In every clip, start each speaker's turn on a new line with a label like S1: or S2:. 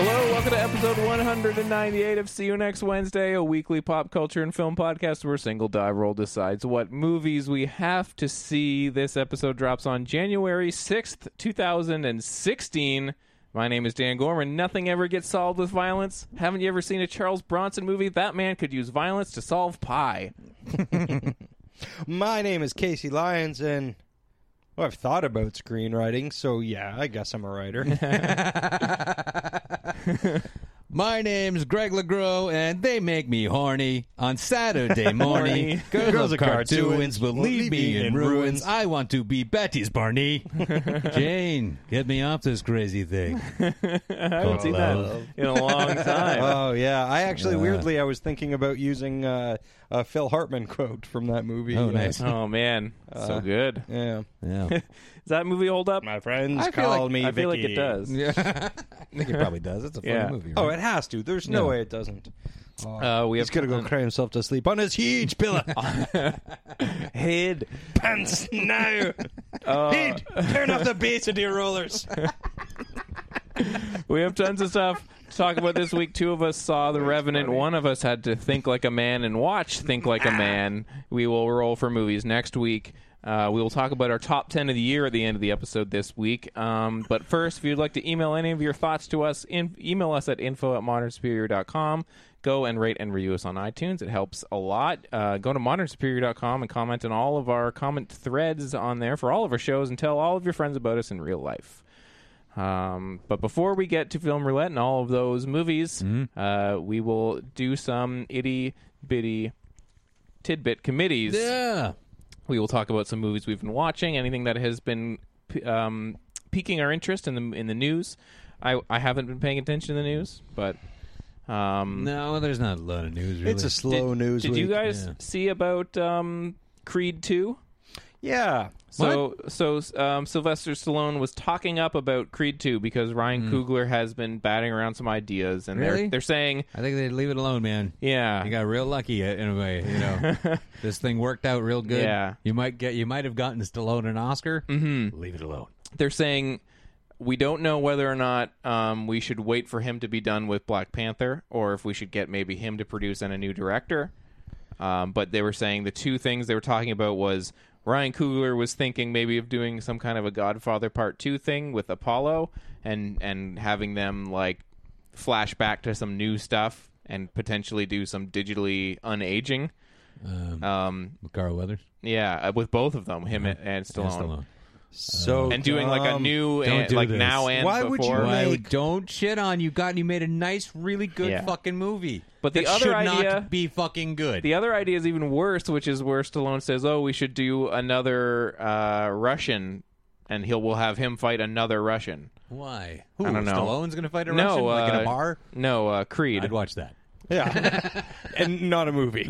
S1: Hello, welcome to episode 198 of See You Next Wednesday, a weekly pop culture and film podcast where Single Dive Roll decides what movies we have to see. This episode drops on January 6th, 2016. My name is Dan Gorman. Nothing ever gets solved with violence. Haven't you ever seen a Charles Bronson movie? That man could use violence to solve pie.
S2: My name is Casey Lyons, and well, I've thought about screenwriting, so yeah, I guess I'm a writer.
S3: My name's Greg LeGros, and they make me horny on Saturday morning. Girls,
S2: Girls
S3: are
S2: are cartoons,
S3: cartoons, will leave me in ruins. I want to be Betty's Barney. Jane, get me off this crazy thing.
S1: I haven't seen that in a long time.
S2: oh yeah, I actually weirdly I was thinking about using uh, a Phil Hartman quote from that movie.
S3: Oh,
S2: uh,
S3: nice.
S1: Oh, man. So good. Does
S2: yeah,
S3: Yeah.
S1: that movie hold up?
S2: my friends
S3: I feel
S2: call
S3: like-
S2: me.
S1: I feel like it
S2: Vicky.
S1: does.
S3: I think it probably does. It's a funny
S1: Yeah.
S3: movie.
S2: Oh,
S3: Right?
S2: it has to. There's no
S3: Yeah.
S2: way it doesn't.
S1: Uh, we
S2: He's
S1: have
S2: gonna go cry himself to sleep on his huge pillow.
S1: head.
S2: Pants now.
S3: Uh,
S2: Heed, turn off the bass into your rollers.
S1: We have tons of stuff to talk about this week. Two of us saw The Revenant. One of us had to think like a man and watch Think Like a Man. We will roll for movies next week. Uh, we will talk about our top 10 of the year at the end of the episode this week. Um, but first, if you'd like to email any of your thoughts to us, in- email us at info at modernsuperior.com. Go and rate and review us on iTunes. It helps a lot. Uh, go to modernsuperior.com and comment on all of our comment threads on there for all of our shows and tell all of your friends about us in real life. Um, but before we get to film roulette and all of those movies, uh, we will do some itty bitty tidbit committees.
S3: Yeah.
S1: We will talk about some movies we've been watching, anything that has been p- um, piquing our interest in the in the news. I I haven't been paying attention to the news, but um,
S3: No, there's not a lot of news, really.
S2: It's a slow news
S1: did
S2: week.
S1: you guys
S3: yeah.
S1: see about um, Creed two?
S2: Yeah.
S1: So, so um, Sylvester Stallone was talking up about Creed 2 because
S2: Hmm.
S1: Ryan Coogler has been batting around some ideas, and
S3: Really?
S1: they're they're saying,
S3: I think they leave it alone, man.
S1: yeah,
S3: You got real lucky uh, in a way, you know. this thing worked out real good.
S1: Yeah.
S3: You might get you might have gotten Stallone an Oscar. Mm-hmm. Leave it alone.
S1: they're saying we don't know whether or not um, we should wait for him to be done with Black Panther, or if we should get maybe him to produce and a new director. Um, but they were saying the two things they were talking about was Ryan Coogler was thinking maybe of doing some kind of a Godfather Part Two thing with Apollo, and and having them like flash back to some new stuff and potentially do some digitally unaging. um,
S3: Carl Weathers.
S1: yeah, uh, with both of them, him and, and Stallone.
S3: Stallone.
S2: So
S1: And doing like a
S2: dumb.
S1: new,
S3: Oh, Don't
S1: and,
S3: do
S1: like
S3: this.
S1: now and
S2: Why would you
S1: before.
S3: Why
S2: make-
S3: don't shit on you, God? You made a nice, really good
S1: Yeah.
S3: fucking movie.
S1: But the
S3: that
S1: other
S3: should
S1: idea-
S3: not be fucking good.
S1: The other idea is even worse, which is where Stallone says, "Oh, we should do another uh, Russian, and he'll we'll have him fight another Russian."
S3: Why? Who,
S1: I don't know.
S3: Stallone's gonna fight a
S1: no,
S3: Russian like in
S1: uh,
S3: a bar.
S1: No, uh, Creed.
S3: I'd watch that.
S2: Yeah. and not a movie.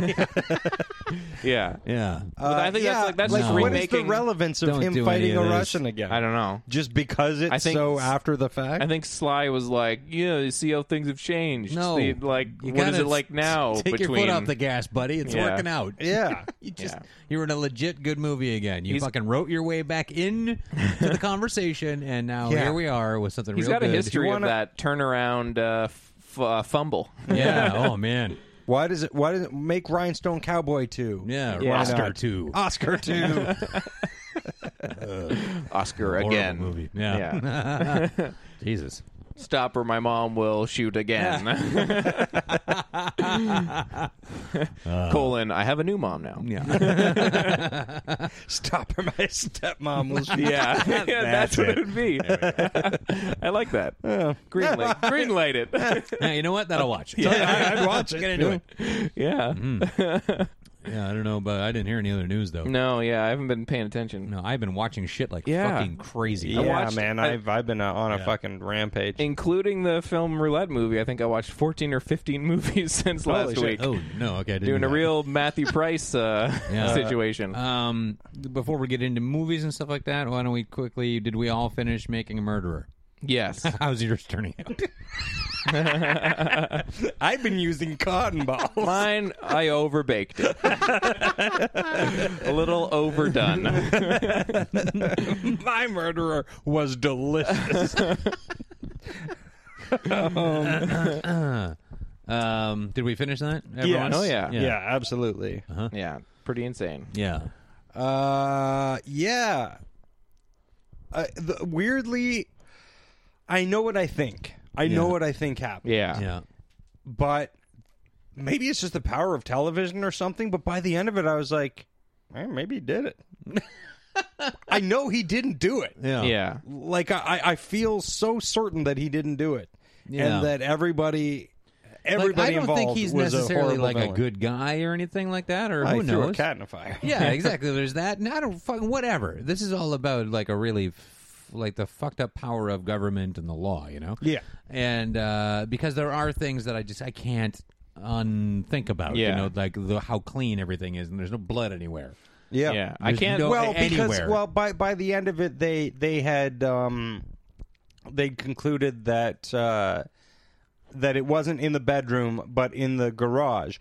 S1: Yeah.
S3: Uh, Yeah.
S1: But I think that's
S2: Uh, yeah,
S1: like that's just
S3: like,
S2: what is the
S1: remaking.
S2: relevance of
S3: Don't
S2: him
S3: do any
S2: fighting
S3: of
S2: a
S3: this.
S2: Russian again?
S1: I don't know.
S2: Just because it's
S1: I think
S2: so
S1: s-
S2: after the fact?
S1: I think Sly was like, yeah, you see how things have changed.
S3: no.
S1: See, like
S3: You
S1: what is
S3: gotta
S1: it like now
S3: Take
S1: between
S3: your foot off the gas, buddy. It's
S1: Yeah.
S3: working out.
S2: yeah.
S3: You just
S1: Yeah.
S3: you were in a legit good movie again. You
S1: He's-
S3: fucking wrote your way back in to the conversation, and now
S2: Yeah.
S3: here we are with something
S1: He's
S3: real
S1: got
S3: good.
S1: a history
S2: wanna-
S1: of that turnaround uh, f- uh, fumble.
S3: Yeah. Oh man.
S2: Why does it why does it make Rhinestone Cowboy too?
S3: Yeah.
S1: Yeah.
S3: Oscar
S2: Why not?
S3: too.
S2: Oscar too.
S1: Oscar
S3: Horrible
S1: again.
S3: movie. Yeah. Jesus.
S1: Stop or my mom will shoot again. Colon, I have a new mom now.
S3: Yeah.
S2: Stop or my stepmom will shoot.
S1: Yeah, yeah, that's, what it would be. I like that. Green light, green light it.
S3: now, you know what? That'll watch. it.
S2: I, would watch it.
S3: Get into it.
S1: yeah.
S3: Mm. Yeah. I don't know, but I didn't hear any other news though.
S1: No, yeah, I haven't been paying attention.
S3: No, I've been watching shit like
S1: Yeah.
S3: fucking crazy.
S2: Yeah,
S1: watched-
S2: man,
S1: I-
S2: I've I've been uh, on a fucking rampage.
S1: Including the film roulette movie, I think I watched 14 or 15 movies since last
S2: shit.
S1: week.
S3: Oh no. Okay. I didn't
S1: Doing
S3: do
S1: a
S3: that.
S1: real Matthew Price uh,
S3: Yeah.
S1: situation.
S3: Um, before we get into movies and stuff like that, why don't we quickly? Did we all finish making a murderer?
S1: yes.
S3: How's yours turning out?
S2: I've been using cotton balls.
S1: Mine, I overbaked it. a little overdone.
S2: My murderer was delicious.
S3: um, did we finish that? Everyone?
S1: Oh, yeah.
S2: yeah, absolutely.
S1: Yeah, pretty insane.
S3: Yeah.
S2: Uh, yeah. Uh, the, weirdly, I know what I think. I know
S3: Yeah.
S2: what I think happened.
S1: Yeah.
S3: Yeah.
S2: but maybe it's just the power of television or something. But by the end of it, I was like, eh, maybe he did it. I know he didn't do it.
S3: Yeah.
S1: Yeah.
S2: Like I, I feel so certain that he didn't do it,
S3: Yeah.
S2: and that everybody,
S3: Like,
S2: everybody
S3: I don't
S2: involved
S3: think he's
S2: was a
S3: necessarily
S2: horrible
S3: like
S2: villain.
S3: a good guy or anything like that, or
S2: I
S3: who
S2: threw
S3: knows?
S2: a cat in a fire.
S3: Yeah, exactly. There's that, and I don't fucking whatever. This is all about like a really f- like the fucked up power of government and the law, you know.
S2: Yeah.
S3: and uh, because there are things that I just I can't unthink about. you
S1: Yeah.
S3: know, like the, how clean everything is, and there's no blood anywhere.
S2: yeah.
S1: Yeah. I
S3: There's
S1: can't.
S3: no-
S2: Well, because
S3: anywhere.
S2: well, by by the end of it, they they had um, they concluded that uh, that it wasn't in the bedroom, but in the garage.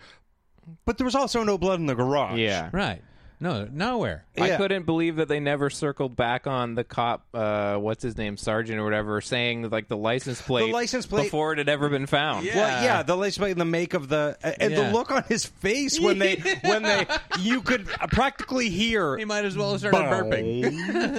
S2: But there was also no blood in the garage.
S1: yeah.
S3: Right? No, nowhere.
S1: I
S2: Yeah.
S1: couldn't believe that they never circled back on the cop, uh, what's his name, sergeant or whatever, saying like the license plate,
S2: license plate-
S1: before it had ever been found.
S2: Well, yeah, the lace plate, the make of the, and
S3: Yeah.
S2: the look on his face when they, when they, you could uh, practically hear.
S3: He might as well have started burping.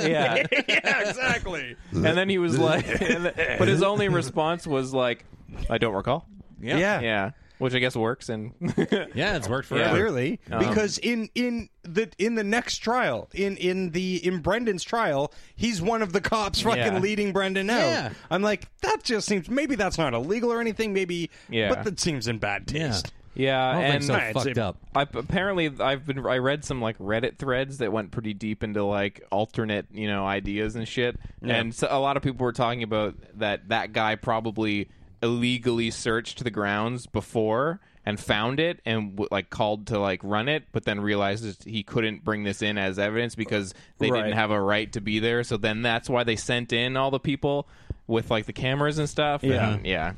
S1: yeah,
S2: yeah, exactly.
S1: and then he was like, and th- but his only response was like, "I don't recall."
S3: Yeah.
S2: Yeah.
S1: Yeah, which I guess works. And
S3: Yeah, it's worked
S1: Yeah.
S3: forever.
S2: clearly
S1: Uh-huh.
S2: because in in the in the next trial in in the in Brendan's trial he's one of the cops fucking
S1: Yeah.
S2: leading Brendan out.
S3: Yeah.
S2: I'm like that just seems maybe that's not illegal or anything maybe
S1: Yeah.
S2: but that seems in bad
S3: Yeah,
S2: taste.
S1: yeah,
S3: I don't
S1: and
S3: think so
S2: Nah, it's
S3: fucked
S2: a-
S3: up.
S1: I, apparently, I've been I read some like Reddit threads that went pretty deep into like alternate you know ideas and shit, and so, a lot of people were talking about that that guy probably illegally searched the grounds before and found it and w- like called to like run it but then realizes he couldn't bring this in as evidence because they
S2: Right.
S1: didn't have a right to be there so then that's why they sent in all the people with like the cameras and stuff
S2: Yeah.
S1: And, yeah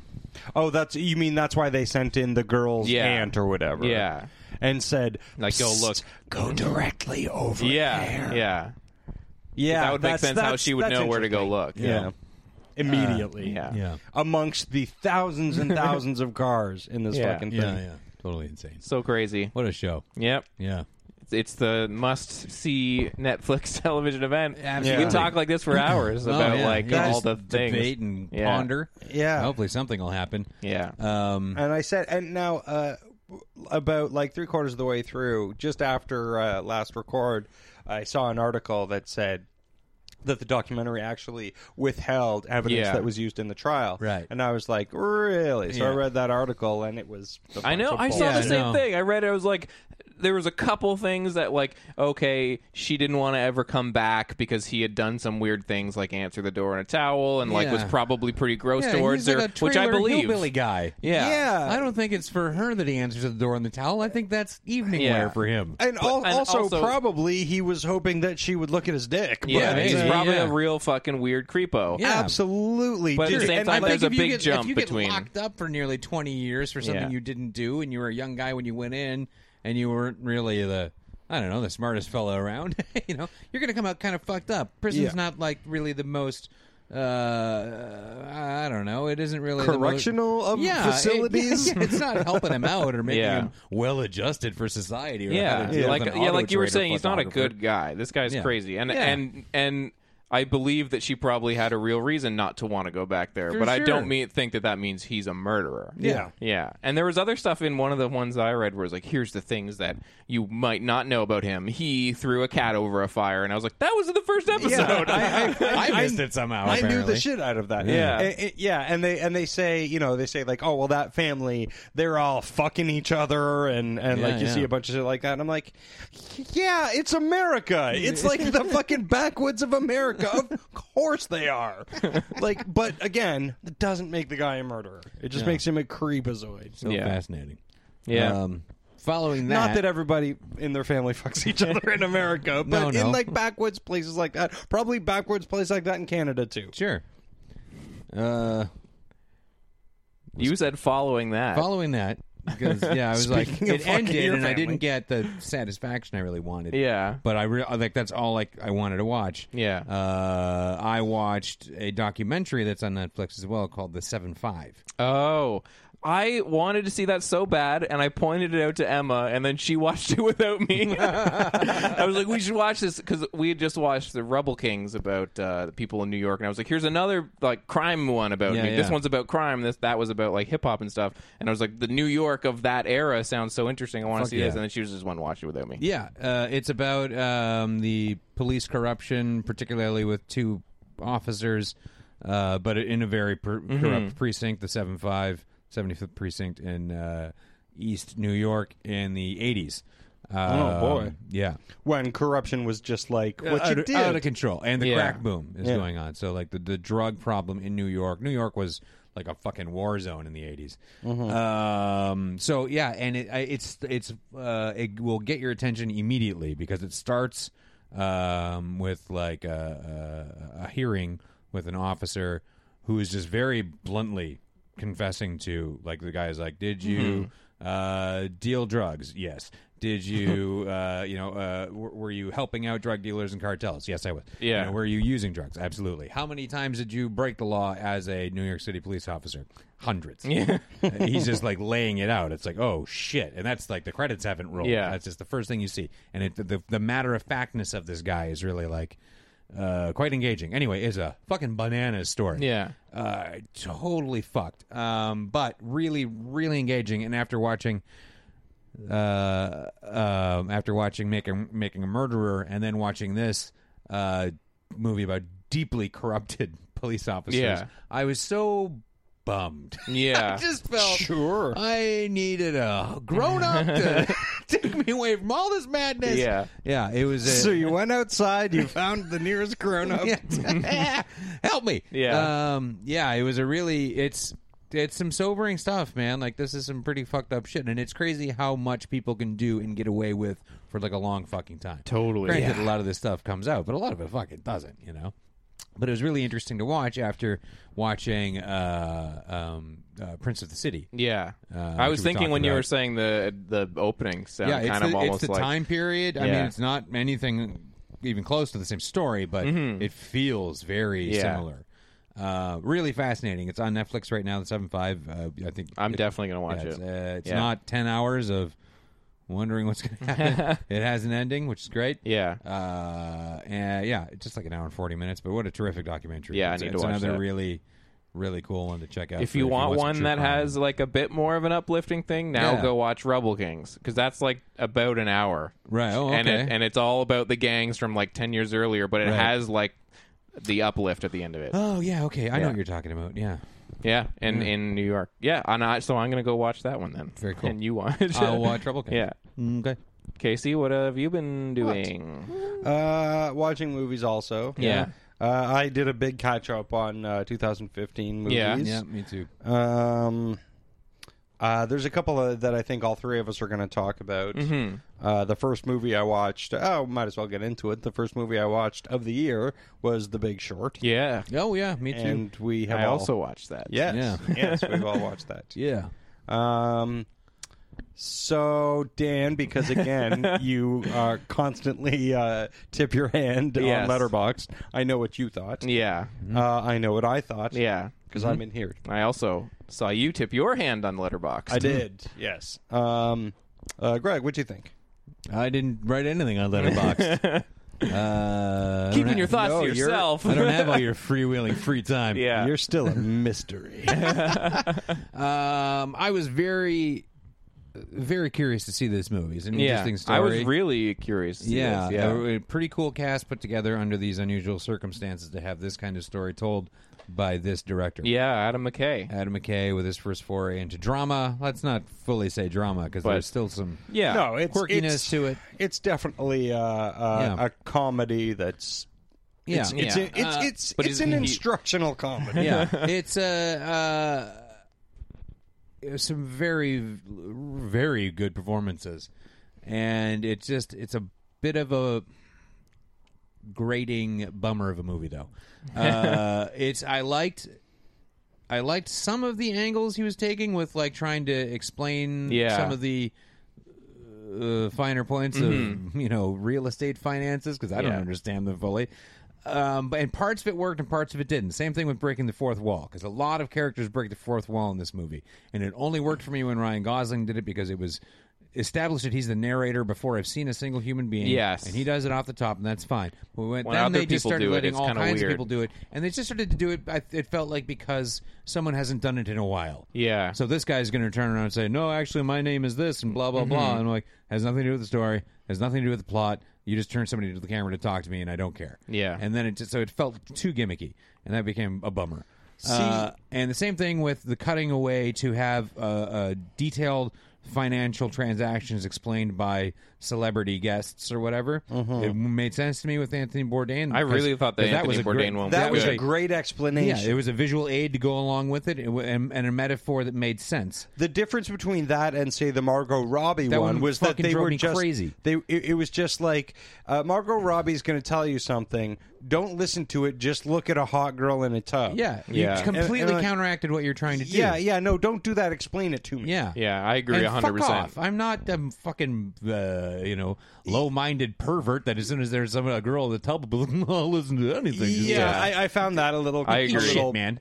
S2: Oh, that's you mean that's why they sent in the girl's
S1: Yeah.
S2: aunt or whatever.
S1: Yeah.
S2: And said
S1: Like, yo,
S2: "Psst,
S1: look."
S2: go directly over
S1: yeah
S2: there."
S1: yeah
S2: Yeah,
S1: that would make
S2: that's-
S1: sense how
S2: that's-
S1: she would
S2: that's
S1: know where to go
S2: interesting.
S1: look
S2: Yeah. Immediately.
S1: yeah
S3: Yeah.
S2: Amongst the thousands and thousands of cars in this
S1: Yeah.
S2: fucking thing.
S3: Yeah, yeah. Totally insane.
S1: So crazy.
S3: What a show.
S1: Yep.
S3: Yeah.
S1: It's the must see Netflix television event.
S3: Absolutely.
S1: You can talk like this for hours
S3: Oh,
S1: about
S3: yeah.
S1: like
S3: Yeah,
S1: all
S3: just
S1: the things.
S3: Debate and
S1: Yeah.
S3: ponder.
S2: Yeah.
S3: Hopefully something will happen.
S1: Yeah.
S3: Um,
S2: And I said, and now uh, about like three quarters of the way through, just after uh, last record, I saw an article that said that the documentary actually withheld evidence
S1: Yeah.
S2: that was used in the trial.
S3: Right.
S2: And I was like, really? So I
S3: Yeah.
S2: read that article, and it was. a
S1: I
S2: bunch
S1: know.
S2: of
S1: I saw
S3: Yeah,
S1: the
S3: I
S1: same
S3: know.
S1: thing. I read it. I was like, there was a couple things that like okay she didn't want to ever come back because he had done some weird things like answer the door in a towel and like was
S3: Yeah.
S1: probably pretty gross
S3: Yeah,
S1: towards
S3: he's
S1: her
S3: like a
S1: which I
S3: trailer
S1: believe
S3: hillbilly guy.
S1: Yeah.
S2: Yeah.
S3: I don't think it's for her that he answers the door in the towel. I think that's evening
S1: Yeah.
S3: wear for him.
S2: And, al-
S1: and
S2: also,
S1: also-
S2: probably he was hoping that she would look at his dick. but-
S1: yeah
S3: maybe.
S1: he's probably
S3: Yeah.
S1: a real fucking weird creepo
S3: Yeah.
S2: Absolutely.
S1: But at
S2: dude.
S1: the same
S2: And
S1: time,
S2: I
S3: I
S1: there's
S2: think
S3: think
S1: a
S3: if you
S1: big
S3: get,
S1: jump
S3: if you get
S1: between-
S3: locked up for nearly 20 years for something
S1: Yeah.
S3: you didn't do and you were a young guy when you went in and you weren't really the I don't know, the smartest fellow around, you know, you're going to come out kind of fucked up. Prison's
S2: Yeah.
S3: not like really the most uh I don't know, it isn't really
S2: Correctional
S3: the
S2: of
S3: most, yeah, it-
S2: facilities?
S3: yeah, it's not helping him out or making
S1: Yeah.
S3: him well adjusted for society or how
S1: yeah,
S3: to deal with
S1: like
S3: an
S1: yeah,
S3: auto
S1: like you were
S3: trader
S1: saying, he's not a
S3: photographer.
S1: good guy. This guy's
S3: Yeah.
S1: crazy, and
S3: Yeah.
S1: and and I believe that she probably had a real reason not to want to go back there.
S3: For
S1: but I
S3: sure.
S1: don't mean, think that that means he's a murderer.
S2: Yeah.
S1: yeah. And there was other stuff in one of the ones I read where it's like, here's the things that you might not know about him. He threw a cat over a fire, and I was like, that was in the first
S2: Yeah,
S1: episode.
S3: I missed it somehow,
S2: I knew
S3: apparently.
S2: the shit out of that.
S1: Yeah.
S2: And- and- yeah. And they and they say, you know, they say like, oh well, that family, they're all fucking each other, and and
S3: Yeah,
S2: like you
S3: yeah.
S2: see a bunch of shit like that, and I'm like, yeah, it's America. It's like the fucking backwoods of America. Of course they are. like, but again, it doesn't make the guy a murderer. It just makes him a creepazoid.
S3: So
S1: Yeah.
S3: fascinating.
S1: Yeah.
S3: Um, following that,
S2: Not that everybody in their family fucks each other in America, but
S3: No, no.
S2: in like backwoods places like that, probably backwoods places like that in Canada too.
S3: Sure. Uh,
S1: you said following that.
S3: following that, because yeah, I was like,
S2: Speaking of
S3: it
S2: fucking
S3: ended,
S2: your
S3: and I
S2: family.
S3: didn't get the satisfaction I really wanted.
S1: Yeah.
S3: but I re- like that's all like I wanted to watch.
S1: Yeah.
S3: uh, I watched a documentary that's on Netflix as well called The Seven Five.
S1: Oh. I wanted to see that so bad, and I pointed it out to Emma, and then she watched it without me. I was like, "We should watch this" because we had just watched the Rebel Kings about uh, the people in New York, and I was like, "Here's another like crime one about
S3: Yeah,
S1: New- this
S3: yeah.
S1: one's about crime. This that was about like hip hop and stuff." And I was like, "The New York of that era sounds so interesting. I want
S3: Fuck
S1: to see this."
S3: yeah.
S1: And then she was just one watch it without me.
S3: Yeah, uh, it's about um, the police corruption, particularly with two officers, uh, but in a very per- corrupt precinct, the 75, 75th precinct in uh, East New York in the 80s. Um,
S2: boy.
S3: Yeah,
S2: when corruption was just like what
S3: out,
S2: you did.
S3: out of control, and the
S1: Yeah.
S3: crack boom is
S2: Yeah.
S3: going on. So, like the the drug problem in New York, New York was like a fucking war zone in the 80s
S1: Mm-hmm.
S3: Um, so yeah, and it I- it's it's uh, it will get your attention immediately because it starts um, with like a, a, a hearing with an officer who is just very bluntly confessing to like the guy's like, did you?
S1: Mm-hmm.
S3: uh, deal drugs? Yes. Did you, uh, you know, uh, w- were you helping out drug dealers and cartels? Yes, I was.
S1: Yeah.
S3: You know, were you using drugs? Absolutely. How many times did you break the law as a New York City police officer? Hundreds. Yeah. He's just like laying it out. It's like, oh shit, and that's like the credits haven't rolled.
S1: Yeah.
S3: That's just the first thing you see, and it, the the matter of factness of this guy is really like. Uh, quite engaging. Anyway, it's a fucking bananas story
S1: Yeah.
S3: uh, totally fucked. Um, but really, really engaging. And after watching, uh, um, after watching making making a murderer, and then watching this uh, movie about deeply corrupted police officers,
S1: Yeah.
S3: I was so bummed.
S1: Yeah.
S3: I just felt
S2: Sure.
S3: I needed a grown up to take me away from all this madness.
S1: Yeah.
S3: yeah. It was a,
S2: So you went outside, you found the nearest grown up.
S3: yeah. Help me.
S1: Yeah.
S3: Um, yeah, it was a really it's it's some sobering stuff, man. Like this is some pretty fucked up shit and it's crazy how much people can do and get away with for like a long fucking time. Totally. Granted a lot of this stuff comes out, but a lot of it fucking doesn't, you know. But it was really interesting to watch after watching uh, um, uh, Prince of the City.
S1: Yeah.
S3: Uh,
S1: I
S3: which
S1: was
S3: we
S1: thinking
S3: talked
S1: when you
S3: about.
S1: were saying the the opening sound
S3: yeah, it's
S1: kind
S3: the,
S1: of almost
S3: it's the
S1: like
S3: time period. I mean,
S1: Yeah.
S3: it's not anything even close to the same story, but it feels very
S1: Mm-hmm. Yeah.
S3: similar. Uh, really fascinating. It's on Netflix right now. The seven five. Uh, I think
S1: I'm
S3: it-
S1: definitely gonna
S3: yeah,
S1: watch
S3: it's,
S1: it.
S3: Uh, it's
S1: Yeah.
S3: not ten hours of wondering what's going to happen. it has an ending, which is great.
S1: Yeah.
S3: Uh, and yeah, it's just like an hour and forty minutes. But what a terrific documentary.
S1: Yeah, I
S3: it's,
S1: need to
S3: it's
S1: watch
S3: another
S1: that.
S3: really, really cool one to check out.
S1: if
S3: for-
S1: you want
S3: some
S1: one
S3: true
S1: that
S3: crime.
S1: has like a bit more of an uplifting thing, now
S3: Yeah.
S1: go watch Rebel Kings because that's like about an hour,
S3: Right, oh,
S1: And
S3: okay.
S1: it, and it's all about the gangs from like ten years earlier, but it
S3: Right.
S1: has like the uplift at the end of it.
S3: Oh yeah, okay. I know
S1: Yeah.
S3: what you're talking about. Yeah.
S1: yeah, in in New York. Yeah, and I, so I'm gonna go watch that one then.
S3: Very cool. Uh,
S1: And you watch?
S3: I'll watch Rebel Kings.
S1: Yeah.
S3: Okay.
S1: Casey, what have you been doing?
S2: Uh, watching movies also.
S1: Yeah.
S2: Uh, I did a big catch up on uh, 2015 movies.
S1: Yeah.
S3: Yeah, me too.
S2: Um, uh, there's a couple of, that I think all three of us are going to talk about.
S1: Mm-hmm.
S2: Uh, the first movie I watched, oh, might as well get into it. The first movie I watched of the year was The Big Short.
S1: Yeah,
S3: Oh yeah, me too.
S2: And we have
S1: I
S2: all-
S1: also watched that.
S2: Yes.
S3: Yeah.
S2: yes, we've all watched that.
S3: yeah.
S2: Um, so Dan, because again, you are constantly uh, tip your hand
S1: Yes.
S2: on Letterboxd. I know what you thought.
S1: yeah,
S2: Uh, I know what I thought.
S1: yeah.
S2: because I'm in here.
S1: I also saw you tip your hand on Letterbox.
S2: I did. yes. Um, uh, Greg, what'd you think?
S3: I didn't write anything on Letterboxd. uh, I don't
S1: Keeping
S3: have-
S1: your thoughts
S2: no,
S1: to
S2: you're-
S1: yourself.
S3: I don't have all your freewheeling free time.
S1: yeah,
S2: You're still a mystery.
S3: Um, I was very, very curious to see this movie. It's an
S1: yeah.
S3: interesting story.
S1: I was really curious. To see
S3: yeah,
S1: this, yeah.
S3: a- a pretty cool cast put together under these unusual circumstances to have this kind of story told by this director.
S1: Yeah, Adam McKay.
S3: Adam McKay with his first foray into drama. Let's not fully say drama because
S1: But-
S3: there's still some
S1: Yeah.
S2: no, it's
S3: quirkiness
S2: it's,
S3: to it.
S2: It's definitely uh, uh,
S3: Yeah.
S2: a comedy that's.
S3: Yeah,
S2: It's it's
S1: Yeah.
S2: it's it's,
S3: Uh,
S2: it's,
S1: but
S2: an
S1: he-
S2: instructional comedy.
S3: yeah, it's uh, uh, some very, very good performances, and it's just it's a bit of a grating bummer of a movie though. Uh, it's I liked. I liked some of the angles he was taking with like trying to explain
S1: Yeah.
S3: some of the uh, finer points of you know real estate finances because I don't
S1: Mm-hmm. Yeah.
S3: understand them fully. Um, but and parts of it worked and parts of it didn't. Same thing with breaking the fourth wall because a lot of characters break the fourth wall in this movie, and it only worked for me when Ryan Gosling did it because it was established that he's the narrator before I've seen a single human being.
S1: Yes.
S3: and he does it off the top, and that's fine. But when,
S1: When
S3: then
S1: other
S3: they just
S1: people
S3: started
S1: do it,
S3: letting
S1: it's
S3: all
S1: kinda
S3: kinds of
S1: weird.
S3: people do it, and they just started to do it. I, it felt like because someone hasn't done it in a while.
S1: Yeah.
S3: So this guy's going to turn around and say, "No, actually, my name is this," and blah blah blah.
S1: Mm-hmm.
S3: And I'm like, has nothing to do with the story. Has nothing to do with the plot. You just turn somebody to the camera to talk to me, and I don't care.
S1: Yeah.
S3: And then it just so it felt too gimmicky, and that became a bummer. Uh, and the same thing with the cutting away to have uh, uh, detailed financial transactions explained by celebrity guests or whatever. It made sense to me with Anthony Bourdain.
S1: Mm-hmm. I really
S3: because-
S1: thought the
S3: because that
S1: Anthony
S3: was a
S1: Bourdain
S3: great-
S1: one was
S2: That was
S1: good.
S2: a great explanation.
S3: yeah, it was a visual aid to go along with it, it wa- and, and a metaphor that made sense.
S2: The difference between that and say the Margot Robbie
S3: That
S2: one,
S3: one
S2: was that
S3: fucking
S2: they
S3: drove
S2: were
S3: me
S2: just
S3: crazy.
S2: They it, it was just like uh, Margot Robbie's going to tell you something. Don't listen to it. Just look at a hot girl in a tub.
S3: Yeah,
S1: Yeah. uh,
S3: you completely
S2: And- and, like-
S3: counteracted what you're trying to do.
S2: yeah, yeah. No, don't do that. Explain it to me.
S3: yeah,
S1: Yeah, I agree
S3: And
S1: 100%.
S3: Fuck off! I'm not a fucking uh, you know low-minded pervert that as soon as there's some a girl in the tub, I'll listen to anything. Just
S2: Yeah,
S3: like,
S2: I, I found that a little.
S1: I
S2: a
S1: agree.
S2: little-
S3: shit, man.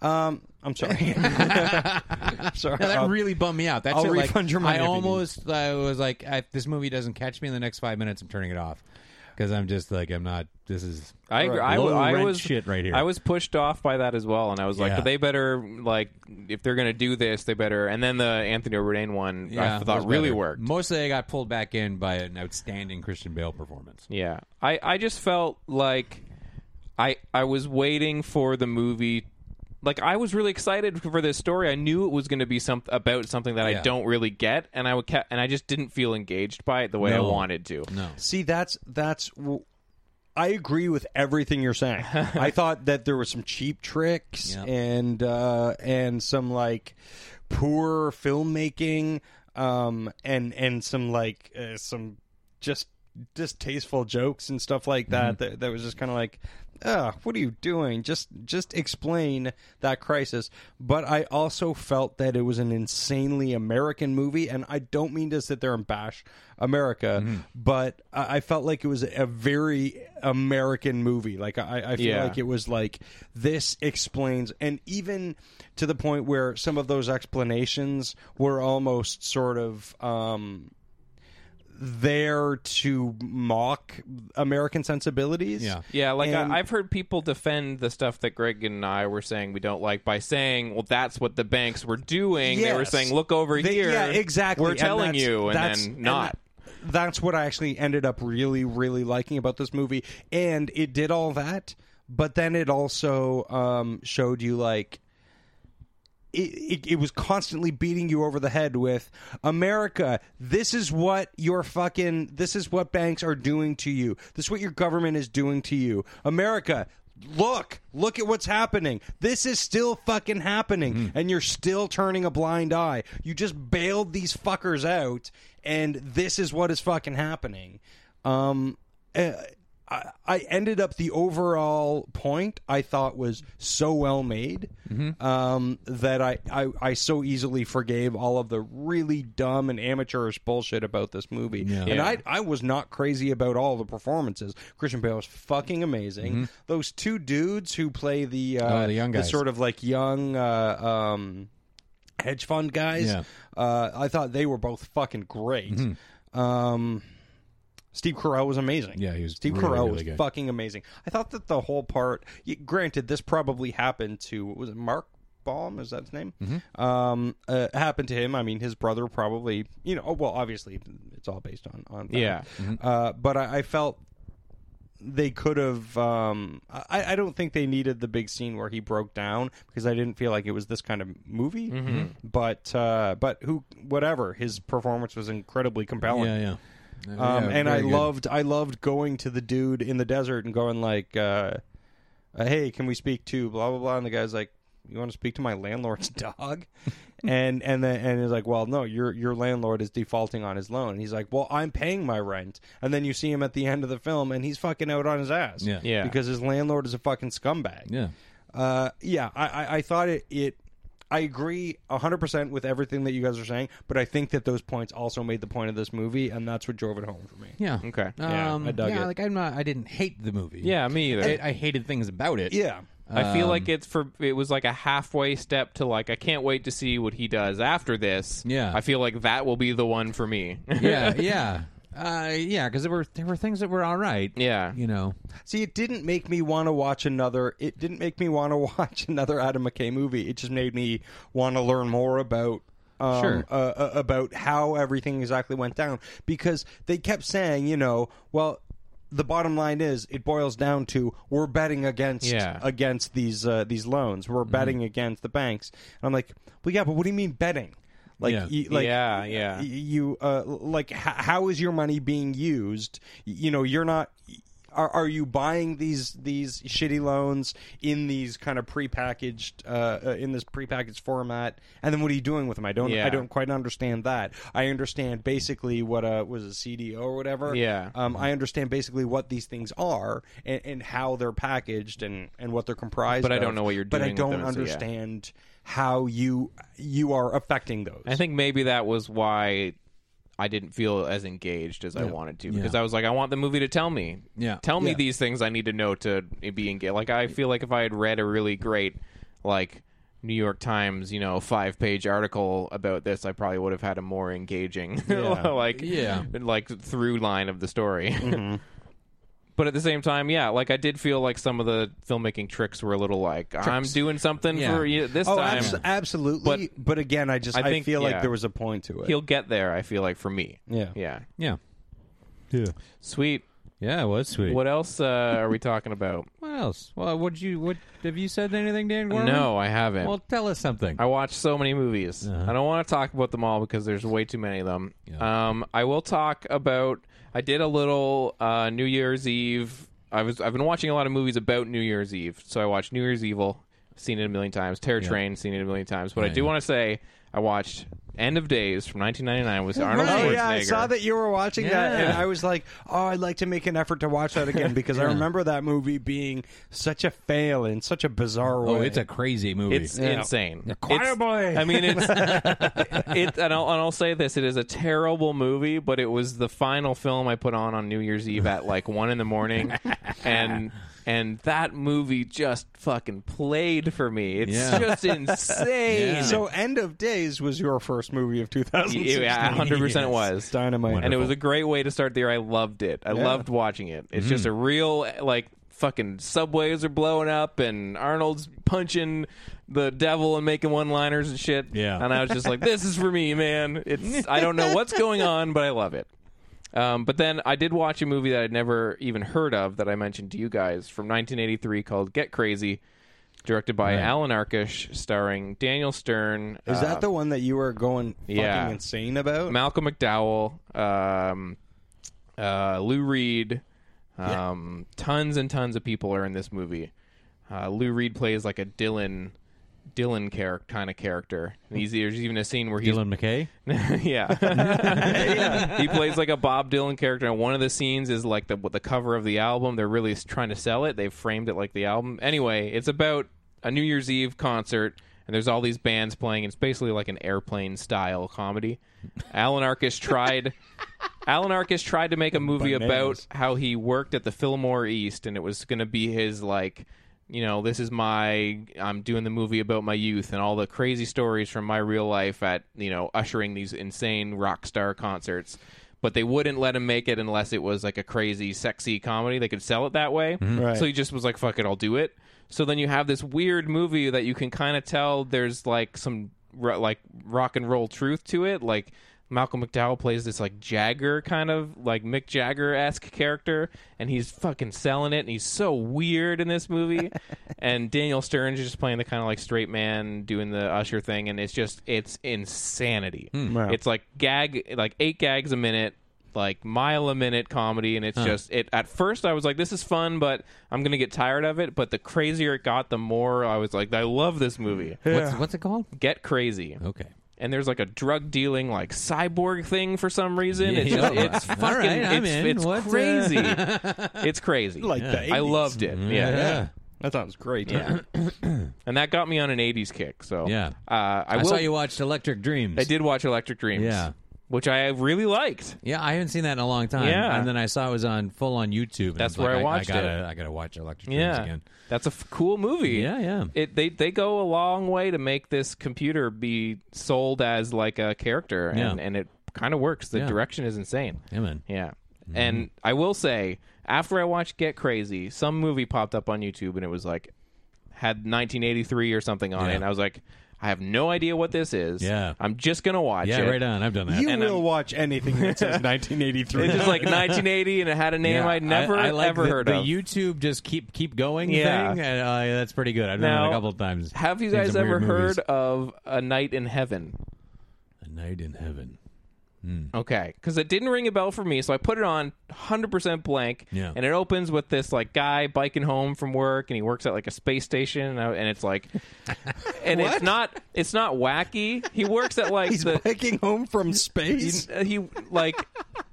S2: Um, I'm sorry. sorry.
S3: No, that
S2: I'll-
S3: really bummed me out. That's
S2: I'll
S3: it, like,
S2: refund your money
S3: I
S2: if you need.
S3: almost I was like, if this movie doesn't catch me in the next five minutes, I'm turning it off because I'm just like, I'm not. This is
S1: I, agree. I, w-
S3: low
S1: I
S3: rent
S1: was
S3: shit right here.
S1: I was pushed off by that as well, and I was like,
S3: Yeah.
S1: "But they better like if they're going to do this, they better." And then the Anthony Bourdain one,
S3: Yeah,
S1: I
S3: it was
S1: thought really
S3: better.
S1: worked.
S3: Mostly, I got pulled back in by an outstanding Christian Bale performance.
S1: Yeah. I, I just felt like I I was waiting for the movie like I was really excited for this story. I knew it was going to be some about something that I
S3: Yeah.
S1: don't really get and I would ca- and I just didn't feel engaged by it the way I
S3: No.
S1: wanted to. No.
S2: See, that's that's. w- I agree with everything you're saying. I thought that there were some cheap tricks and uh, and some like poor filmmaking um, and and some like uh, some just distasteful jokes and stuff like that. That, that was just kind of like. Uh, what are you doing? Just just explain that crisis. But I also felt that it was an insanely American movie, and I don't mean to sit there and bash America, but I, I felt like it was a very American movie. Like I, I feel
S1: Yeah.
S2: like it was like this explains, and even to the point where some of those explanations were almost sort of. Um, there to mock American sensibilities.
S3: Yeah.
S1: Yeah, like
S2: And-
S1: I, I've heard people defend the stuff that Greg and I were saying we don't like by saying, "Well, that's what the banks were doing." They were
S2: Yes.
S1: saying, "Look over
S2: They-
S1: here."
S2: Yeah, exactly.
S1: We're
S2: And
S1: telling
S2: that's-
S1: you, and
S2: that's-
S1: then not.
S2: and that's what I actually ended up really, really liking about this movie, and it did all that, but then it also um, showed you like it, it, it was constantly beating you over the head with America. This is what your fucking. This is what banks are doing to you. This is what your government is doing to you. America, look, look at what's happening. This is still fucking happening, and you're still turning a blind eye. You just bailed these fuckers out, and this is what is fucking happening. Um, uh, I, I ended up the overall point I thought was so well made
S3: Mm-hmm.
S2: um, that I, I, I so easily forgave all of the really dumb and amateurish bullshit about this movie. And I, I was not crazy about all the performances. Christian Bale was fucking amazing. Those two dudes who play the, uh,
S3: Mm-hmm. Oh, the young guys.
S2: sort of like young. Uh, um, hedge fund guys.
S3: Yeah. Mm-hmm.
S2: Uh, I thought they were both fucking great. Um, Steve Carell was amazing.
S3: Yeah, he was
S2: Steve
S3: really,
S2: Carell
S3: really
S2: was
S3: good.
S2: fucking amazing. I thought that the whole part. y- Granted, this probably happened to was it Mark Baum? Is that his name?
S3: Mm-hmm.
S2: Um, uh, happened to him. I mean, his brother probably. You know, oh, well, obviously, it's all based on on. fact.
S1: Yeah.
S3: Mm-hmm.
S2: Uh, but I, I felt they could have. Um, I, I don't think they needed the big scene where he broke down because I didn't feel like it was this kind of movie.
S3: Mm-hmm.
S2: But uh, but who whatever his performance was incredibly compelling.
S3: Yeah, yeah.
S2: Um,
S3: Yeah,
S2: and I
S3: very good.
S2: loved I loved going to the dude in the desert and going like, uh, uh, "Hey, can we speak to blah blah blah?" And the guy's like, "You want to speak to my landlord's dog?" and and then and he's like, "Well, no, your your landlord is defaulting on his loan." And he's like, "Well, I'm paying my rent." And then you see him at the end of the film, and he's fucking out on his ass,
S3: Yeah.
S1: Yeah.
S2: because his landlord is a fucking scumbag.
S3: Yeah.
S2: Uh, yeah, I, I, I thought it, it. I agree 100% with everything that you guys are saying, but I think that those points also made the point of this movie, and that's what drove it home for me.
S3: Yeah.
S1: Okay.
S2: Yeah,
S3: Um,
S2: I dug
S3: yeah,
S2: it.
S3: Like I'm not. I didn't hate the movie.
S1: Yeah, me either.
S3: I, I hated things about it.
S2: Yeah.
S1: I feel like it's for it was like a halfway step to like I can't wait to see what he does after this.
S3: Yeah.
S1: I feel like that will be the one for me.
S3: yeah, yeah, uh, yeah. Because there were there were things that were all right.
S1: Yeah.
S3: you know.
S2: See, it didn't make me want to watch another. It didn't make me want to watch another Adam McKay movie. It just made me want to learn more about. Um,
S3: Sure.
S2: uh, uh, about how everything exactly went down because they kept saying, you know, well, the bottom line is it boils down to we're betting against
S1: Yeah. Mm-hmm.
S2: against these uh, these loans. We're betting against the banks. And I'm like, well, yeah, but what do you mean betting? Like,
S3: Yeah.
S2: you- like
S1: Yeah, yeah.
S2: y- you uh, like h- how is your money being used Y- you know you're not are, are you buying these these shitty loans in these kind of prepackaged uh, uh, in this prepackaged format and then what are you doing with them i don't
S1: Yeah.
S2: i don't quite understand that i understand basically what a was a cdo or whatever
S1: Yeah.
S2: um, i understand basically what these things are and, and how they're packaged and and what they're comprised
S1: But I
S2: of.
S1: don't know what you're
S2: but
S1: doing
S2: i
S1: with
S2: don't
S1: them, so yeah.
S2: understand how you you are affecting those
S1: I think maybe that was why I didn't feel as engaged as I wanted to because I was like, I want the movie to tell me,
S3: Yeah.
S1: tell me
S3: Yeah.
S1: these things I need to know to be engaged. Like I feel like if I had read a really great, like New York Times, you know, five page article about this, I probably would have had a more engaging, like,
S3: Yeah.
S1: like through line of the story. But at the same time, yeah, like I did feel like some of the filmmaking tricks were a little like I'm doing something
S3: Yeah.
S1: for you this
S2: Oh,
S1: time.
S2: abso- absolutely. But, again, I just
S1: I
S2: I,
S1: think-
S2: feel
S1: yeah.
S2: like there was a point to it.
S1: He'll get there. I feel like for me.
S2: Yeah.
S1: yeah.
S3: Yeah, yeah,
S1: Sweet.
S3: yeah. It was sweet.
S1: What else uh, are we talking about?
S3: What else? Well, would you? What have you said anything, Dan? Gorman?
S1: No, I haven't.
S3: Well, tell us something.
S1: I watch so many movies.
S2: Uh-huh.
S1: I don't want to talk about them all because there's way too many of them. Um, I will talk about. I did a little uh, New Year's Eve. I was. I've been watching a lot of movies about New Year's Eve. So I watched New Year's Evil. Seen it a million times. Terror Train. Seen it a million times. But I do want to say I watched End of Days from 1999 with Arnold
S2: Right,
S1: Schwarzenegger.
S2: Oh, yeah, I saw that you were watching that, and
S3: Yeah.
S2: I was like, "Oh, I'd like to make an effort to watch that again because I remember that movie being such a fail in such a bizarre
S3: oh,
S2: way."
S3: it's a crazy movie.
S1: It's insane.
S3: Choir
S1: It's-
S3: boy.
S1: I mean, it's it, and, I'll, and I'll say this: it is a terrible movie, but it was the final film I put on on New Year's Eve at like one in the morning, and and that movie just fucking played for me. It's
S3: Yeah.
S1: just insane.
S3: Yeah.
S2: so. End of Days was your first movie of 2016.
S1: Yeah, Uh, hundred percent
S3: Yes.
S1: was
S2: Dynamite.
S1: and it was a great way to start the year. I loved it. I loved watching it. It's just a real like fucking subways are blowing up and Arnold's punching the devil and making one liners and shit.
S3: Yeah.
S1: and I was just like, this is for me, man. It's I don't know what's going on, but I love it. Um, but then I did watch a movie that I'd never even heard of that I mentioned to you guys from 1983 called Get Crazy. directed by Alan Arkish, starring Daniel Stern,
S2: Is that the one that you were going fucking
S1: yeah.
S2: insane about?
S1: Malcolm McDowell, um, uh, Lou Reed, um, tons and tons of people are in this movie. Uh, Lou Reed plays like a Dylan, Dylan character kind of character. And he's, there's even a scene where he's
S3: Dylan McKay.
S1: yeah. he plays like a Bob Dylan character, and one of the scenes is like the the cover of the album. They're really s- trying to sell it. They've framed it like the album. Anyway, it's about a New Year's Eve concert, and there's all these bands playing. It's basically like an airplane style comedy. Alan Arkish tried. Alan Arkish tried to make a movie about
S2: Bananas.
S1: how he worked at the Fillmore East, and it was going to be his like, you know, this is my I'm doing the movie about my youth and all the crazy stories from my real life at you know ushering these insane rock star concerts. But they wouldn't let him make it unless it was like a crazy, sexy comedy. They could sell it that way.
S2: Right.
S1: So he just was like, "Fuck it, I'll do it." So then you have this weird movie that you can kind of tell there's like some ro- like rock and roll truth to it, like. Malcolm McDowell plays this like Jagger kind of like Mick Jagger esque character, and he's fucking selling it, and he's so weird in this movie. and Daniel Stern's just playing the kind of like straight man doing the usher thing, and it's just it's insanity. It's like gag like eight gags a minute, like mile a minute comedy, and it's just it. At first, I was like, this is fun, but I'm gonna get tired of it. But the crazier it got, the more I was like, I love this movie.
S3: What's what's it called?
S1: Get crazy
S3: Okay.
S1: and there's like a drug dealing like cyborg thing for some reason. It's,
S3: Yeah.
S1: just, it's
S3: All
S1: fucking
S3: right, I'm
S1: it's,
S3: in.
S1: it's
S3: What, uh,
S1: crazy. it's crazy.
S2: Like the
S1: I
S2: 80s.
S1: loved it. Yeah.
S3: Mm-hmm. Yeah.
S2: That sounds great.
S1: And that got me on an 80s kick. So
S3: Yeah.
S1: uh, I,
S3: I
S1: will,
S3: saw you watched Electric Dreams.
S1: I did watch Electric Dreams.
S3: Yeah.
S1: Which I really liked.
S3: Yeah, I haven't seen that in a long time.
S1: Yeah.
S3: and then I saw it was on full on YouTube. and
S1: That's
S3: was
S1: where I
S3: like,
S1: watched
S3: I gotta,
S1: it.
S3: I gotta watch Electric Dreams
S1: Yeah.
S3: again.
S1: That's a f- cool movie.
S3: Yeah, yeah.
S1: It they they go a long way to make this computer be sold as like a character and,
S3: Yeah.
S1: and it kind of works. The
S3: Yeah.
S1: direction is insane.
S3: Yeah, man.
S1: Yeah.
S3: Mm-hmm.
S1: And I will say, after I watched Get Crazy, some movie popped up on YouTube and it was like, had 1983 or something on it.
S3: Yeah.
S1: And I was like, I have no idea what this is.
S3: Yeah.
S1: I'm just going to watch
S3: Yeah,
S1: it.
S3: right on. I've done that.
S2: You
S1: And
S2: will
S1: I'm-
S2: watch anything that says 1983.
S1: It's just like 1980 and it had a name
S3: Yeah,
S1: I'd never,
S3: I, I like
S1: ever
S3: the,
S1: heard
S3: the
S1: of.
S3: YouTube just keep keep going
S1: Yeah.
S3: thing. And, uh, that's pretty good. I've done
S1: Now,
S3: it a couple of times.
S1: have you
S3: Seen
S1: guys
S3: some
S1: ever
S3: weird movies.
S1: heard of A Night in Heaven?
S3: A Night in Heaven?
S1: Okay, because it didn't ring a bell for me, so I put it on 100% blank.
S3: Yeah.
S1: And it opens with this like guy biking home from work, and he works at like a space station, and, I- and it's like, and it's not it's not wacky. He works at like
S2: He's
S1: the
S2: hiking home from space.
S1: he like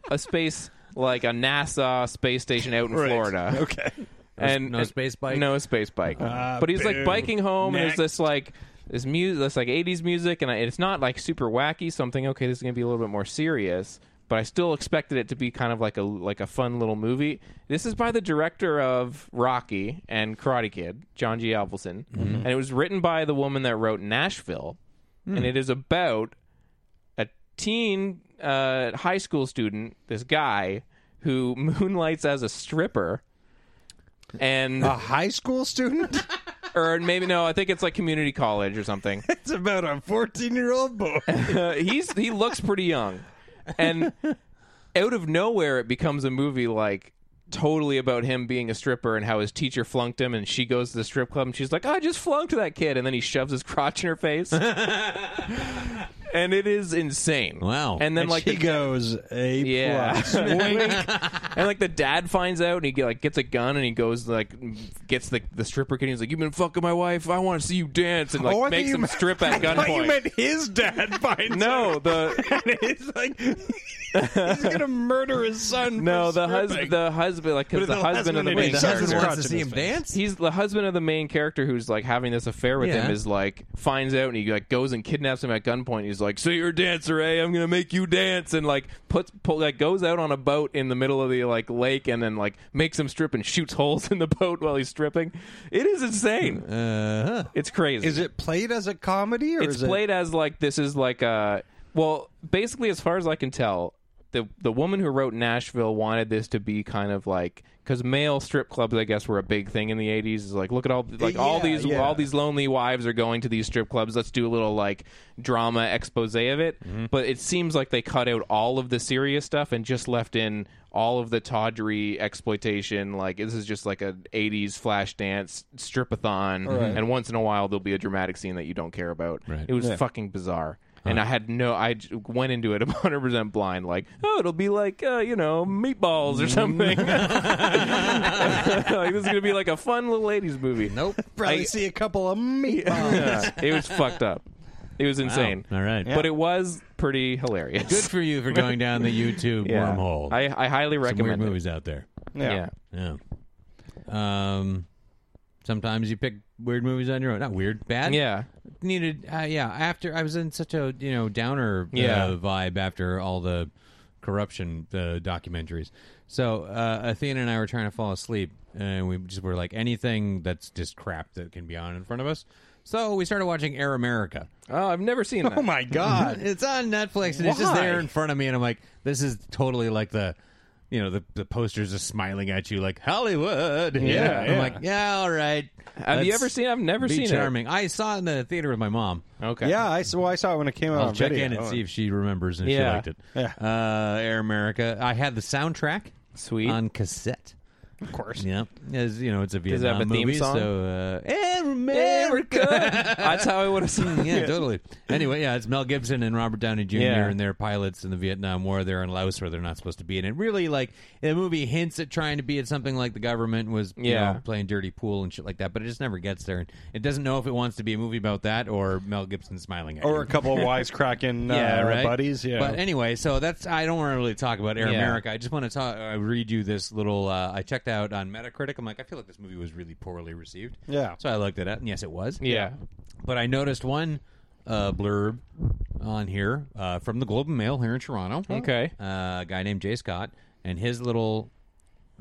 S1: a space like a NASA space station out in
S2: Right.
S1: Florida.
S2: Okay.
S1: and
S3: no
S1: and-
S3: space bike?
S1: no space bike.
S2: Ah,
S1: but he's like
S2: boo.
S1: biking home, and
S2: Next.
S1: there's this like this music, this like '80s music, and I, it's not like super wacky. So I'm thinking, okay, this is gonna be a little bit more serious. But I still expected it to be kind of like a like a fun little movie. This is by the director of Rocky and Karate Kid, John G. Alvelson,
S3: Mm-hmm.
S1: and it was written by the woman that wrote Nashville,
S2: Hmm.
S1: and it is about a teen uh, high school student, this guy who moonlights as a stripper, and
S2: A high school student?
S1: or maybe no, I think it's like community college or something.
S2: it's about a 14 year old boy.
S1: Uh, he's he looks pretty young, and out of nowhere it becomes a movie like totally about him being a stripper and how his teacher flunked him and she goes to the strip club and she's like I just flunked that kid and then he shoves his crotch in her face. and it is insane.
S3: Wow.
S1: And then like
S2: she
S1: the-
S2: goes Oh, A
S1: Yeah.
S2: plus. Wink.
S1: and like the dad finds out and he get- like gets a gun and he goes like gets the the stripper kid and he's like you've been fucking my wife I want to see you dance and like
S2: Oh, I
S1: makes
S2: thought you
S1: him
S2: meant-
S1: strip at
S2: I thought you
S1: gunpoint.
S2: meant his dad finds
S1: no,
S2: out.
S1: the
S2: and it's like he's gonna murder his son.
S1: no
S2: for
S1: the husband
S2: stripping.
S1: the husband like 'cause
S2: But
S1: the, husband of the
S2: it
S1: main
S3: The
S2: is.
S1: character
S3: husband
S2: Crotch
S3: wants
S2: in
S3: to see
S2: his
S3: him
S2: face.
S3: dance.
S1: he's the husband of the main character who's like having this affair with
S3: Yeah.
S1: him is like finds out and he like goes and kidnaps him at gunpoint. He's like, "So you're a dancer, eh? I'm gonna make you dance." And like puts pull, like goes out on a boat in the middle of the like lake and then like makes him strip and shoots holes in the boat while he's stripping. It is insane.
S3: Uh-huh.
S1: It's crazy.
S2: Is it played as a comedy or
S1: it's
S2: is it
S1: uh, played as like this is like a well, basically as far as I can tell, the the woman who wrote Nashville wanted this to be kind of like because male strip clubs, I guess, were a big thing in the '80s. Is like, look at all like all
S2: Yeah,
S1: these
S2: yeah.
S1: all these lonely wives are going to these strip clubs. Let's do a little like drama expose of it. But it seems like they cut out all of the serious stuff and just left in all of the tawdry exploitation. Like this is just like a '80s flash dance stripathon, and once in a while there'll be a dramatic scene that you don't care about.
S3: Right.
S1: It was fucking bizarre. And I had no, I j- went into it 100% blind, like, oh, it'll be like, uh, you know,
S3: Mm.
S1: meatballs or something. like, this is going to be like a fun little ladies movie.
S3: Nope.
S2: Probably
S1: I-
S2: see a couple of meatballs.
S1: Yeah, it was fucked up. It was insane.
S3: All right.
S1: But it was pretty hilarious.
S3: Good for you for going down the YouTube
S1: yeah.
S3: wormhole.
S1: I, I highly
S3: Some weird
S1: recommend it.
S3: movies out there.
S1: Yeah.
S3: Yeah. Um, sometimes you pick weird movies on your own. Not weird, bad.
S1: Yeah.
S3: Needed. Uh, yeah. After I was in such a you know downer
S1: Yeah.
S3: uh, vibe after all the corruption uh, documentaries. So uh, Athena and I were trying to fall asleep, and we just were like anything that's just crap that can be on in front of us. So we started watching Air America.
S1: Oh, I've never seen that.
S2: Oh my god.
S3: It's on Netflix and it's just
S2: Why?
S3: there in front of me, and I'm like, this is totally like the, you know, the the posters are smiling at you like Hollywood. Yeah, I'm
S2: yeah.
S3: like, yeah, all right.
S1: Have you
S3: Let's
S1: ever seen? I've never
S3: be
S1: seen
S3: charming. I saw it in the theater with my mom.
S1: it. Okay.
S2: yeah, I saw. Well, I saw it when it came out.
S3: I'll
S2: on
S3: check
S2: video.
S3: in and
S2: Oh.
S3: see if she remembers and if she
S1: Yeah.
S3: liked it. Uh, Air America. I had the soundtrack
S1: Sweet.
S3: on cassette.
S2: Of course.
S3: Yeah, as you know, it's a
S1: Does
S3: Vietnam
S1: it have a theme
S3: movie,
S1: song?
S3: so uh, Air America.
S1: America. That's how I would have seen
S3: Mm, yeah,
S1: it.
S3: totally. Anyway, yeah, it's Mel Gibson and Robert Downey Jr.
S1: Yeah.
S3: and their pilots in the Vietnam War. They're in Laos where they're not supposed to be, and it really like the movie hints at trying to be at something like the government was, you
S1: Yeah.
S3: know, playing dirty pool and shit like that. But it just never gets there, and it doesn't know if it wants to be a movie about that or Mel Gibson smiling at
S2: Or
S3: you.
S2: a couple of wisecracking uh,
S3: yeah, right?
S2: buddies. Yeah.
S3: But anyway, so that's I don't want to really talk about Air
S1: Yeah.
S3: America. I just want to talk. I read you this little. Uh, I checked out on Metacritic. I'm like, I feel like this movie was really poorly received.
S2: Yeah.
S3: So I looked it up, and yes, it was.
S1: Yeah.
S3: But I noticed one uh, blurb on here uh, from the Globe and Mail here in Toronto.
S1: Okay.
S3: Uh, a guy named Jay Scott, and his little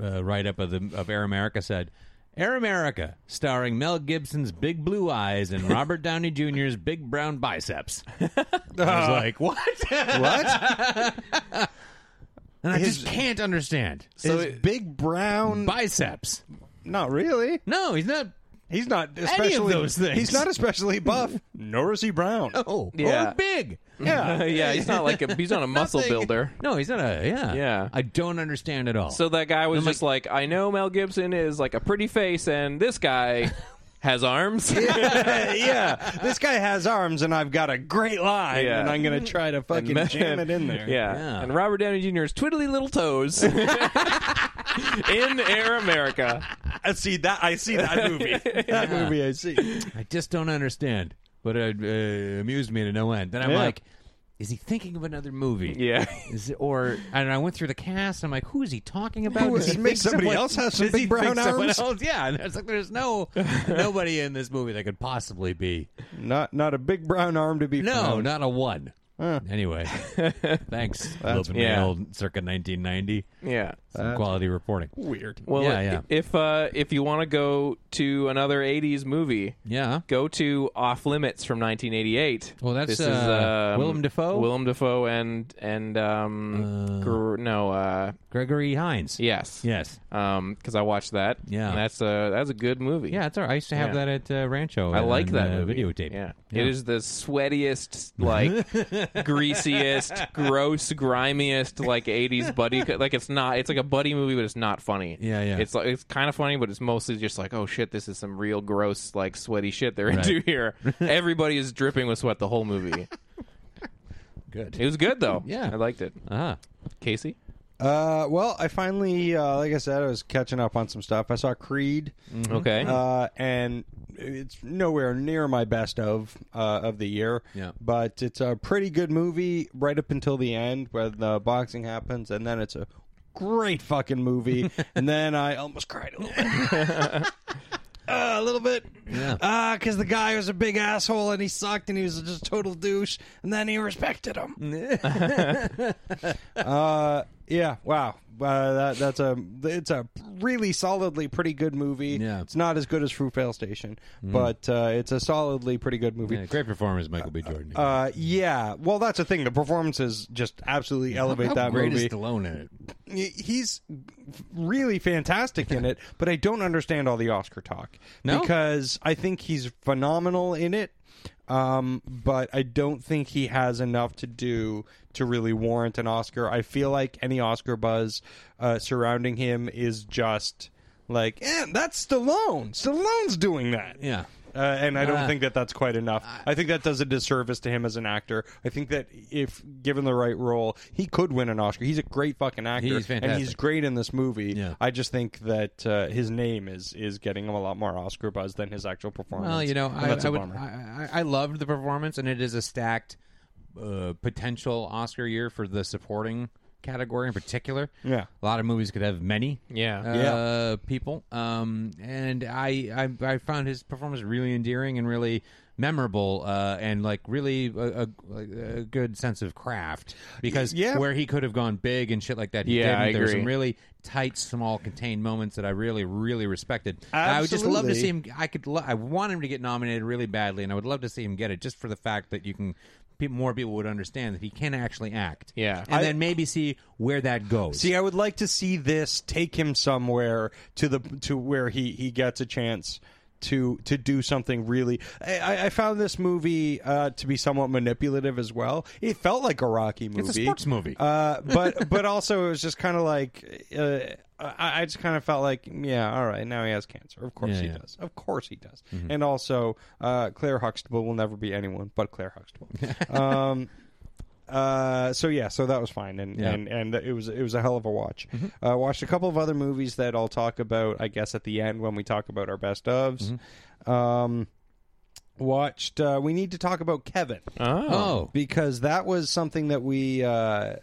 S3: uh, write up of, the, of Air America said Air America, starring Mel Gibson's big blue eyes and Robert Downey Jr.'s big brown biceps. I
S1: Uh,
S3: was like, what?
S2: what?
S3: And I
S2: His-
S3: just can't understand.
S2: So
S1: So it-
S2: big brown?
S3: Biceps.
S2: not really.
S3: No, he's not.
S2: He's not
S3: of
S2: especially
S3: those things.
S2: He's not especially buff. Nor is he brown.
S3: Oh,
S1: Yeah.
S3: or big.
S2: Yeah.
S1: yeah, he's not like a, he's not a muscle
S3: Nothing-
S1: builder.
S3: No, he's not a. Yeah.
S1: Yeah.
S3: I don't understand at all.
S1: So that guy was just like, I know Mel Gibson is like a pretty face, and this guy has arms.
S2: yeah. This guy has arms, and I've got a great line,
S1: Yeah.
S2: and I'm going to try to fucking jam it in there.
S1: Yeah.
S3: Yeah.
S1: And Robert Downey Jr.'s twiddly little toes in Air America.
S2: I see that. I see that movie. that movie. I see.
S3: I just don't understand. But it uh, amused me to no end. Then I'm
S2: Yeah.
S3: like, is he thinking of another movie?
S1: Yeah.
S3: Is it, or and I went through the cast. I'm like, who is he talking about?
S2: Who
S3: Does
S2: is-
S3: he
S2: make
S3: think
S2: somebody
S3: someone-
S2: else have some
S3: does
S2: big
S3: he think
S2: brown
S3: someone
S2: arms?
S3: else- Yeah, and it's like there's no nobody in this movie that could possibly be.
S2: Not not a big brown arm to be.
S3: No,
S2: found.
S3: not a one. Anyway, thanks, Globe and
S1: yeah.
S3: Mail, circa 1990.
S1: Yeah.
S3: Some quality reporting. Weird.
S1: Well,
S3: yeah,
S1: i-
S3: yeah,
S1: if uh, if you want to go to another '80s movie,
S3: yeah.
S1: go to Off Limits from 1988.
S3: Well, that's,
S1: this
S3: uh,
S1: is um,
S3: Willem Dafoe?
S1: Willem Dafoe and and um, Gr- no, uh,
S3: Gregory Hines.
S1: yes,
S3: Yes.
S1: Um, because I watched that.
S3: Yeah.
S1: and that's a that's a good movie.
S3: Yeah, it's all right. I used to have
S1: Yeah.
S3: that at uh, Rancho.
S1: I like
S3: on,
S1: that
S3: uh,
S1: movie.
S3: videotape.
S1: Yeah. it is the sweatiest, like greasiest, gross, grimiest, like '80s buddy. co- Like it's not. It's like a buddy movie, but it's not funny.
S3: Yeah, yeah.
S1: It's like it's kind of funny, but it's mostly just like, oh shit, this is some real gross, like sweaty shit they're into here. Everybody is dripping with sweat the whole movie.
S3: good.
S1: It was good though.
S3: Yeah.
S1: I liked it.
S3: Ah,
S1: Casey.
S2: Uh, well, I finally, uh, like I said, I was catching up on some stuff. I saw Creed.
S3: Mm-hmm.
S1: Okay.
S2: Uh, and it's nowhere near my best of uh, of the year.
S3: Yeah.
S2: But it's a pretty good movie right up until the end where the boxing happens, and then it's a great fucking movie. and then I almost cried a little bit. Uh, a little bit,
S3: Yeah.
S2: Because the guy was a big asshole and he sucked and he was just a total douche, and then he respected him. uh, Yeah, wow. Uh, that, that's a it's a really solidly pretty good movie.
S3: Yeah.
S2: It's not as good as Fruitvale Station, but uh, it's a solidly pretty good movie.
S3: Mm. Yeah, great performance, Michael B. Jordan.
S2: Uh, yeah. Well, that's the thing. The performances just absolutely elevate
S3: How
S2: that
S3: great
S2: movie.
S3: is Stallone in it?
S2: Y- He's really fantastic in it, but I don't understand all the Oscar talk
S3: No?
S2: because I think he's phenomenal in it. Um, but I don't think he has enough to do to really warrant an Oscar. I feel like any Oscar buzz uh, surrounding him is just like, eh, that's Stallone. Stallone's doing that.
S3: Yeah.
S2: Uh, and I don't
S3: Uh,
S2: think that that's quite enough. I think that does a disservice to him as an actor. I think that if given the right role, he could win an Oscar. He's a great fucking actor,
S3: He's
S2: and he's
S3: fantastic.
S2: great in this movie.
S3: Yeah.
S2: I just think that uh, his name is is getting him a lot more Oscar buzz than his actual performance.
S3: Well, you know,
S2: And
S3: I,
S2: that's a
S3: I, would,
S2: bummer.
S3: I, I I loved the performance, and it is a stacked uh, potential Oscar year for the supporting category in particular.
S2: Yeah.
S3: a lot of movies could have many.
S1: Yeah.
S3: uh,
S2: Yeah.
S3: people. Um, and I, I I found his performance really endearing and really memorable uh, and like really a, a, a good sense of craft because
S2: Yeah.
S3: where he could have gone big and shit like that he
S1: Yeah,
S3: didn't
S1: I
S3: there were some
S1: agree.
S3: really tight small contained moments that I really really respected I would just love to
S2: Absolutely.
S3: see him I could. Lo- I want him to get nominated really badly, and I would love to see him get it just for the fact that you can. Pe- more people would understand that he can actually act.
S1: Yeah.
S3: and then maybe see where that goes.
S2: See, I would like to see this take him somewhere to the to where he he gets a chance to to do something really. I- I, I found this movie uh, to be somewhat manipulative as well. It felt like a Rocky movie.
S3: it's a sports movie. Oh.
S2: Uh, but but also it was just kind of like uh, I, I just kind of felt like yeah all right now he has cancer of course
S3: Yeah, Mm-hmm.
S2: he
S3: yeah.
S2: does of course he does and also uh, Claire Huxtable will never be anyone but Claire Huxtable um, uh, so yeah so that was fine and,
S3: Yeah. Mm-hmm.
S2: and and it was it was a hell of a watch uh, watched a couple of other movies that I'll talk about I guess at the end when we talk about our best ofs
S3: Mm-hmm.
S2: um, watched uh, we need to talk about Kevin
S3: oh,
S2: because that was something that we uh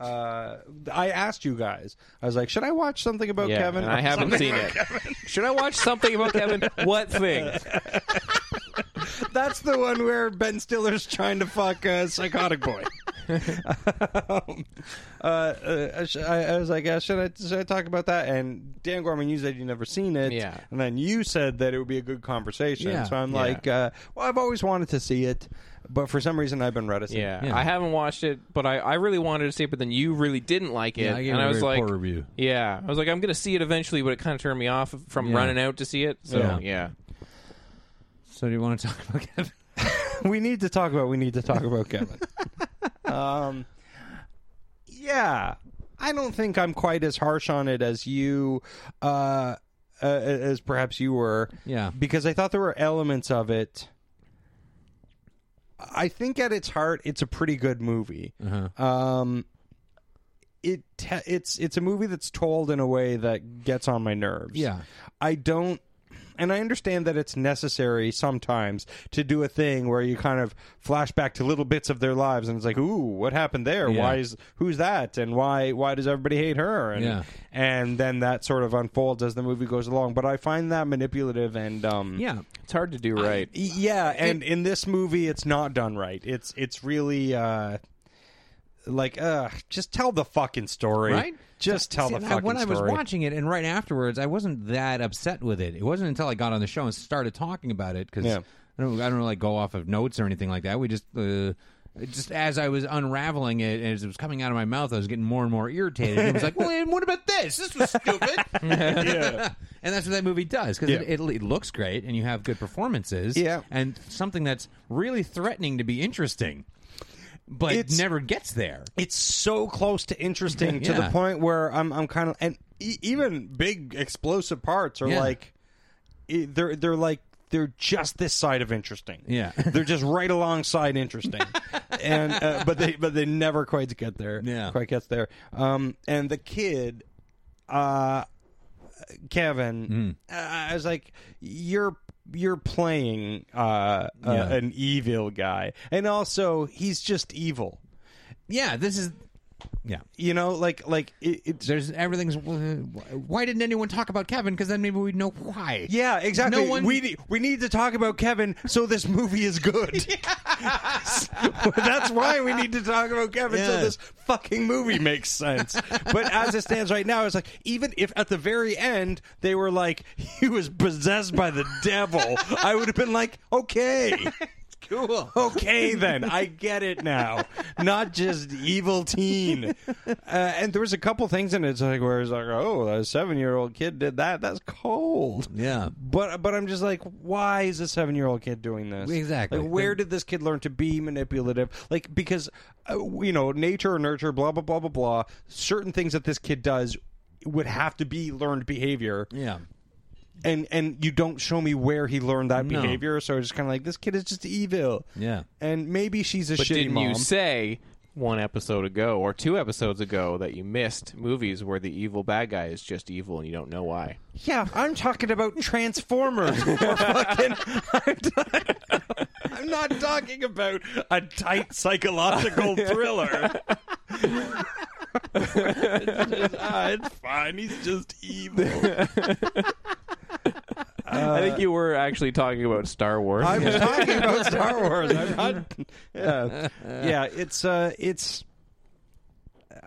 S2: uh I asked you guys. I was like, should I watch something about
S1: Yeah,
S2: Kevin?
S1: and I haven't seen it. Should I watch something about Kevin? What thing?
S2: That's the one where Ben Stiller's trying to fuck a psychotic boy. um, uh, uh, sh- I, I was like, uh, should I should I talk about that? And Dan Gorman, you said you'd never seen it,
S1: Yeah.
S2: And then you said that it would be a good conversation.
S3: Yeah.
S2: So I'm
S1: Yeah.
S2: like, uh, well, I've always wanted to see it, but for some reason I've been reticent.
S1: Yeah,
S3: Yeah.
S1: I haven't watched it, but I, I really wanted to see it. But then you really didn't like it,
S3: Yeah, I gave
S1: and
S3: it a
S1: I was
S3: very
S1: like,
S3: poor review.
S1: yeah, I was like, I'm gonna see it eventually, but it kind of turned me off from
S3: Yeah.
S1: running out to see it. So
S3: Yeah.
S1: yeah,
S3: so do you want to talk about Kevin?
S2: we need to talk about we need to talk about Kevin. um, yeah, I don't think I'm quite as harsh on it as you, uh, uh, as perhaps you were.
S3: Yeah.
S2: because I thought there were elements of it. I think at its heart, it's a pretty good movie.
S3: Uh-huh.
S2: Um, it te- it's it's a movie that's told in a way that gets on my nerves.
S3: Yeah.
S2: I don't and I understand that it's necessary sometimes to do a thing where you kind of flash back to little bits of their lives and it's like, ooh, what happened there?
S3: Yeah.
S2: Why is who's that? And why why does everybody hate her? And
S3: Yeah.
S2: and then that sort of unfolds as the movie goes along. But I find that manipulative and um
S3: Yeah,
S1: it's hard to do right.
S2: Y- Yeah, and in this movie, it's not done right. It's it's really uh, like, uh, just tell the fucking story,
S3: right.
S2: Just tell
S3: See,
S2: the
S3: and I-
S2: fucking
S3: when I was
S2: story.
S3: watching it, and right afterwards, I wasn't that upset with it. It wasn't until I got on the show and started talking about it because
S2: Yeah.
S3: I don't, I don't really go off of notes or anything like that. We just. Uh, just as I was unraveling it, and as it was coming out of my mouth, I was getting more and more irritated. And it was like, "Well, and what about this? This was stupid." and that's what that movie does because it, it, it looks great, and you have good performances,
S2: Yeah.
S3: and something that's really threatening to be interesting, but it
S2: It's-
S3: never gets there.
S2: it's so close to interesting to the
S3: Yeah.
S2: point where I'm I'm kind of and e- even big explosive parts are
S3: Yeah.
S2: like e- they're they're like they're just this side of interesting.
S3: Yeah.
S2: they're just right alongside interesting, and uh, but they but they never quite get there.
S3: Yeah.
S2: quite gets there. Um, and the kid, uh,
S3: Hmm.
S2: Kevin, uh, I was like, you're you're playing uh, uh,
S3: Yeah.
S2: an evil guy, and also he's just evil.
S3: Yeah, this is. Yeah,
S2: You know, like like it, it's
S3: there's everything's. Why didn't anyone talk about Kevin? Because then maybe we'd know why.
S2: yeah, exactly.
S3: No one-
S2: We need, we need to talk about Kevin so this movie is good. That's why we need to talk about Kevin so
S3: Yeah.
S2: this fucking movie makes sense. but as it stands right now, it's like even if at the very end they were like he was possessed by the devil, I would have been like, okay. Cool. Okay, then I get it now. Not just evil teen. Uh, and there was a couple things in it, it's like where it's like, oh, a seven-year-old kid did that. That's cold.
S3: Yeah.
S2: But but I'm just like, why is a seven-year-old kid doing this?
S3: Exactly.
S2: Like, where did this kid learn to be manipulative? Like, because, uh, you know, nature or nurture, blah, blah, blah, blah, blah. Certain things that this kid does would have to be learned behavior.
S3: Yeah.
S2: And and you don't show me where he learned that
S3: No.
S2: behavior. So it's just kind of like, this kid is just evil.
S3: Yeah.
S2: And maybe she's a
S1: But
S2: shitty
S1: didn't
S2: mom.
S1: you say one episode ago or two episodes ago that you missed movies where the evil bad guy is just evil and you don't know why?
S2: Yeah, I'm talking about Transformers. Or fucking, I'm, ta- I'm not talking about a tight psychological thriller. it's, just, ah, it's fine. He's just evil.
S1: I
S3: Uh,
S1: think you were actually talking about Star Wars.
S2: I was talking about Star Wars. I'm not. Yeah, yeah. It's uh, it's.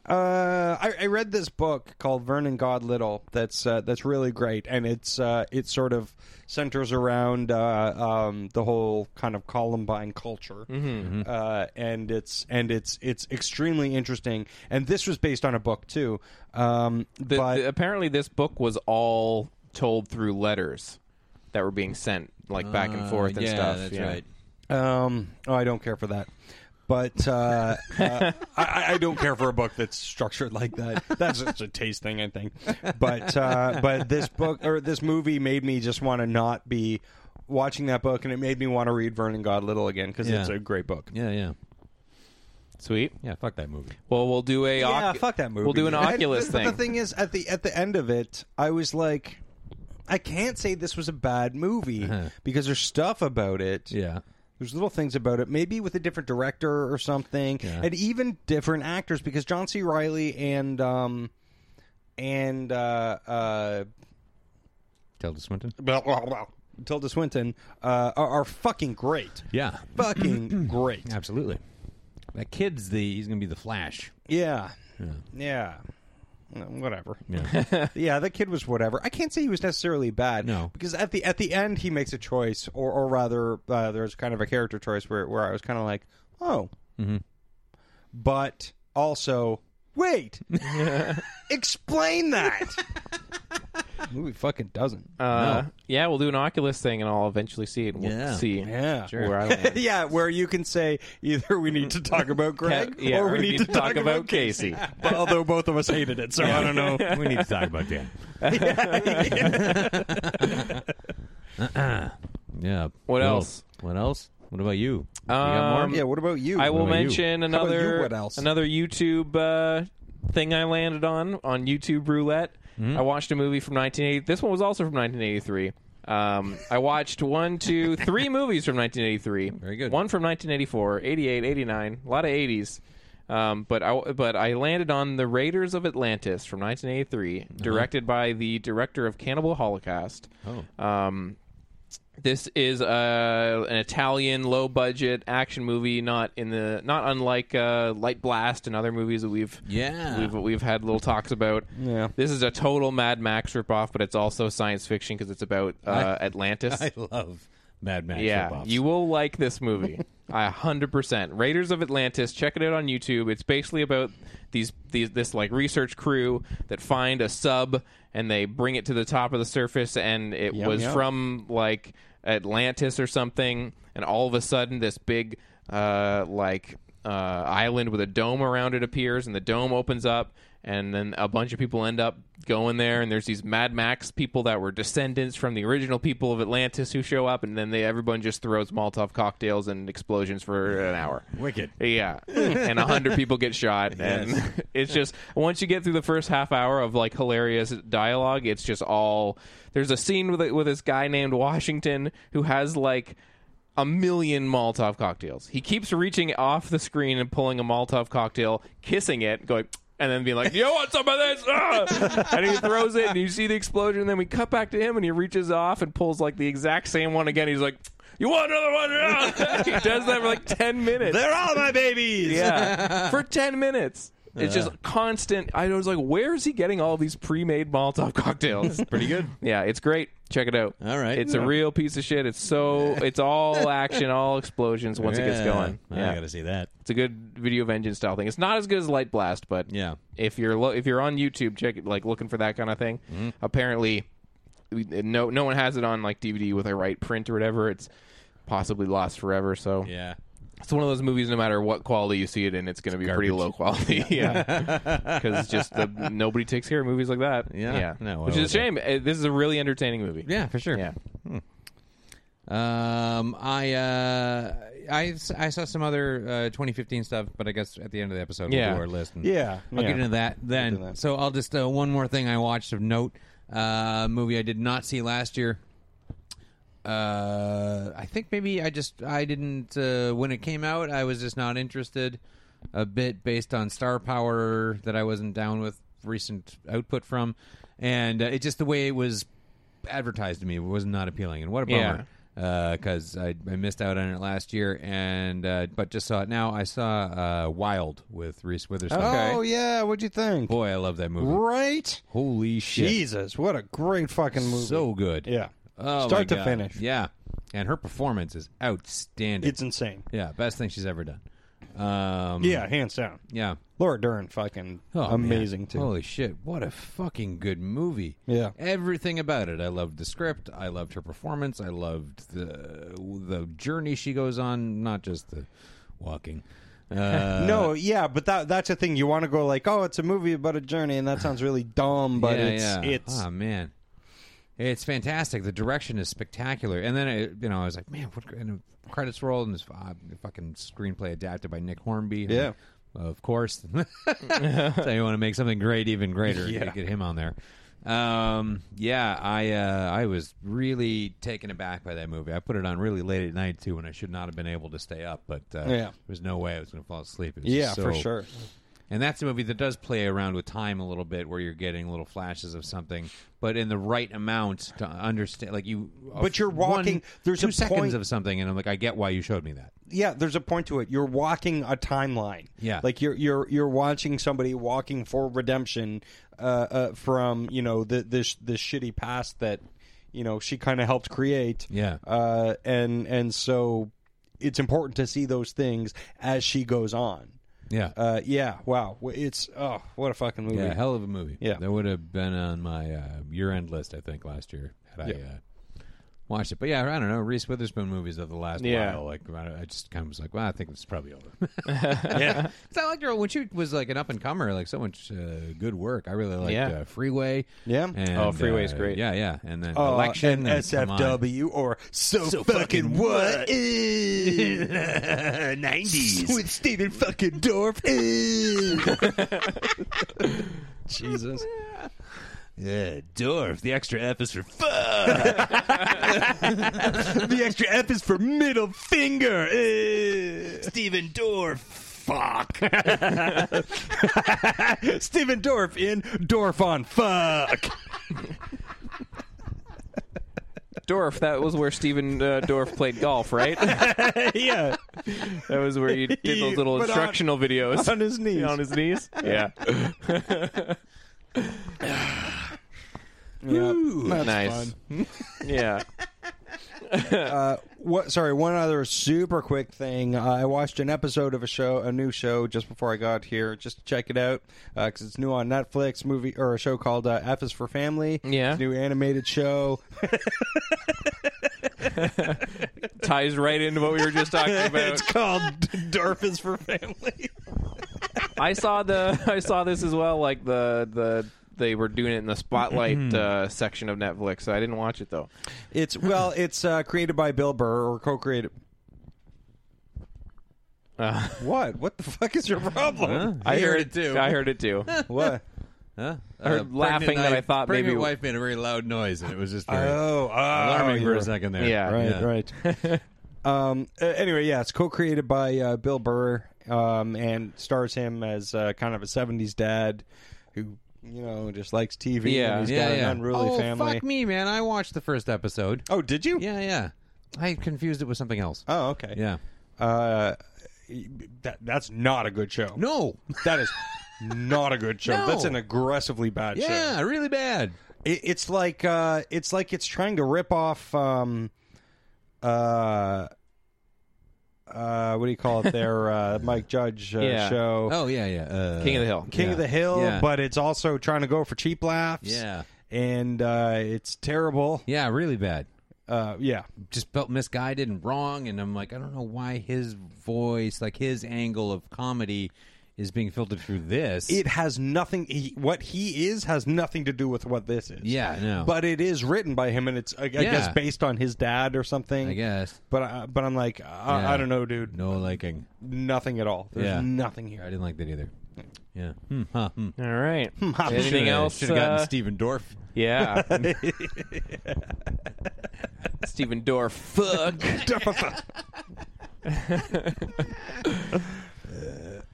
S2: Uh, I, I read this book called Vernon Godlittle. That's uh, that's really great, and it's uh, it sort of centers around uh, um, the whole kind of Columbine culture, uh, and it's and it's it's extremely interesting. And this was based on a book too. Um,
S1: The-
S2: but
S1: the- apparently, this book was all told through letters that were being sent like back and forth and
S3: Uh, yeah,
S1: stuff.
S3: That's
S1: yeah.
S3: right.
S2: Um, oh, I don't care for that. But uh, uh, I- I, I don't care for a book that's structured like that. That's just a taste thing, I think. But uh, but this book or this movie made me just want to not be watching that book, and it made me want to read Vernon Godlittle again because
S3: Yeah.
S2: it's a great book.
S3: Yeah, yeah.
S1: Sweet.
S3: Yeah, fuck that movie.
S1: Well, we'll do a
S2: Yeah,
S1: Ocu-
S2: fuck that movie.
S1: We'll do an
S2: I-
S1: Oculus
S2: but
S1: thing.
S2: The thing is, at the at the end of it, I was like, I can't say this was a bad movie
S1: Uh-huh.
S2: because there's stuff about it.
S3: Yeah.
S2: There's little things about it, maybe with a different director or something, and even different actors because John C. Riley and um and uh, uh,
S3: Tilda Swinton.
S2: blah, blah, blah, Tilda Swinton uh, are, are fucking great.
S3: Yeah.
S2: fucking great.
S3: Absolutely. That kid's the he's gonna be the Flash.
S2: Yeah, yeah. Uh, Whatever.
S3: Yeah.
S2: yeah, that kid was whatever. I can't say he was necessarily bad.
S3: No.
S2: because at the at the end he makes a choice, or or rather, uh, there's kind of a character choice where where I was kind of like, oh, but also wait, explain that. movie fucking doesn't.
S1: Uh, Yeah, we'll do an Oculus thing, and I'll eventually see it. We'll
S3: Yeah.
S1: see
S2: Yeah.
S1: where I land.
S2: yeah, where you can say either we need to talk about Greg
S1: yeah,
S2: or we need, to talk, about Casey.
S1: Casey.
S2: But although both of us hated it, so I don't know.
S3: we need to talk about that. Yeah.
S1: What else?
S3: What else? What about you? You
S1: Um,
S2: Yeah, what about you?
S1: I
S2: What
S1: will
S2: about you?
S1: mention
S2: How about you?
S1: another
S2: What else?
S1: another YouTube uh, thing I landed on on YouTube Roulette.
S2: Hmm?
S1: I watched a movie from 1980. This one was also from 1983. Um, I watched one, two, three movies from 1983. Very
S3: good.
S1: One from 1984, 88, 89, a lot of 80s. Um, but I but I landed on the Raiders of Atlantis from
S2: Uh-huh.
S1: 1983, directed by the director of Cannibal Holocaust. Oh. Um, this is uh, an Italian low budget action movie, not in the not unlike uh, Light Blast and other movies that we've
S3: Yeah.
S1: we've we've had little talks about. Yeah, this is a total Mad Max ripoff, but it's also science fiction because it's about uh, Atlantis.
S3: I love Mad Max.
S1: yeah,
S3: ripoffs.
S1: you will like this movie. I hundred percent. Raiders of Atlantis. Check it out on YouTube. It's basically about these these this like research crew that find a sub and they bring it to the top of the surface, and it was
S2: yum.
S1: from like Atlantis or something, and all of a sudden this big uh, like uh, island with a dome around it appears, and the dome opens up. And then a bunch of people end up going there, and there's these Mad Max people that were descendants from the original people of Atlantis who show up, and then they everyone just throws Molotov cocktails and explosions for an hour.
S3: Wicked.
S1: Yeah, and a hundred people get shot, and it's just once you get through the first half hour of like hilarious dialogue, it's just all. There's a scene with with this guy named Washington who has like a million Molotov cocktails. He keeps reaching off the screen and pulling a Molotov cocktail, kissing it, going. And then being like, "You want some of this?" Ah! And he throws it, and you see the explosion. And then we cut back to him, and he reaches off and pulls like the exact same one again. He's like, You want another one? Yeah. he does that for like ten minutes.
S2: They're all my babies.
S1: Yeah, for ten minutes. It's just constant. I was like, where is he getting all these pre-made Molotov cocktails?
S3: Pretty good.
S1: yeah, it's great. Check it out.
S3: All right.
S1: it's a real piece of shit. It's so it's all action, all explosions once it gets going.
S3: I
S1: Yeah,
S3: gotta see that.
S1: it's a good video vengeance style thing. It's not as good as Light Blast, but
S3: Yeah.
S1: if you're lo- if you're on YouTube, check it, like looking for that kind of thing.
S3: Mm-hmm.
S1: Apparently, we- no no one has it on like DVD with a right print or whatever. It's possibly lost forever. So
S3: Yeah.
S1: it's one of those movies. No matter what quality you see it in, it's going to be pretty
S3: Garbage.
S1: low quality. yeah, because just the, nobody takes care of movies like that.
S3: Yeah.
S1: yeah,
S3: No, why
S1: which is a
S3: would they?
S1: shame. Uh, This is a really entertaining movie.
S3: Yeah, for sure.
S1: yeah.
S3: Um, I uh, I s- I saw some other uh, 2015 stuff, but I guess at the end of the episode
S1: Yeah.
S3: we'll do our list. And
S2: Yeah,
S3: I'll
S2: yeah.
S3: get into that then. So I'll just uh, one more thing I watched of note. Uh, movie I did not see last year. Uh, I think maybe I just I didn't uh, when it came out. I was just not interested. A bit based on star power that I wasn't down with recent output from, and uh, it just the way it was advertised to me was not appealing. And what a
S1: Yeah.
S3: bummer because I, I missed out on it last year, and uh, but just saw it now. I saw uh, Wild with Reese Witherspoon.
S2: Oh yeah, what'd you think?
S3: Boy, I love that movie.
S2: Right?
S3: Holy shit!
S2: Jesus, what a great fucking movie.
S3: So good.
S2: Yeah.
S3: Oh,
S2: Start
S3: my
S2: to
S3: God.
S2: finish.
S3: Yeah, and her performance is outstanding.
S2: It's insane.
S3: yeah, best thing she's ever done. Um,
S2: Yeah, hands down.
S3: yeah.
S2: Laura Dern, fucking
S3: Oh,
S2: amazing
S3: man.
S2: too.
S3: Holy shit! What a fucking good movie.
S2: Yeah.
S3: everything about it. I loved the script. I loved her performance. I loved the the journey she goes on, not just the walking. Uh,
S2: no, yeah, but that that's a thing. You want to go like, oh, it's a movie about a journey, and that sounds really dumb, but
S3: yeah,
S2: it's
S3: yeah.
S2: it's
S3: oh man, it's fantastic. The direction is spectacular. And then it, you know, I was like, man, what? And the credits rolled, and this uh, fucking screenplay adapted by Nick Hornby.
S2: Yeah.
S3: of course. so you want to make something great, even greater. You Get him on there. Um, yeah, I uh, I was really taken aback by that movie. I put it on really late at night too, when I should not have been able to stay up. But uh,
S2: Yeah.
S3: there was no way I was going to fall asleep. It was
S2: yeah,
S3: just
S2: for
S3: so-
S2: sure.
S3: and that's a movie that does play around with time a little bit, where you're getting little flashes of something, but in the right amount to understand. Like you, uh,
S2: But you're walking-
S3: one-
S2: there's
S3: two
S2: a
S3: seconds
S2: point-
S3: of something, and I'm like, I get why you showed me that.
S2: yeah, there's a point to it. You're walking a timeline.
S3: Yeah.
S2: like you're you're you're watching somebody walking for redemption uh, uh, from you know the this this shitty past that you know she kind of helped create.
S3: Yeah.
S2: uh, and and so it's important to see those things as she goes on.
S3: Yeah,
S2: Uh, yeah, wow, Wh- it's oh, what a fucking movie.
S3: yeah, hell of a movie.
S2: Yeah.
S3: that would have been on my uh, year-end list, I think, last year had I uh, watched it. But yeah, I don't know Reese Witherspoon movies of the last
S1: Yeah.
S3: while. Like, I I just kind of was like, well, I think it's probably over. yeah, because I liked her when she was like an up and comer, like so much uh, good work. I really liked
S1: Yeah.
S3: uh, Freeway.
S2: Yeah.
S3: and,
S1: Oh, Freeway's
S3: uh,
S1: great. Oh,
S3: Yeah, yeah, and then
S2: Uh,
S3: Election,
S2: and
S3: and come on.
S2: SFW or so, fucking what nineties with Steven fucking Dorff. Jesus,
S3: Yeah, Dorf. The extra F is for fuck.
S2: the extra F is for middle finger. Eh.
S3: Steven Dorf.
S2: Fuck. Steven Dorff in Dorf on fuck.
S1: Dorf. That was where Steven uh, Dorf played golf, right? that
S2: yeah,
S1: was where you did those little
S2: But on-
S1: instructional videos
S2: on his knees.
S1: on his knees. Yeah, nice. yeah,
S2: what sorry one other super quick thing uh, i watched an episode of a show a new show just before i got here just to check it out because it's new on netflix movie or a show called uh, f is for family
S1: Yeah.
S2: It's a new animated show
S1: ties right into what we were just talking about.
S2: called dorf is for family
S1: I saw the I saw this as well. Like the the they were doing it in the spotlight uh, section of Netflix. So I didn't watch it though.
S2: it's well it's uh, created by bill burr or co-created
S3: Uh,
S2: what what the fuck is your problem
S1: I
S3: heard it too.
S1: I heard it too.
S2: what
S3: Huh?
S1: heard laughing that I thought
S3: Uh, pregnant
S1: maybe-
S3: wife made a very loud noise, and it was just very
S2: oh, oh
S3: alarming
S2: you
S3: for
S2: were-
S3: a second there.
S1: Yeah.
S2: right, right. um, uh, anyway, yeah, it's co-created by uh, Bill Burr um, and stars him as uh, kind of a '70s dad who you know just likes TV.
S1: Yeah,
S2: and he's
S3: yeah,
S2: got
S3: yeah.
S2: an unruly
S3: oh,
S2: family.
S3: fuck me, man! I watched the first episode.
S2: Oh, did you?
S3: Yeah, yeah. I confused it with something else.
S2: Oh, okay.
S3: yeah.
S2: Uh, that that's not a good show.
S3: No.
S2: that is not a good show.
S3: No.
S2: That's an aggressively bad show.
S3: Yeah, really bad.
S2: It, it's like uh, it's like it's trying to rip off. Um, uh, uh, what do you call it? Their uh, Mike Judge uh,
S1: Yeah.
S2: show,
S3: Oh yeah, yeah. Uh,
S1: King of the Hill.
S2: King of
S3: yeah.
S2: the Hill,
S3: Yeah.
S2: but it's also trying to go for cheap laughs.
S3: Yeah.
S2: and uh, it's terrible.
S3: Yeah, really bad.
S2: Uh, yeah,
S3: Just felt misguided and wrong, and I'm like, I don't know why his voice, like his angle of comedy, is being filtered through this.
S2: it has nothing. He, what he is has nothing to do with what this is.
S3: Yeah, no.
S2: but it is written by him, and it's I, I guess
S3: Yeah.
S2: based on his dad or something.
S3: I guess.
S2: But I, but I'm like I,
S3: Yeah.
S2: I don't know, dude.
S3: No liking.
S2: Nothing at all. There's
S3: Yeah.
S2: nothing
S3: I
S2: here.
S3: didn't like that either. Yeah. Hmm, huh, hmm.
S1: All right. Anything
S3: Shoulda-
S1: else?
S3: Should have gotten
S1: uh,
S3: Steven Dorff.
S1: Yeah. Steven Dorff. Fuck.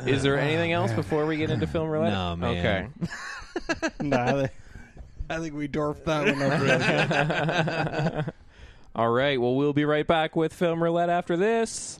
S1: Is there anything else before we get into film roulette?
S3: Ah, No, man.
S1: Okay.
S2: Nah, I think we dwarfed that one up. really.
S1: All right. Well, we'll be right back with film roulette after this.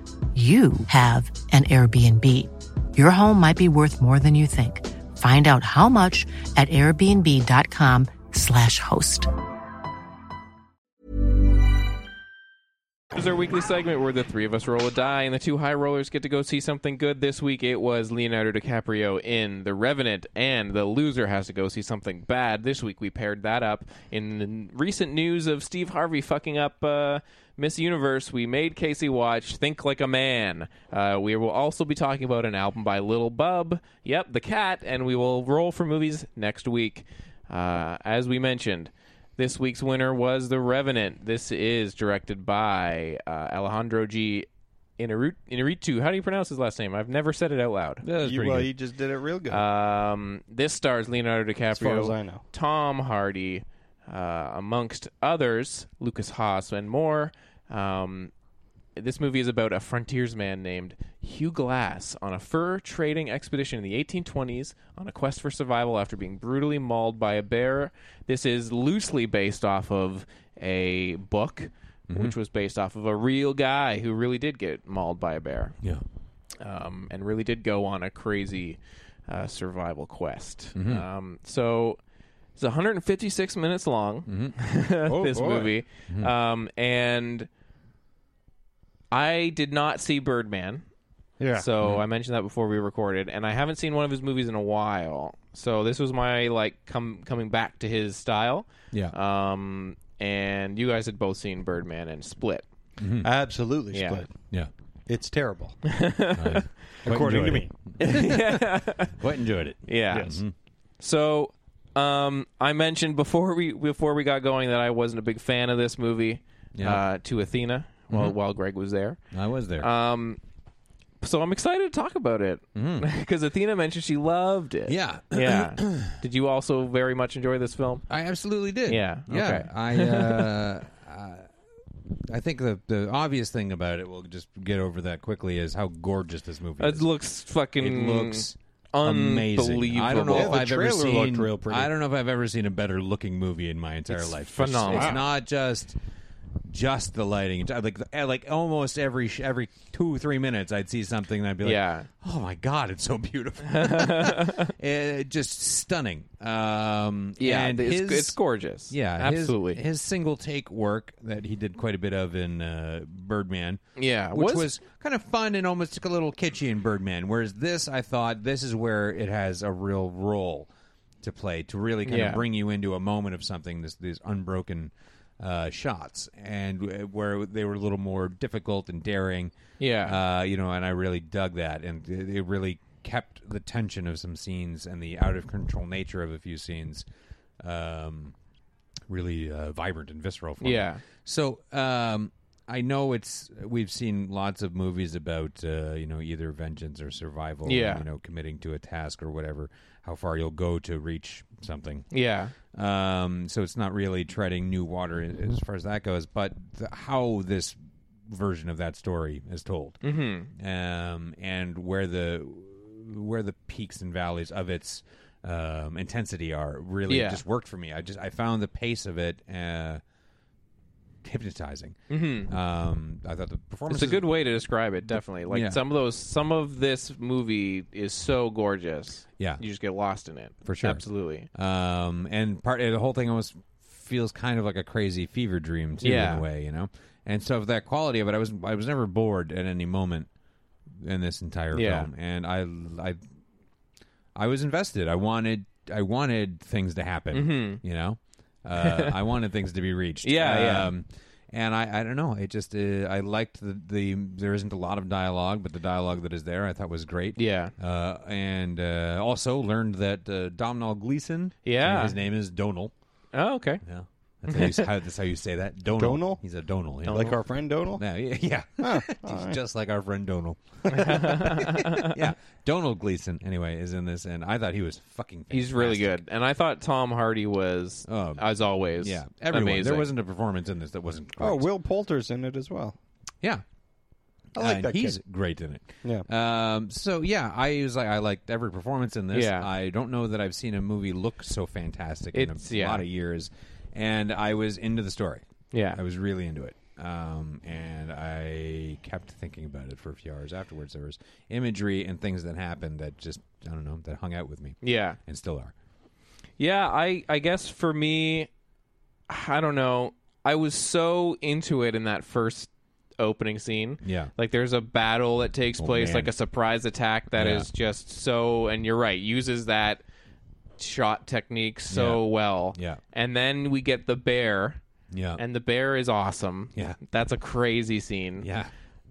S4: you have an Airbnb. Your home might be worth more than you think. Find out how much at airbnb.com/slash host.
S1: This is our weekly segment where the three of us roll a die and the two high rollers get to go see something good. This week it was Leonardo DiCaprio in The Revenant, and the loser has to go see something bad. This week we paired that up. In the recent news of Steve Harvey fucking up uh, Miss Universe, we made Casey watch Think Like a Man. Uh, we will also be talking about an album by Little Bub, yep, The Cat, and we will roll for movies next week. Uh, as we mentioned, this week's winner was The Revenant. This is directed by uh, Alejandro G. Inaru- Inarritu. How do you pronounce his last name? I've never said it out loud.
S3: That was
S2: You,
S3: pretty
S2: well,
S3: good.
S2: you just did it real good.
S1: Um, this stars Leonardo DiCaprio,
S2: far as I know.
S1: Tom Hardy, uh, amongst others, Lucas Haas, and more. Um, this movie is about a frontiersman named Hugh Glass on a fur trading expedition in the 1820s on a quest for survival after being brutally mauled by a bear. This is loosely based off of a book,
S2: Mm-hmm.
S1: which was based off of a real guy who really did get mauled by a bear
S3: yeah.
S1: um, and really did go on a crazy uh, survival quest.
S2: Mm-hmm.
S1: Um, so it's 156 minutes long. this
S2: Mm-hmm. Oh, boy. Mm-hmm.
S1: movie, um, and I did not see Birdman.
S2: yeah. Mm-hmm.
S1: So I mentioned that before we recorded, and I haven't seen one of his movies in a while. So this was my like come coming back to his style.
S3: Yeah.
S1: Um, and you guys had both seen Birdman and Split.
S2: Mm. Absolutely
S1: Yeah.
S2: split.
S3: Yeah.
S2: It's terrible,
S3: I quite
S2: according to
S3: enjoyed
S2: me.
S3: it. Quite enjoyed it.
S1: Yeah. Mm-hmm. So, um, I mentioned before we before we got going that I wasn't a big fan of this movie.
S3: Yeah. Mm-hmm.
S1: Uh, to Athena, while while Greg was there.
S3: I was there.
S1: Um, so I'm excited to talk about it because Athena mentioned she loved it.
S3: Mm-hmm. yeah.
S1: Yeah. Did you also very much enjoy this film?
S3: I absolutely did.
S1: Yeah,
S3: Yeah.
S1: okay.
S3: I uh, I I think the the obvious thing about it we'll just get over that quickly is how gorgeous this movie
S1: It
S3: is.
S1: looks fucking
S3: It looks amazing.
S1: unbelievable.
S3: I don't know
S2: Yeah,
S3: if
S2: the
S3: I've ever
S2: trailer
S3: seen.
S2: looked real pretty.
S3: I don't know if I've ever seen a better looking movie in my entire life. It's-
S1: phenomenal.
S3: It's not just just the lighting. It's uh, Like like almost every sh- every two three minutes, I'd see something and I'd be like,
S1: Yeah.
S3: oh my god, it's so beautiful, Eh, just stunning. Um,
S1: Yeah,
S3: and
S1: it's,
S3: his-
S1: it's gorgeous.
S3: Yeah, his-
S1: absolutely.
S3: His, single take work that he did quite a bit of in uh, Birdman.
S1: Yeah,
S3: which was,
S1: was-
S3: kind of fun and almost a little kitschy in Birdman. Whereas this, I thought this is where it has a real role to play to really kind
S1: Yeah.
S3: of bring you into a moment of something. This these unbroken uh, shots and uh, where they were a little more difficult and daring.
S1: Yeah.
S3: uh, you know, and I really dug that, and it it really kept the tension of some scenes and the out of control nature of a few scenes. Um, really uh, vibrant and visceral for me.
S1: Yeah.
S3: So um, I know it's we've seen lots of movies about uh, you know either vengeance or survival. and,
S1: Yeah.
S3: you know committing to a task or whatever, how far you'll go to reach something.
S1: yeah,
S3: Um, so it's not really treading new water a- as far as that goes, but the, how this version of that story is told, mm-hmm. um, and where the where the peaks and valleys of its um, intensity are really
S1: Yeah.
S3: just worked for me. I just I found the pace of it. Uh, hypnotizing mm-hmm. um i thought the performance
S1: it's a good way to describe it. Definitely, like
S3: Yeah.
S1: some of those, some of this movie is so gorgeous.
S3: Yeah.
S1: you just get lost in it
S3: For sure.
S1: Absolutely.
S3: Um, and part the whole thing almost feels kind of like a crazy fever dream too in
S1: Yeah.
S3: a way, you know. And so that quality of it, I was I was never bored at any moment in this entire
S1: Yeah.
S3: film, and I I I was invested. I wanted I wanted things to happen, you know. Uh, I wanted things to be reached.
S1: Mm-hmm. Yeah, yeah.
S3: um, And I, I don't know. It just uh, I liked the, the there isn't a lot of dialogue, but the dialogue that is there I thought was great.
S1: Yeah.
S3: Uh, and uh, also learned that uh, Domhnall Gleeson.
S1: Yeah.
S3: and his name is Donal.
S1: Oh, okay.
S3: Yeah, that's how you, s- how, that's how you say that. Donal.
S2: Donal?
S3: He's a Donal. Yeah.
S2: Like our friend Donal?
S3: Yeah, yeah, yeah. He's just like our friend Donal. yeah, Donal Gleason. Anyway, is in this, and I thought he was fucking. Fantastic.
S1: He's really good, and I thought Tom Hardy was,
S3: Oh.
S1: as always,
S3: Yeah, everyone.
S1: amazing.
S3: There wasn't a performance in this that wasn't. Great.
S2: Oh, Will Poulter's in it as well.
S3: Yeah.
S2: I like
S3: And
S2: that
S3: He's
S2: kid.
S3: great in it.
S2: Yeah.
S3: Um. So yeah, I was like, I liked every performance in this.
S1: Yeah.
S3: I don't know that I've seen a movie look so fantastic
S1: It's-
S3: in a
S1: yeah.
S3: lot of years, and I was into the story.
S1: Yeah.
S3: I was really into it. Um, and I kept thinking about it for a few hours afterwards. There was imagery and things that happened that just I don't know that hung out with me.
S1: Yeah.
S3: and still are.
S1: Yeah, I I guess for me, I don't know. I was so into it in that first opening scene.
S3: Yeah. Oh,
S1: Like there's a battle that takes place,
S3: man.
S1: like a surprise attack that is
S3: Yeah.
S1: just so and you're right, uses that shot technique so well.
S3: Yeah.
S1: And then we get the bear.
S3: Yeah.
S1: And the bear is awesome.
S3: Yeah.
S1: That's a crazy scene.
S3: Yeah.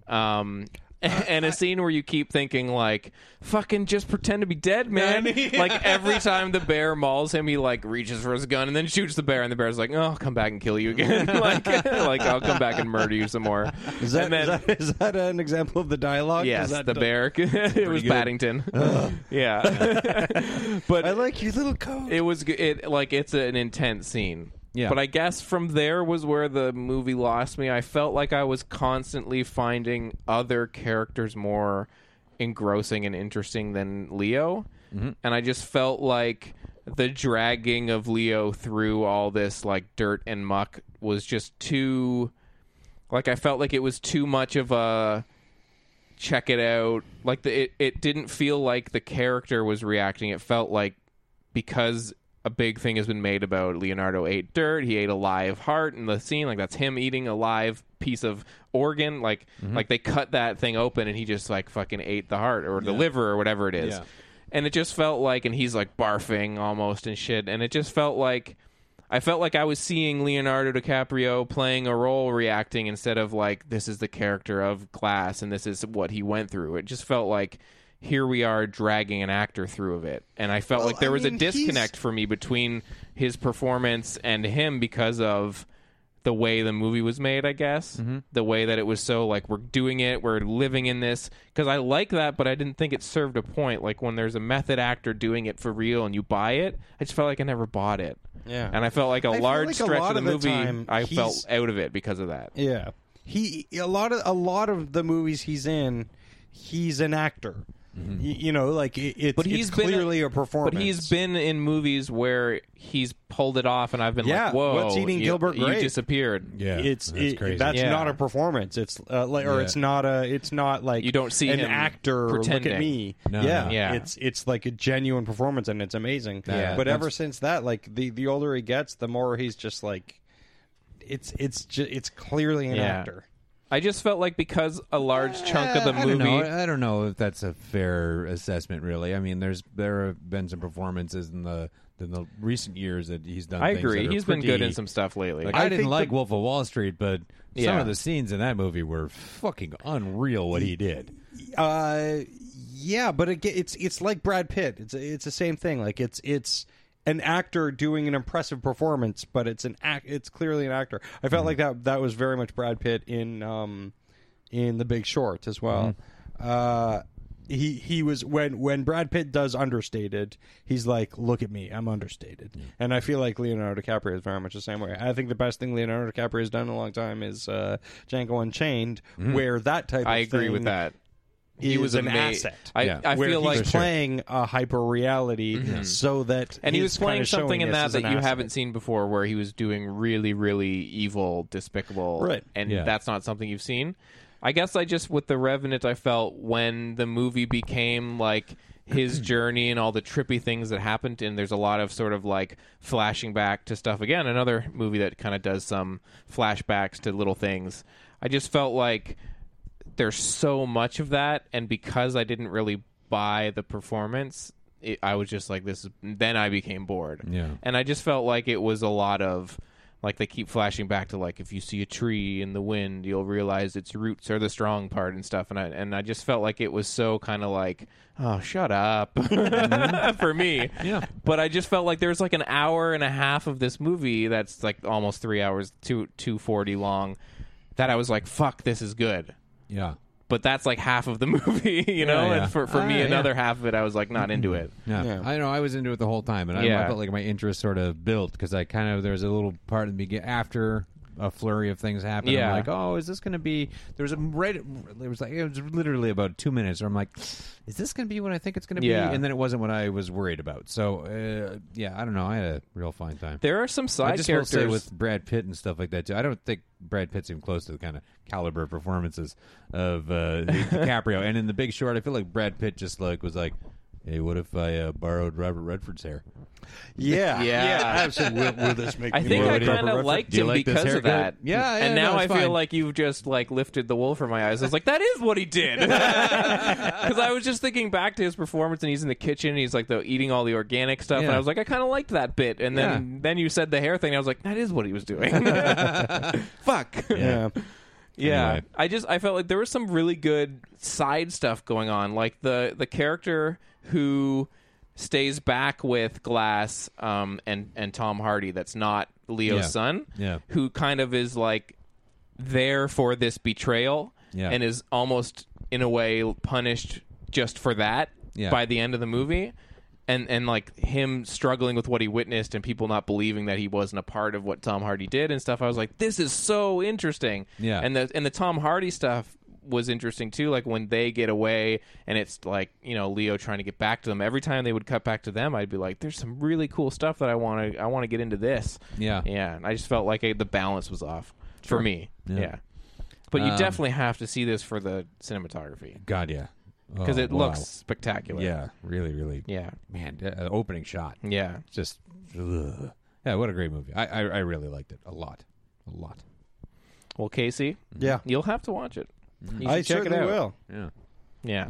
S1: Um, and a scene where you keep thinking like, "Fucking just pretend to be dead, man!" like every time the bear mauls him, he like reaches for his gun and then shoots the bear, and the bear's like, "Oh, I'll come back and kill you again. like, like I'll come back and murder you some more."
S2: Is that,
S1: and then,
S2: is that, is that an example of the dialogue?
S1: yes,
S2: Is that
S1: the bear. it was Paddington. yeah, but
S2: I like your little coat.
S1: it was g- it like it's an intense scene.
S3: Yeah.
S1: But I guess from there was where the movie lost me. I felt like I was constantly finding other characters more engrossing and interesting than Leo, and I just felt like the dragging of Leo through all this like dirt and muck was just too like I felt like it was too much of a check it out. Like the it, it didn't feel like the character was reacting. It felt like because a big thing has been made about Leonardo ate dirt, he ate a live heart in the scene, like that's him eating a live piece of organ. Like like they cut that thing open and he just like fucking ate the heart or the liver or whatever it is.
S3: Yeah.
S1: And it just felt like and he's like barfing almost and shit. And it just felt like I felt like I was seeing Leonardo DiCaprio playing a role reacting instead of like this is the character of Glass and this is what he went through. It just felt like here we are dragging an actor through of it. And I felt like there
S2: I
S1: was a
S2: mean, he's-
S1: disconnect for me between his performance and him because of the way the movie was made, I guess. The way that it was so like we're doing it, we're living in this because I like that, but I didn't think it served a point. Like when there's a method actor doing it for real and you buy it, I just felt like I never bought it.
S2: Yeah.
S1: And I felt like a
S2: I feel
S1: large
S2: like a
S1: stretch
S2: lot
S1: of the
S2: of the
S1: movie
S2: time,
S1: I
S2: he's-
S1: felt out of it because of that.
S2: Yeah. He a lot of a lot of the movies he's in, he's an actor. Y- you know, like it, it's,
S1: Mm-hmm. But he's
S2: it's
S1: been
S2: clearly a, performance.
S1: But he's been in movies where he's pulled it off, and I've been
S2: Yeah,
S1: like, "Whoa,
S2: What's Eating
S1: you-
S2: Gilbert
S1: You
S2: Grape?
S1: disappeared.
S3: Yeah,
S2: it's
S3: that's
S2: it-
S3: crazy.
S2: that's
S1: Yeah.
S2: not a performance. It's uh, like, or
S3: Yeah.
S2: it's not a. It's not like
S1: You don't see
S2: an
S1: him
S2: actor. Look
S1: pretending.
S2: at me.
S3: No,
S2: yeah,
S3: no.
S1: Yeah.
S2: It's it's like a genuine performance, and it's amazing.
S3: Yeah,
S2: but ever
S3: that's-
S2: since that, like the the older he gets, the more he's just like, it's it's ju- it's clearly an
S1: Yeah.
S2: actor.
S1: I just felt like because a large chunk of the
S3: Eh, I don't
S1: movie,
S3: know. I don't know if that's a fair assessment, really. I mean, there's there have been some performances in the in the recent years that he's done.
S1: I
S3: things
S1: agree.
S3: that are
S1: He's been good
S3: pretty-
S1: in some stuff lately.
S3: Like,
S2: I
S3: I, didn't
S2: think
S3: like
S2: the-
S3: Wolf of Wall Street, but some
S1: Yeah.
S3: of the scenes in that movie were fucking unreal. What he did.
S2: Uh, yeah, but it, it's it's like Brad Pitt. It's it's the same thing. Like it's it's an actor doing an impressive performance, but it's an act. It's clearly an actor. I
S1: Mm-hmm.
S2: felt like that that was very much Brad Pitt in um in The Big Short as well.
S1: Mm-hmm.
S2: Uh. He he was when when Brad Pitt does understated, he's like, "Look at me, I'm understated." And I feel like Leonardo DiCaprio is very much the same way. I think the best thing Leonardo DiCaprio has done in a long time is uh, Django Unchained, where that type. of
S1: Mm-hmm. I agree with
S2: thing
S1: that.
S2: he
S1: was
S2: was an
S1: ama-
S2: asset.
S1: I-
S3: Yeah.
S1: I
S2: where
S1: feel
S2: he's
S1: like-
S2: playing a hyper reality, so that
S1: Mhm. and he
S2: he's
S1: was playing
S2: kinda showing
S1: something in
S2: us
S1: that
S2: as
S1: that
S2: an
S1: you
S2: asset.
S1: haven't seen before, where he was doing really, really evil, despicable,
S2: Right.
S1: and
S3: Yeah.
S1: that's not something you've seen. I guess I just with the Revenant, I felt when the movie became like his journey and all the trippy things that happened, and there's a lot of sort of like flashing back to stuff again. Another movie that kind of does some flashbacks to little things. I just felt like there's so much of that and because i didn't really buy the performance it, i was just like this is then i became bored
S3: Yeah.
S1: and i just felt like it was a lot of like they keep flashing back to like if you see a tree in the wind you'll realize its roots are the strong part and stuff and i and i just felt like it was so kind of like oh shut up for me yeah but i just felt like there's like an hour and a half of this movie that's like almost 3 hours 2 240 long that i was like fuck this is good
S3: Yeah.
S1: but that's like half of the movie, you know.
S3: yeah.
S1: And for for
S3: Ah,
S1: me,
S3: yeah.
S1: another half of it, I was like not into it.
S3: No, I know I was into it the whole time, and I- I,
S1: Yeah.
S3: felt like my interest sort of built because I kind of there was a little part in the begin after a flurry of things happened.
S1: Yeah.
S3: I'm like, oh, is this going to be? There was a right. There was like it was literally about two minutes where I'm like, is this going to be what I think it's going to
S1: Yeah.
S3: be? And then it wasn't what I was worried about. So uh, yeah, I don't know. I had a real fine time.
S1: There are some
S3: I
S1: side
S3: just
S1: characters.
S3: will say with Brad Pitt and stuff like that too. I don't think Brad Pitt's even close to the kind of caliber of performances of uh, DiCaprio. and in The Big Short, I feel like Brad Pitt just like was like, "Hey, what if I uh, borrowed Robert Redford's hair?"
S2: Yeah,
S1: Yeah.
S2: absolutely. Will, will this make
S1: I
S2: me
S1: think I
S2: worried?
S1: kind of liked
S3: Do you
S1: him
S3: like this
S1: because of
S3: haircut?
S1: that.
S3: Yeah, yeah,
S1: and now
S3: no,
S1: I
S3: it's
S1: feel
S3: fine.
S1: like you've just like lifted the wool from my eyes. I was like, that is what he did. Because I was just thinking back to his performance, and he's in the kitchen, and he's like the, eating all the organic stuff, and
S3: Yeah.
S1: I was like, I kind of liked that bit. And then then you said the hair thing, and I was like, that is what he was doing. Fuck.
S2: Yeah.
S1: Yeah,
S3: Anyway.
S1: I just I felt like there was some really good side stuff going on, like the the character who stays back with Glass um, and and Tom Hardy. That's not Leo's
S3: Yeah.
S1: son.
S3: Yeah.
S1: who kind of is like there for this betrayal.
S3: Yeah.
S1: and is almost in a way punished just for that.
S3: Yeah.
S1: by the end of the movie. And, and like him struggling with what he witnessed and people not believing that he wasn't a part of what Tom Hardy did and stuff. I was like, this is so interesting.
S3: Yeah.
S1: And the and the Tom Hardy stuff was interesting too. Like when they get away and it's like, you know, Leo trying to get back to them. Every time they would cut back to them, I'd be like, there's some really cool stuff that I want to I want to get into this.
S3: Yeah.
S1: Yeah, and I just felt like I, the balance was off for me. Yeah. But you
S3: Um,
S1: definitely have to see this for the cinematography
S3: God, yeah,
S1: because
S3: Oh,
S1: it
S3: wow.
S1: looks spectacular.
S3: yeah, really, really,
S1: Yeah.
S3: man, uh, opening shot,
S1: Yeah.
S3: just ugh. yeah, what a great movie. I, I I really liked it a lot, a lot.
S1: Well, Casey,
S2: Yeah.
S1: you'll have to watch it.
S3: Mm-hmm.
S1: You
S2: I
S1: should check it
S2: certainly
S1: out.
S2: will.
S3: Yeah,
S1: Yeah.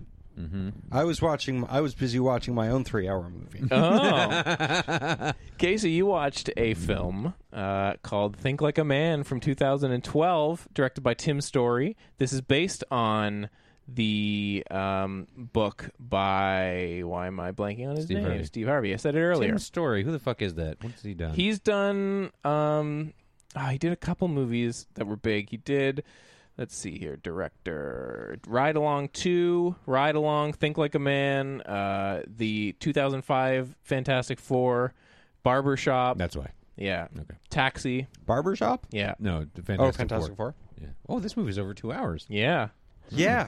S2: I was watching. I was busy watching my own three-hour movie.
S1: Oh. Casey, you watched a film uh, called Think Like a Man from 2012, directed by Tim Story. This is based on the um, book by, why am I blanking on his
S3: Steve
S1: name?
S3: Harvey.
S1: Steve Harvey. I said it earlier.
S3: Tim Story. Who the fuck is that? What's he done?
S1: He's done. Um, ah, he did a couple movies that were big. He did. Let's see here, director Ride Along Two, Ride Along, Think Like a Man, uh, the 2005 Fantastic Four, Barbershop,
S3: That's why.
S1: yeah,
S3: Okay.
S1: Taxi,
S2: Barbershop.
S1: yeah,
S3: No, the Fantastic
S2: Oh, Fantastic Four.
S3: Yeah. Oh, this movie's over two hours.
S1: yeah.
S2: Yeah.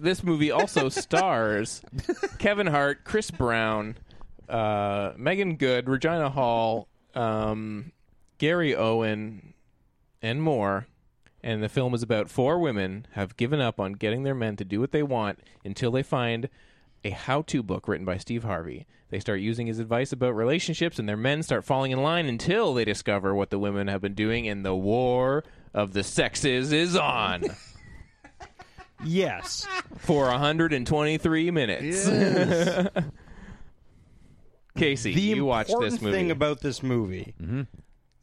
S1: this movie also stars Kevin Hart, Chris Brown, uh, Megan Good, Regina Hall, um, Gary Owen, and more. And the film is about four women have given up on getting their men to do what they want until they find a how-to book written by Steve Harvey. They start using his advice about relationships, and their men start falling in line until they discover what the women have been doing, and the war of the sexes is on
S2: Yes.
S1: for 123 minutes. Casey,
S2: the
S1: you watched
S2: important
S1: this movie.
S2: thing about this movie,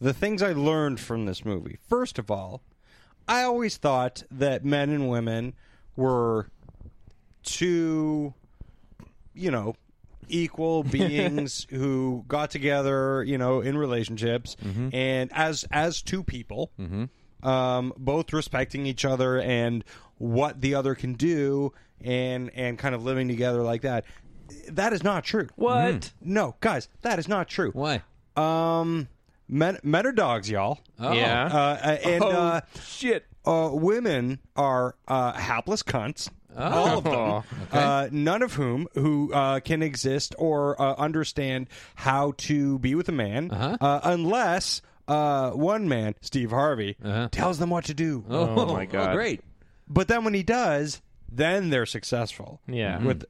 S2: the things I learned from this movie. First of all, I always thought that men and women were two, you know, equal beings who got together, you know, in relationships, and as as two people, um, both respecting each other and what the other can do, and and kind of living together like that. That is not true.
S1: what?
S2: No, guys, that is not true.
S3: Why?
S2: Um, men, men are dogs, y'all. Uh,
S1: Oh. Yeah.
S2: uh, and
S1: Oh.
S2: uh,
S1: Shit.
S2: uh, women are uh, hapless cunts.
S1: Oh.
S2: All of them, uh, none of whom who uh, can exist or uh, understand how to be with a man,
S1: Uh-huh.
S2: uh unless uh, one man, Steve Harvey, tells them what to do.
S1: Uh-huh. Oh, my God.
S3: great.
S2: But then when he does, then they're successful.
S1: Yeah.
S2: With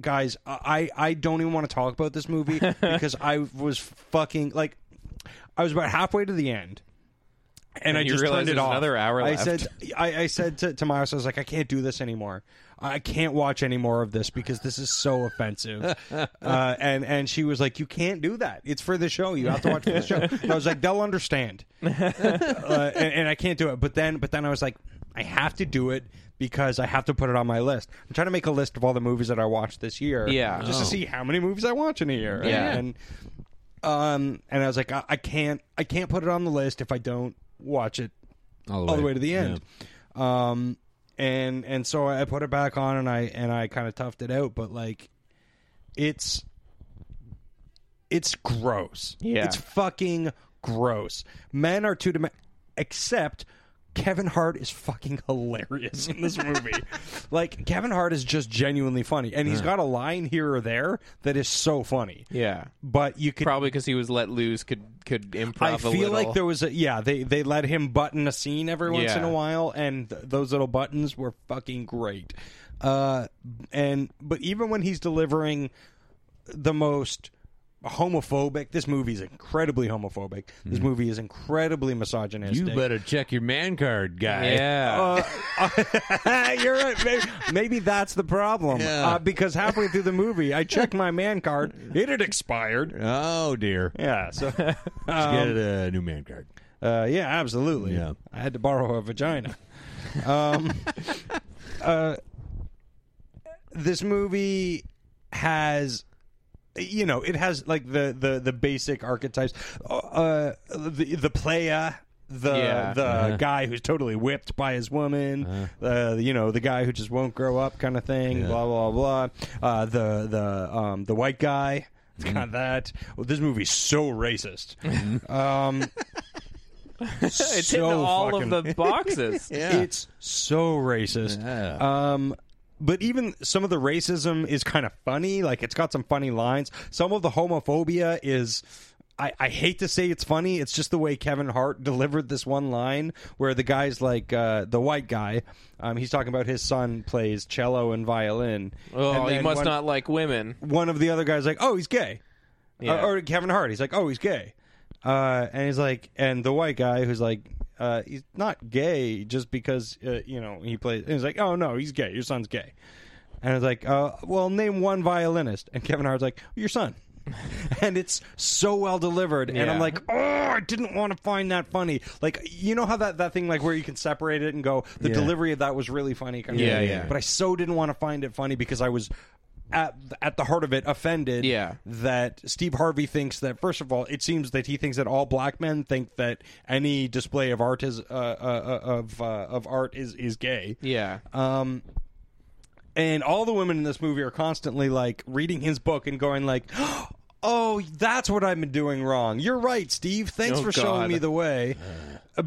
S2: guys, I I don't even want to talk about this movie because I was fucking like, I was about halfway to the end. And, I
S1: you
S2: just
S1: realize
S2: turned it
S1: there's
S2: off.
S1: another hour
S2: I
S1: left.
S2: said, I, I said to, to Miles, I was like, I can't do this anymore. I can't watch any more of this because this is so offensive. uh, and and she was like, you can't do that. It's for the show. You have to watch for the show. And I was like, they'll understand uh, and, and I can't do it. But then, but then I was like, I have to do it because I have to put it on my list. I'm trying to make a list of all the movies that I watched this year,
S1: Yeah.
S2: just to see how many movies I watch in a year.
S1: Yeah.
S2: and um, and I was like, I, I can't, I can't put it on the list if I don't watch it
S3: All
S2: all the way to the end. Um, and and so I put it back on, and I and I kind of toughed it out, but like, it's it's gross.
S1: Yeah.
S2: it's fucking gross. Men are two dimensional, except. Kevin Hart is fucking hilarious in this movie. like Kevin Hart is just genuinely funny, and he's got a line here or there that is so funny.
S1: Yeah.
S2: But you could
S1: Probably because he was let loose, could could improv
S2: I
S1: a
S2: feel
S1: little.
S2: like there was a yeah they they let him button a scene every once in
S1: Yeah.
S2: a while and th- those little buttons were fucking great. Uh and but even when he's delivering the most homophobic this movie is incredibly homophobic. This movie is incredibly misogynistic.
S3: You better check your man card, guy.
S1: yeah.
S2: Oh, You're right. Maybe, maybe that's the problem. Uh, because halfway through the movie, I checked my man card. It had expired.
S3: Oh dear.
S2: Yeah. So,
S3: Just
S2: Um,
S3: get a new man card.
S2: Uh, yeah, absolutely.
S3: Yeah.
S2: I had to borrow a vagina. Um, uh, this movie has, you know, it has like the the the basic archetypes, uh, the the playa. The
S1: Yeah. Uh-huh.
S2: the guy who's totally whipped by his woman, uh, you know the guy who just won't grow up kind of thing, blah blah blah. Uh, the the um, the white guy, it's kind
S1: Mm-hmm.
S2: of that. Well, this movie's so racist. Uh,
S1: it's
S2: so
S1: hitting all
S2: fucking-
S1: of the boxes.
S2: It's so racist. Um, but even some of the racism is kind of funny. Like it's got some funny lines. Some of the homophobia is. I, I hate to say it's funny. It's just the way Kevin Hart delivered this one line where the guy's like, uh, the white guy, um, he's talking about his son plays cello and violin.
S1: Oh,
S2: And
S1: he
S2: then
S1: must
S2: one-
S1: not like women.
S2: one of the other guys like, "Oh, he's gay," Uh,
S1: Yeah.
S2: or, or Kevin Hart. He's like, "Oh, he's gay," uh, and he's like, and the white guy who's like, uh, "He's not gay just because uh, you know he plays." And he's like, "Oh no, he's gay. Your son's gay." And I was like, uh, "Well, name one violinist." And Kevin Hart's like, "Your son." and it's so well delivered, and I'm
S1: Yeah.
S2: like, "Oh, I didn't want to find that funny." Like, you know how that that thing like where you can separate it and go, the delivery of that was really funny. Kind of
S1: Yeah,
S2: thing.
S1: yeah.
S2: But I so didn't want to find it funny because I was at at the heart of it offended
S1: Yeah.
S2: that Steve Harvey thinks that first of all it seems that he thinks that all black men think that any display of art is uh, uh, uh, of uh, of art is is gay
S1: Yeah.
S2: Uh, and all the women in this movie are constantly like reading his book and going like oh that's what i've been doing wrong you're right steve thanks
S1: Oh,
S2: for
S1: God.
S2: showing me the way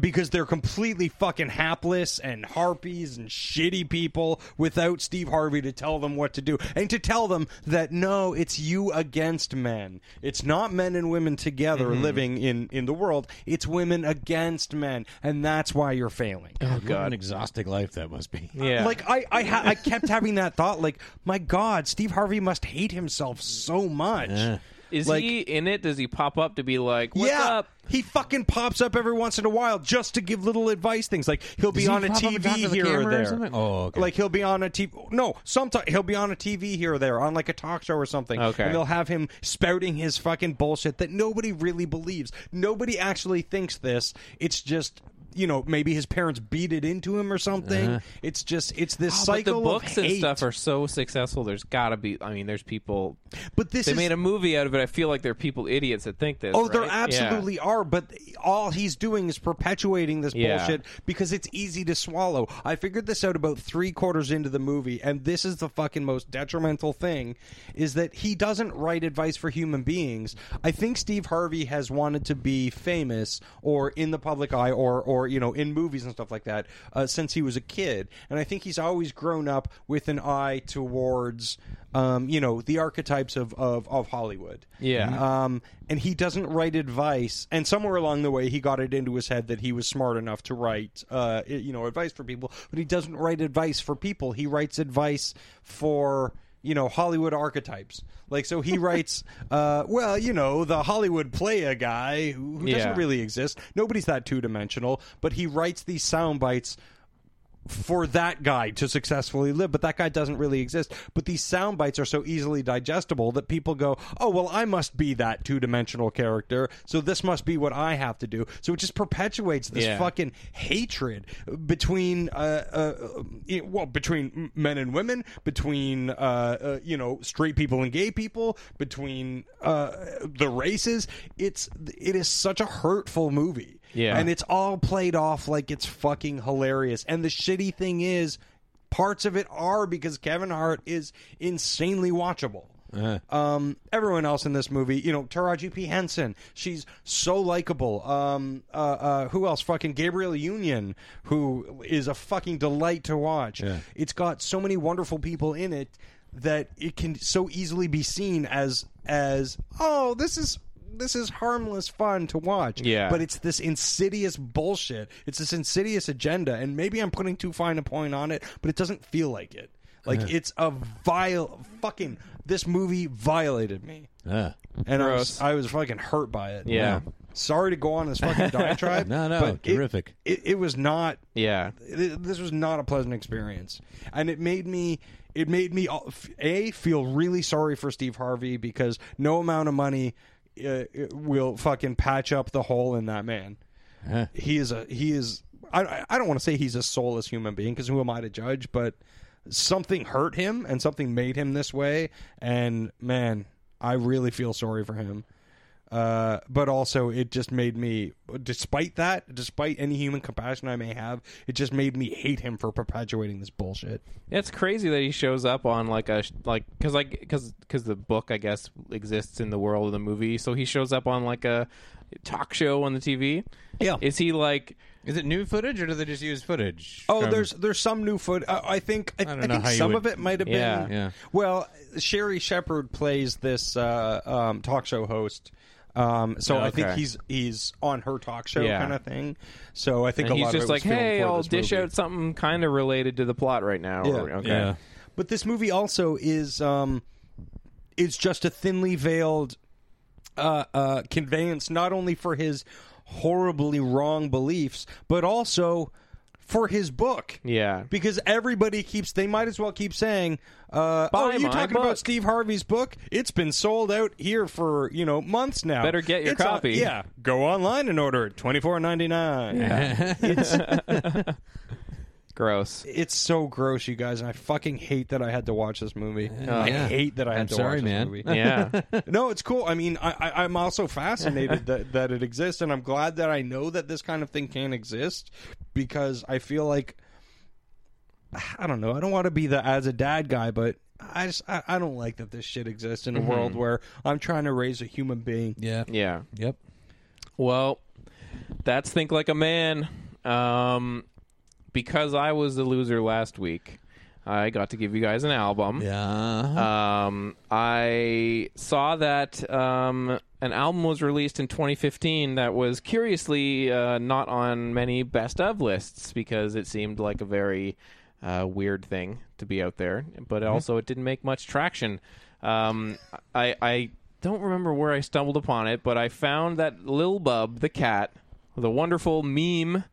S2: because they're completely fucking hapless and harpies and shitty people without Steve Harvey to tell them what to do and to tell them that no, it's you against men. It's not men and women together living in in the world. It's women against men, and that's why you're failing.
S3: Oh, God. What an exhausting life that must be.
S1: Yeah.
S2: Like I, I, ha- I kept having that thought. Like, my God, Steve Harvey must hate himself so much.
S1: Is
S2: like-
S1: he in it? Does he pop up to be like, "What's
S2: yeah,
S1: up?" Oh,
S2: he fucking pops up every once in a while just to give little advice things. Like he'll be
S3: Does he
S2: on a
S3: pop up and
S2: TV
S3: talk to the
S2: here or
S3: camera or
S2: there.
S3: something? Oh, okay.
S2: like he'll be on a TV. No, sometimes he'll be on a TV here or there, on like a talk show or something.
S1: Okay.
S2: and they'll have him spouting his fucking bullshit that nobody really believes. Nobody actually thinks this. It's just. You know, maybe his parents beat it into him or something.
S3: Uh-huh.
S2: It's just, it's this
S1: Oh, but
S2: cycle
S1: the books
S2: of
S1: and
S2: hate.
S1: stuff are so successful. There's got to be. I mean, there's people.
S2: But this
S1: they
S2: is
S1: made a movie out of it. I feel like there are people idiots that think this.
S2: Oh,
S1: right?
S2: there
S1: Yeah.
S2: absolutely are, but all he's doing is perpetuating this
S1: Yeah.
S2: bullshit because it's easy to swallow. I figured this out about three quarters into the movie, and this is the fucking most detrimental thing: is that he doesn't write advice for human beings. I think Steve Harvey has wanted to be famous or in the public eye, or or you know in movies and stuff like that uh, since he was a kid, and I think he's always grown up with an eye towards. Um, you know the archetypes of, of, of Hollywood.
S1: Yeah.
S2: Um, and he doesn't write advice. And somewhere along the way, he got it into his head that he was smart enough to write, uh, i- you know, advice for people. But he doesn't write advice for people. He writes advice for you know Hollywood archetypes. Like so, he writes, uh, well, you know, the Hollywood playa guy who, who
S1: Yeah.
S2: doesn't really exist. Nobody's that two dimensional. But he writes these sound bites for that guy to successfully live, but that guy doesn't really exist. But these sound bites are so easily digestible that people go, "Oh, well, I must be that two-dimensional character, so this must be what I have to do." So it just perpetuates this
S1: Yeah.
S2: fucking hatred between, uh, uh, you- well, between m- men and women, between uh, uh, you know straight people and gay people, between uh, the races. It's it is such a hurtful movie,
S1: Yeah.
S2: and it's it's all played off like it's fucking hilarious. And the shitty thing is, parts of it are because Kevin Hart is insanely watchable. Um, everyone else in this movie, you know, Taraji P. Henson, she's so likable. Um, uh, uh, who else? Fucking Gabriel Union, who is a fucking delight to watch. It's got so many wonderful people in it that it can so easily be seen as as oh, this is this is harmless fun to watch.
S1: Yeah.
S2: but it's it's this insidious bullshit. It's this insidious agenda, and maybe I'm putting too fine a point on it, but it doesn't feel like it. Like it's a vile fucking. This movie violated me,
S3: Ah.
S2: and I
S1: Gross.
S2: was, I was fucking hurt by it.
S1: Yeah.
S2: Sorry to go on this fucking diatribe.
S3: No, no,
S2: but it-
S3: terrific.
S2: It, it was not.
S1: Yeah.
S2: th- This was not a pleasant experience, and it made me. It made me all- f- a feel really sorry for Steve Harvey because no amount of money uh, will fucking patch up the hole in that man he is a he is I I don't want to say he's a soulless human being because who am I to judge? But something hurt him and something made him this way. And man, I really feel sorry for him. Uh, but also, it just made me, despite that, despite any human compassion I may have, it just made me hate him for perpetuating this bullshit.
S1: It's crazy that he shows up on like a sh- like because like because because the book I guess exists in the world of the movie, so he shows up on like a talk show on the TV.
S2: Yeah.
S1: is he like?
S3: Is it new footage or do they just use footage?
S2: Oh,
S3: from-
S2: there's there's some new foot. I, I think I,
S3: Um, don't
S2: I
S3: know
S2: think
S3: how you
S2: some
S3: would-
S2: of it might have
S1: Yeah.
S2: been.
S3: Yeah.
S2: Well, Sherry Shepard plays this uh, um, talk show host. Um, so I think
S1: Okay.
S2: he's he's on her talk show
S1: Yeah.
S2: kind of thing. So I think
S1: And
S2: a
S1: he's
S2: lot of
S1: just
S2: it was
S1: like,
S2: filmed
S1: hey,
S2: for
S1: I'll
S2: this
S1: dish
S2: movie.
S1: out something kind of related to the plot right now.
S2: Yeah.
S1: Or- okay.
S3: Yeah.
S2: But this movie also is um, is just a thinly veiled uh, uh, conveyance, not only for his horribly wrong beliefs, but also for his book.
S1: Yeah.
S2: because everybody keeps they might as well keep saying uh, oh
S1: Buy
S2: you
S1: my
S2: talking
S1: book."
S2: about steve harvey's book it's been sold out here for you know months now
S1: Better get your
S2: It's on-
S1: copy.
S2: yeah go online and order it 24.99
S1: Gross.
S2: it's so gross you guys and i fucking hate that i had to watch this movie i
S3: Oh, yeah.
S2: hate that i had
S3: I'm
S2: to
S3: sorry,
S2: watch
S3: man.
S2: this movie
S1: Yeah.
S2: no, it's cool. I mean, I, I, I'm also fascinated that, that it exists, and I'm glad that I know that this kind of thing can exist because I feel like I don't know. I don't want to be the as a dad guy, but I just I, I don't like that this shit exists in a
S1: Mm-hmm.
S2: world where I'm trying to raise a human being.
S3: Yeah.
S1: yeah.
S3: Yep.
S1: Well, That's Think Like a Man. Um, because I was the loser last week, I got to give you guys an album.
S3: Yeah.
S1: Um, I saw that um, an album was released in 2015 that was curiously uh, not on many best of lists because it seemed like a very uh, weird thing to be out there, but also it didn't make much traction. Um, I, I don't remember where I stumbled upon it, but I found that Lil Bub the cat, the wonderful meme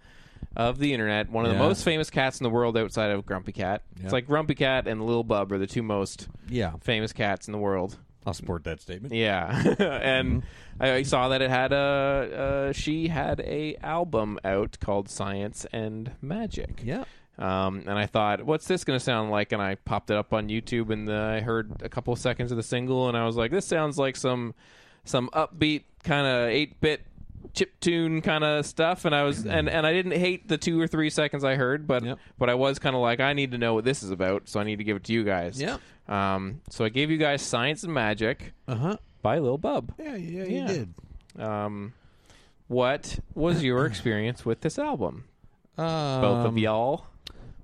S1: of the internet, one of the
S3: Yeah.
S1: most famous cats in the world outside of Grumpy Cat. It's like Grumpy Cat and Lil Bub are the two most
S3: Yeah.
S1: famous cats in the world.
S3: I'll support that statement.
S1: Yeah, and I I saw that it had a uh, she had a album out called Science and Magic.
S3: Yeah.
S1: Um, and I thought, what's this going to sound like? And I popped it up on YouTube, and uh, I heard a couple of seconds of the single, and I was like, this sounds like some some upbeat kind of eight bit chip tune kind of stuff. And I was and, and I didn't hate the two or three seconds I heard, but
S3: Yep.
S1: but I was kind of like, I need to know what this is about, so I need to give it to you guys.
S3: Yep.
S1: Um, so I gave you guys Science and Magic
S3: Uh huh.
S1: by Lil Bub.
S3: Yeah, yeah,
S1: you Yeah. did. Um, what was your experience with this album?
S3: Um,
S1: Both of y'all.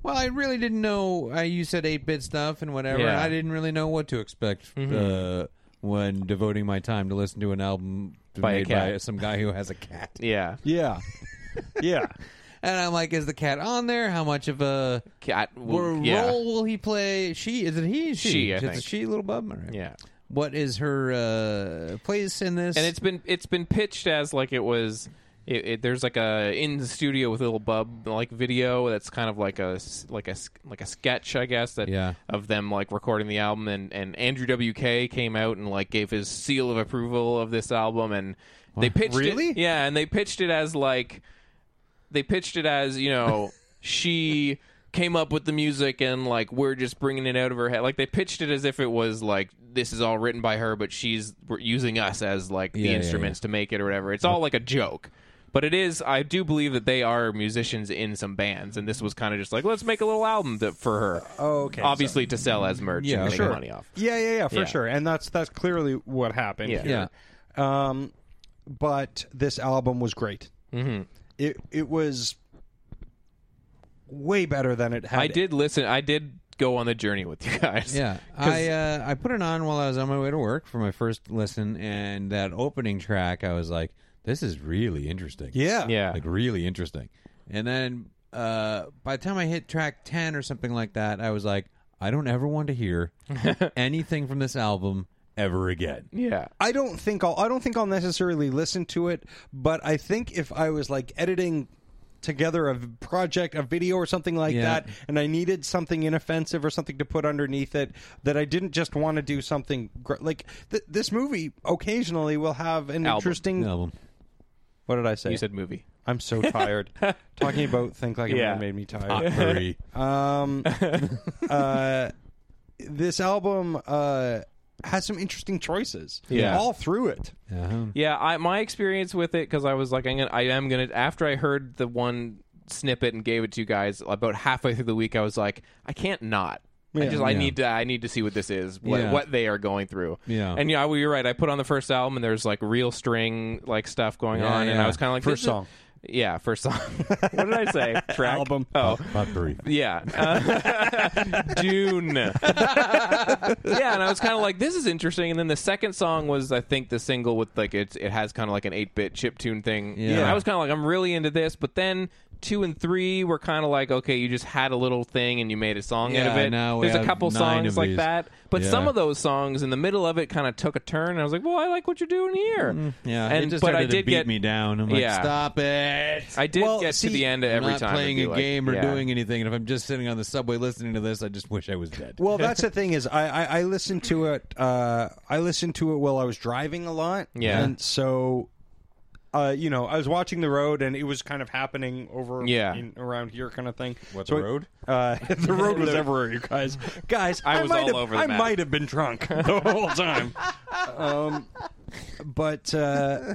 S3: Well, I really didn't know. I you said eight bit stuff and whatever.
S1: Yeah.
S3: I didn't really know what to expect uh, when devoting my time to listen to an album
S1: By a
S3: made by
S1: cat.
S3: some guy who has a cat.
S1: Yeah.
S2: Yeah. yeah.
S3: And I'm like, is the cat on there? How much of a
S1: Cat.
S3: wor-
S1: yeah.
S3: role will he play? She is it? He is she?
S1: She, I
S3: Is it
S1: think.
S3: she little bub. All right.
S1: Yeah.
S3: What is her uh, place in this?
S1: and it's been it's been pitched as like it was it, it, there's like a in the studio with little bub like video that's kind of like a s- like a s- like a sketch I guess that
S3: Yeah.
S1: of them like recording the album and and Andrew WK came out and like gave his seal of approval of this album and they pitched
S2: Really?
S1: it yeah and they pitched it as like they pitched it as you know she came up with the music and like we're just bringing it out of her head like they pitched it as if it was like this is all written by her but she's we're using us as like the
S3: Yeah, yeah,
S1: instruments to make it or whatever it's all like a joke but it is i do believe that they are musicians in some bands and this was kind of just like let's make a little album to, for her
S2: Oh, okay.
S1: obviously to sell as merch
S3: Yeah,
S1: and make
S3: sure.
S1: money off
S2: Yeah, yeah, yeah, for
S1: Yeah.
S2: sure. And that's that's clearly what happened.
S1: Yeah.
S2: here. Um, but this album was great. Mm-hmm. It it was way better than it had.
S1: i did listen i did go on the journey with you guys
S3: Yeah,
S1: 'Cause-
S3: I uh, I put it on while I was on my way to work for my first listen, and that opening track, I was like, "This is really interesting."
S2: Yeah.
S1: yeah
S3: like really interesting. And then uh, by the time I hit track ten or something like that, I was like, "I don't ever want to hear anything from this album ever again."
S1: yeah
S2: I don't think I'll I don't think I'll necessarily listen to it, but I think if I was like editing together a v- project, a video or something like
S3: Yeah.
S2: that, and I needed something inoffensive or something to put underneath it, that I didn't just want to do something gr- like th- this movie. Occasionally, will have an
S1: Album.
S2: interesting.
S3: Album.
S2: What did I say?
S1: you said movie
S2: I'm so tired. Talking about think like
S1: Yeah.
S2: a man made me tired.
S3: Potpourri.
S2: Um, uh, this album uh, has some interesting choices.
S1: Yeah.
S2: all through it.
S3: Uh-huh.
S1: Yeah, I my experience with it because I was like, I'm gonna, I am gonna. After I heard the one snippet and gave it to you guys about halfway through the week, I was like, I can't not. I just I
S3: Yeah.
S1: need to I need to see what this is what,
S3: Yeah.
S1: what they are going through
S3: Yeah.
S1: and yeah well, you're right I put on the first album and there's like real string like stuff going
S3: Yeah,
S1: on and
S3: yeah.
S1: I was kind of like this
S2: First
S1: is-
S2: song.
S1: yeah first song what did I say track
S2: Album.
S1: oh
S3: Potpourri.
S1: yeah. Uh, June. yeah, and I was kind of like, this is interesting. And then the second song was, I think, the single with like it's it has kind of like an eight bit chip tune thing.
S3: Yeah.
S1: And I was kind of like, I'm really into this, but then. Two and three were kind of like okay, you just had a little thing and you made a song out of
S3: Yeah,
S1: it.
S3: now we
S1: There's a
S3: have
S1: couple
S3: nine
S1: songs
S3: of
S1: like
S3: these.
S1: that, but
S3: Yeah.
S1: some of those songs in the middle of it kind of took a turn. And I was like, well, I like what you're doing here.
S3: Mm-hmm. Yeah,
S1: and
S3: it just
S1: but I
S3: started to
S1: did
S3: beat
S1: get
S3: me down. I'm like,
S1: Yeah.
S3: "Stop it!"
S1: I did
S2: Well,
S1: get
S2: see,
S1: to the end of
S3: I'm
S1: every
S3: not
S1: time and
S3: playing
S1: be
S3: a
S1: like,
S3: game or
S1: yeah.
S3: doing anything, and if I'm just sitting on the subway listening to this, I just wish I was dead.
S2: Well, that's the thing is, I, I, I listened to it. Uh, I listened to it while I was driving a lot.
S1: Yeah.
S2: and so, uh, you know, I was watching the road, and it was kind of happening over,
S1: Yeah.
S2: in, around here, kind of thing.
S3: What,
S2: So
S3: the
S2: I-
S3: road?
S2: Uh, the road was everywhere, you guys. Guys,
S1: I was
S2: might
S1: all
S2: have-
S1: over the
S2: I
S1: map.
S2: might have been drunk the whole time. um, but uh,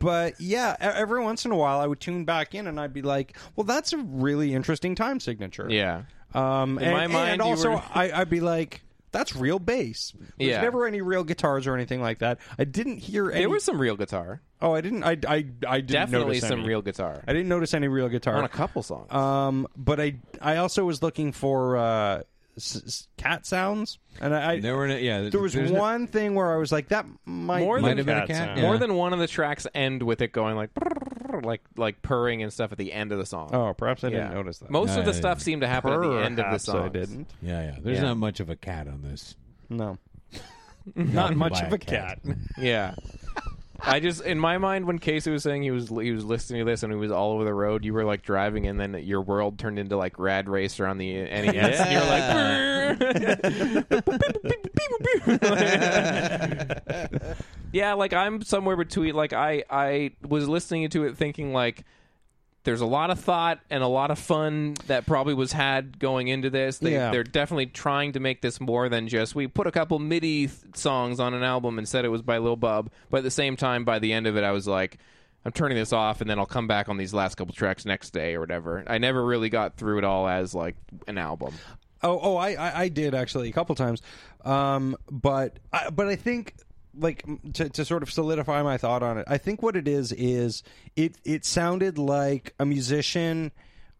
S2: but yeah, e- every once in a while, I would tune back in, and I'd be like, "Well, that's a really interesting time signature."
S1: yeah.
S2: Um,
S1: In
S2: and,
S1: my mind,
S2: and
S1: you
S2: also
S1: were-
S2: I, I'd be like, That's real bass. There's
S1: Yeah.
S2: never any real guitars or anything like that. I didn't hear any.
S1: There was some real guitar.
S2: oh, I didn't. I I, I didn't
S1: Definitely
S2: notice
S1: some
S2: any.
S1: real guitar.
S2: I didn't notice any real guitar
S1: On a couple songs.
S2: Um, but I I also was looking for uh, s- s- cat sounds, and I, I
S3: There were no- yeah.
S2: there was
S3: there's no-
S2: one thing where I was like, that might
S1: More
S2: be
S1: than- Might
S3: have been a cat,
S2: sound.
S3: yeah.
S1: More than one of the tracks end with it going like like like purring and stuff at the end of the song.
S2: Oh, perhaps I
S1: Yeah.
S2: didn't notice that.
S1: Most of the
S3: Nice.
S1: stuff seemed to happen at the end of the
S2: Perhaps
S1: song.
S2: I didn't.
S3: Yeah, yeah. There's
S1: Yeah.
S3: not much of a cat on this.
S2: No, not much
S3: by
S2: of a cat.
S1: Yeah. I just in my mind when Casey was saying he was he was listening to this and he was all over the road, you were like driving and then your world turned into like Rad Racer on the NES. And you're like Yeah, like I'm somewhere between like I I was listening to it thinking like there's a lot of thought and a lot of fun that probably was had going into this. They,
S2: Yeah.
S1: They're definitely trying to make this more than just we put a couple MIDI th- songs on an album and said it was by Lil Bub. But at the same time, by the end of it, I was like, I'm turning this off and then I'll come back on these last couple tracks next day or whatever. I never really got through it all as like an album.
S2: Oh, oh, I, I, I did actually a couple times, um, but I, but I think like m- to, to sort of solidify my thought on it, I think what it is is it it sounded like a musician.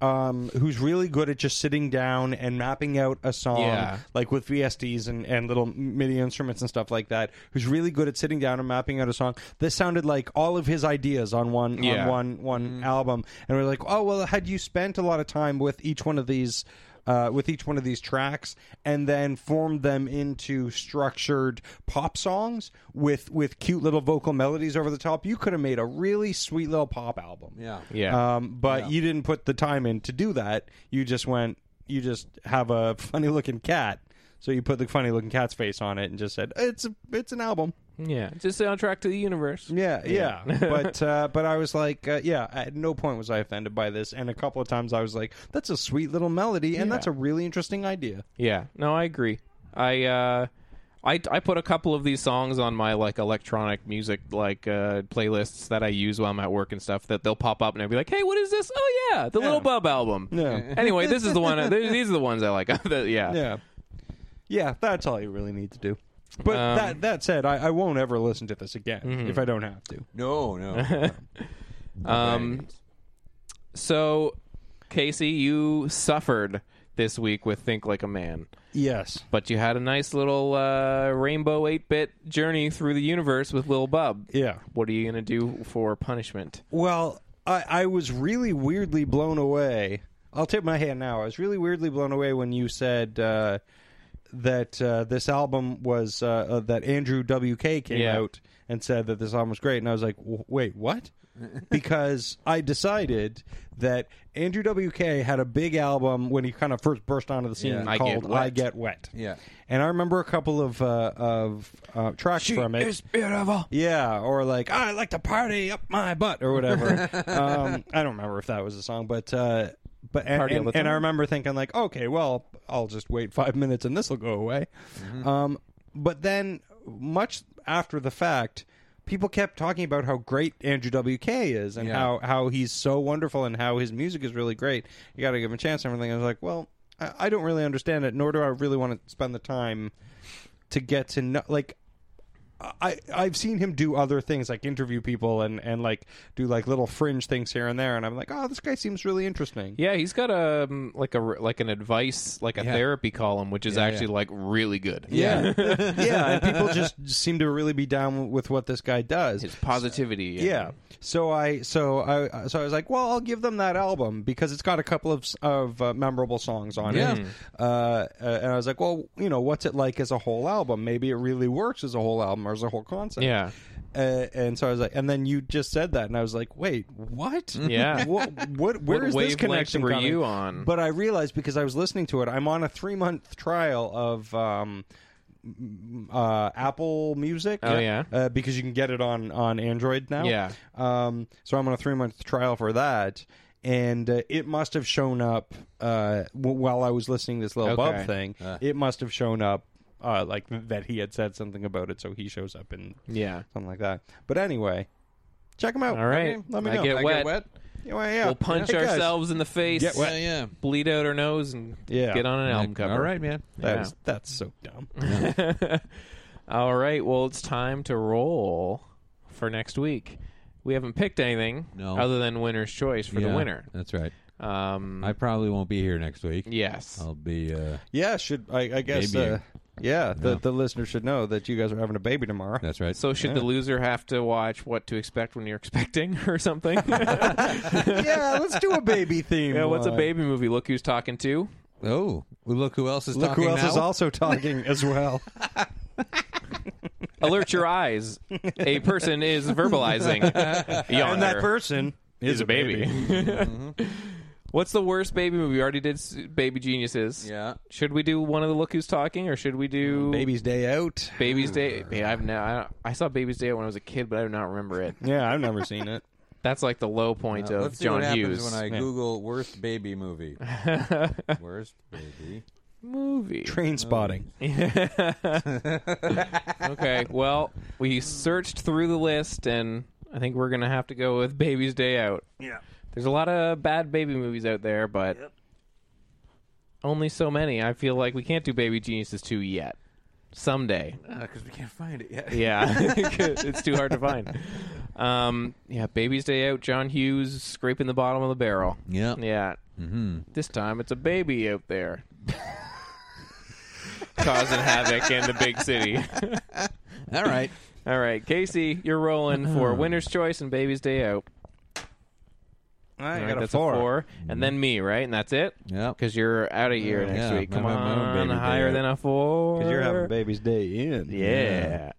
S2: Um, who's really good at just sitting down and mapping out a song,
S1: Yeah.
S2: like with VSDs and, and little MIDI instruments and stuff like that. Who's really good at sitting down and mapping out a song. This sounded like all of his ideas on one
S1: Yeah. Mm-hmm.
S2: on one one one album, and we're like, oh well, had you spent a lot of time with each one of these, uh, with each one of these tracks, and then formed them into structured pop songs with with cute little vocal melodies over the top, you could have made a really sweet little pop album.
S3: Yeah.
S1: Yeah.
S2: Um, but you didn't put the time in to do that. You just went. You just have a funny looking cat. So you put the funny looking cat's face on it and just said it's a, it's an album.
S1: yeah. Just soundtrack to the universe.
S2: Yeah, yeah. but uh, but I was like, uh, yeah. At no point was I offended by this, and a couple of times I was like, that's a sweet little melody, and that's a really interesting idea.
S1: Yeah. No, I agree. I uh I, I put a couple of these songs on my like electronic music like uh, playlists that I use while I'm at work and stuff that they'll pop up and I'll be like, hey, what is this? Oh yeah, the Little Bub album.
S2: Yeah.
S1: anyway, this is the one. th- These are the ones I like. The- yeah.
S2: Yeah, yeah. That's all you really need to do. But
S1: Um,
S2: that that said, I, I won't ever listen to this again if I don't have to.
S3: No, no.
S1: Um. So, Casey, you suffered this week with "Think Like a Man,"
S2: Yes.
S1: but you had a nice little uh, rainbow eight-bit journey through the universe with Lil Bub.
S2: Yeah.
S1: What are you gonna do for punishment?
S2: Well, I, I was really weirdly blown away. I'll tip my hand now. I was really weirdly blown away when you said uh, that uh, this album was uh, uh, that Andrew WK came
S1: Yeah.
S2: out and said that this album was great, and I was like, "W- wait, what? because I decided that Andrew WK had a big album when he kind of first burst onto the scene
S3: Yeah.
S1: I Get
S2: called
S1: Wet.
S2: "I Get Wet."
S3: Yeah.
S2: and I remember a couple of uh, of uh, tracks from it.
S3: beautiful.
S2: Yeah, or like I like to party up my butt or whatever. um, I don't remember if that was a song, but uh, but and,
S1: Party all
S2: and,
S1: the
S2: and I
S1: time.
S2: remember thinking like, okay, well, I'll just wait five minutes and this will go away.
S1: Mm-hmm.
S2: Um, but then, much after the fact, people kept talking about how great Andrew WK is and
S3: Yeah.
S2: how how he's so wonderful and how his music is really great. You got to give him a chance and everything. I was like, well, I, I don't really understand it, nor do I really want to spend the time to get to know like I I've seen him do other things like interview people and and like do like little fringe things here and there and I'm like oh this guy seems really interesting
S1: Yeah, he's got a um, like a like an advice like a
S3: Yeah.
S1: therapy column, which is
S3: Yeah,
S1: actually
S3: yeah.
S1: like really good.
S2: yeah yeah and people just seem to really be down with what this guy does
S1: his positivity. and-
S2: yeah so I so I so I was like well I'll give them that album because it's got a couple of s- of uh, memorable songs on it
S3: Yeah.
S2: uh, uh, and I was like well you know what's it like as a whole album maybe it really works as a whole album or as a whole concept
S1: yeah,
S2: uh, and so I was like, and then you just said that, and I was like, wait, what?
S1: Yeah.
S2: what? What? Where
S1: What
S2: is this
S1: wavelength
S2: connection?
S1: were
S2: coming?
S1: you on?
S2: But I realized because I was listening to it, I'm on a three month trial of. Um, m- uh, Apple Music,
S1: Oh, yeah.
S2: uh, because you can get it on on Android now.
S1: Yeah.
S2: um, so I'm on a three month trial for that, and uh, it must have shown up uh, w- while I was listening to this little
S1: Okay. Uh.
S2: bub thing. It must have shown up uh, like that he had said something about it, so he shows up in
S1: yeah.
S2: something like that. But anyway, check them out.
S1: All right,
S2: let me
S1: I
S2: know.
S1: get
S3: I
S1: wet.
S3: get wet.
S2: Well, yeah.
S1: We'll punch
S2: Hey, guys.
S1: ourselves in the face,
S3: Get wet. Yeah, yeah.
S1: bleed out our nose, and
S2: Yeah.
S1: get on an album cover.
S3: All right, man.
S2: That
S1: Yeah.
S2: is- that's so dumb.
S1: All right. Well, it's time to roll for next week. We haven't picked anything
S3: No.
S1: other than winner's choice for the
S3: Yeah,
S1: winner.
S3: That's right.
S1: Um,
S3: I probably won't be here next week.
S1: yes.
S3: I'll be. Uh,
S2: Yeah, should I, I guess?
S3: Baby.
S2: Uh, yeah, the
S3: Yeah.
S2: the listener should know that you guys are having a baby tomorrow.
S3: that's right.
S1: So should the loser have to watch what to expect when you're expecting or something?
S2: yeah, let's do a baby theme.
S1: yeah, what's a
S2: one.
S1: baby movie? Look who's talking to.
S3: oh, well, look who else is
S2: Look
S3: talking
S2: who else
S3: now.
S2: is also talking as well.
S1: Alert your eyes. A person is verbalizing. and
S2: person
S1: is a baby. What's the worst baby movie? We already did s- Baby Geniuses.
S3: Yeah. Mm,
S1: Should we do one of the Look Who's Talking, or should we do
S2: Baby's day out.
S1: Baby's Day? Yeah, I've now I, don't- I saw Baby's Day when I was a kid, but I do not remember it.
S2: Yeah, I've never seen it.
S1: That's like the low point of
S3: Uh, Let's see
S1: John
S3: what happens
S1: Hughes
S3: when I Google worst baby movie. worst baby.
S1: movie.
S2: Train spotting.
S1: okay, well, we searched through the list, and I think we're gonna have to go with Baby's Day Out. Yeah. There's a lot of bad baby movies out there, but only so many. I feel like we can't do Baby Geniuses two yet. Someday.
S3: Because Uh, we can't find it yet.
S1: Yeah, it's too hard to find. Um, yeah, Baby's Day Out, John Hughes scraping the bottom of the barrel.
S3: Yeah.
S1: Yeah. This time it's a baby out there causing havoc in the big city.
S3: All right.
S1: All right, Casey, you're rolling for Winner's Choice and Baby's Day Out.
S2: I
S1: All right,
S2: got
S1: that's a four. And then me, right? And that's it?
S3: Yep.
S1: Because you're out of here next
S3: Yeah,
S1: week.
S3: my-
S1: Come
S3: my- my own
S1: on,
S3: Baby Day
S1: higher
S3: Out.
S1: than a four.
S2: Because you're having baby's day in.
S1: Yeah.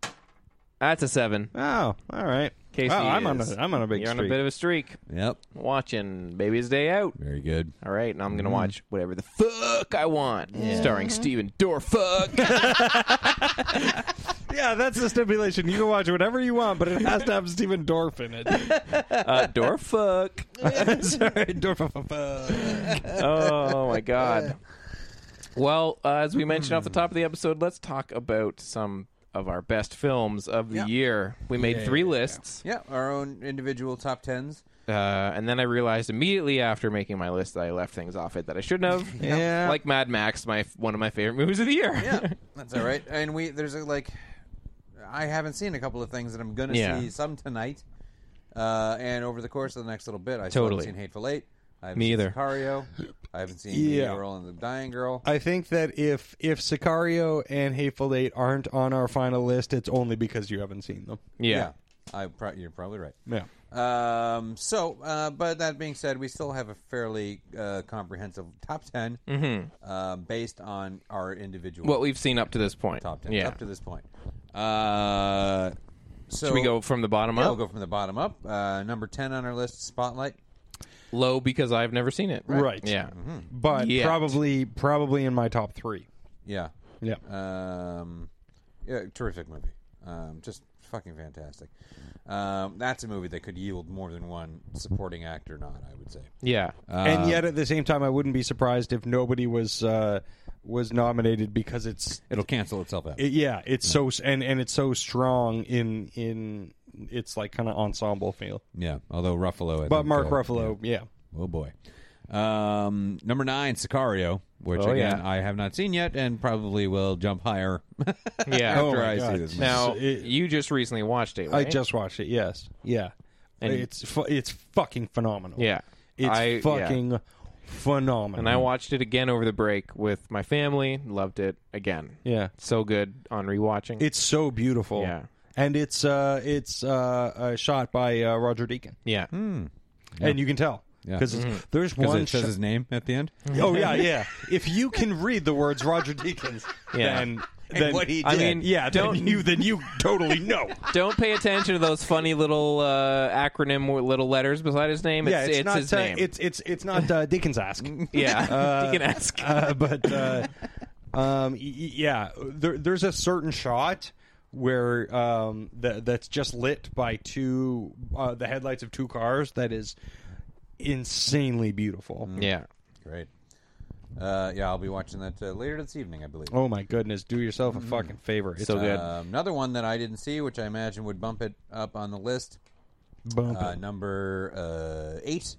S1: That's a seven.
S2: Oh, all right.
S1: Casey
S2: oh, I'm on
S1: is-
S2: a, I'm on a big
S1: You're on a
S2: streak.
S1: bit of a streak.
S3: Yep.
S1: watching Baby's Day Out.
S3: Very good.
S1: All right, now I'm gonna watch whatever the fuck I want, starring Steven Dorfuck.
S2: yeah, that's the stipulation. You can watch whatever you want, but it has to have Stephen Dorff in it.
S1: uh, Dorfuck.
S2: Sorry, Dorff.
S1: Oh my god. Well, uh, as we mentioned off the top of the episode, let's talk about some of our best films of the year. We made three lists,
S3: Yeah, our own individual top tens.
S1: uh, and then I realized immediately after making my list that I left things off it that I shouldn't have.
S2: Yeah.
S1: like Mad Max, my one of my favorite movies of the year.
S3: Yeah, that's all right. And we there's a, like, I haven't seen a couple of things that I'm gonna
S1: Yeah.
S3: see some tonight, uh, and over the course of the next little bit, I still
S1: Totally.
S3: haven't seen Hateful Eight. I haven't
S1: Me
S3: seen
S1: either.
S3: Sicario. I haven't seen
S2: Yeah.
S3: The Girl and the Dying Girl.
S2: I think that if if Sicario and Hateful Eight aren't on our final list, it's only because you haven't seen them.
S1: yeah.
S3: I pro- you're probably right.
S2: Yeah.
S3: Um, so, uh, but that being said, we still have a fairly uh, comprehensive top 10 uh, based on our individual
S1: Mm-hmm. What we've seen up to this point.
S3: top 10
S1: Yeah.
S3: up to this point. Uh, so
S1: Should we go from the bottom
S3: yeah,
S1: up?
S3: we'll go from the bottom up. Uh, number 10 on our list, Spotlight.
S1: low because I've never seen it.
S2: Right.
S1: Yeah.
S3: Mm-hmm.
S2: But
S1: Yet.
S2: probably probably in my top three.
S3: Yeah.
S2: Yeah.
S3: Um, yeah, terrific movie. Um, just fucking fantastic. Um, that's a movie that could yield more than one supporting actor nod, I would say.
S1: Yeah.
S2: and yet at the same time I wouldn't be surprised if nobody was uh was nominated because it's
S3: It'll cancel itself out.
S2: it, yeah, it's so s- and and it's so strong in in it's like kind of ensemble feel.
S3: yeah, although Ruffalo. I
S2: But
S3: think,
S2: Mark
S3: uh,
S2: Ruffalo, yeah.
S3: Oh boy. Um, number nine, Sicario, which
S1: Oh,
S3: again
S1: yeah.
S3: I have not seen yet, and probably will jump higher
S1: yeah.
S3: after
S2: Oh, my
S3: I
S2: God.
S3: see this. movie.
S1: Now
S2: It-
S1: you just recently watched it. Right?
S2: I just watched it. Yes. Yeah. it's fu- it's fucking phenomenal.
S1: Yeah.
S2: It's
S1: I- yeah.
S2: fucking phenomenal.
S1: and I watched it again over the break with my family. Loved it again.
S2: yeah.
S1: So good on rewatching.
S2: It's so beautiful.
S1: Yeah.
S2: And it's uh it's uh, uh shot by uh, Roger Deacon.
S1: yeah.
S2: Hmm.
S1: Mm-hmm.
S2: And you can tell.
S3: Yeah.
S2: Because there's
S3: 'Cause
S2: one
S3: it says
S2: shot-
S3: his name at the end.
S2: Oh yeah, yeah. If you can read the words Roger Deakins,
S1: Yeah.
S2: then then
S3: what he
S1: I did. mean,
S2: yeah,
S1: don't-
S2: then you then you totally know.
S1: Don't pay attention to those funny little uh, acronym with little letters beside his name. It's,
S2: yeah, it's, not
S1: his
S2: uh,
S1: name.
S2: it's it's it's not uh, Deakins ask.
S1: yeah.
S2: Uh,
S1: you can ask.
S2: uh, but uh, um, y- y- yeah, there, there's a certain shot where um, that that's just lit by two uh, the headlights of two cars that is insanely beautiful.
S1: yeah.
S3: Great. Uh, yeah, I'll be watching that uh, later this evening, I believe.
S2: Oh my goodness, do yourself a fucking favor. It's so good.
S3: Um, another one that I didn't see, which I imagine would bump it up on the list, uh, number uh, eight,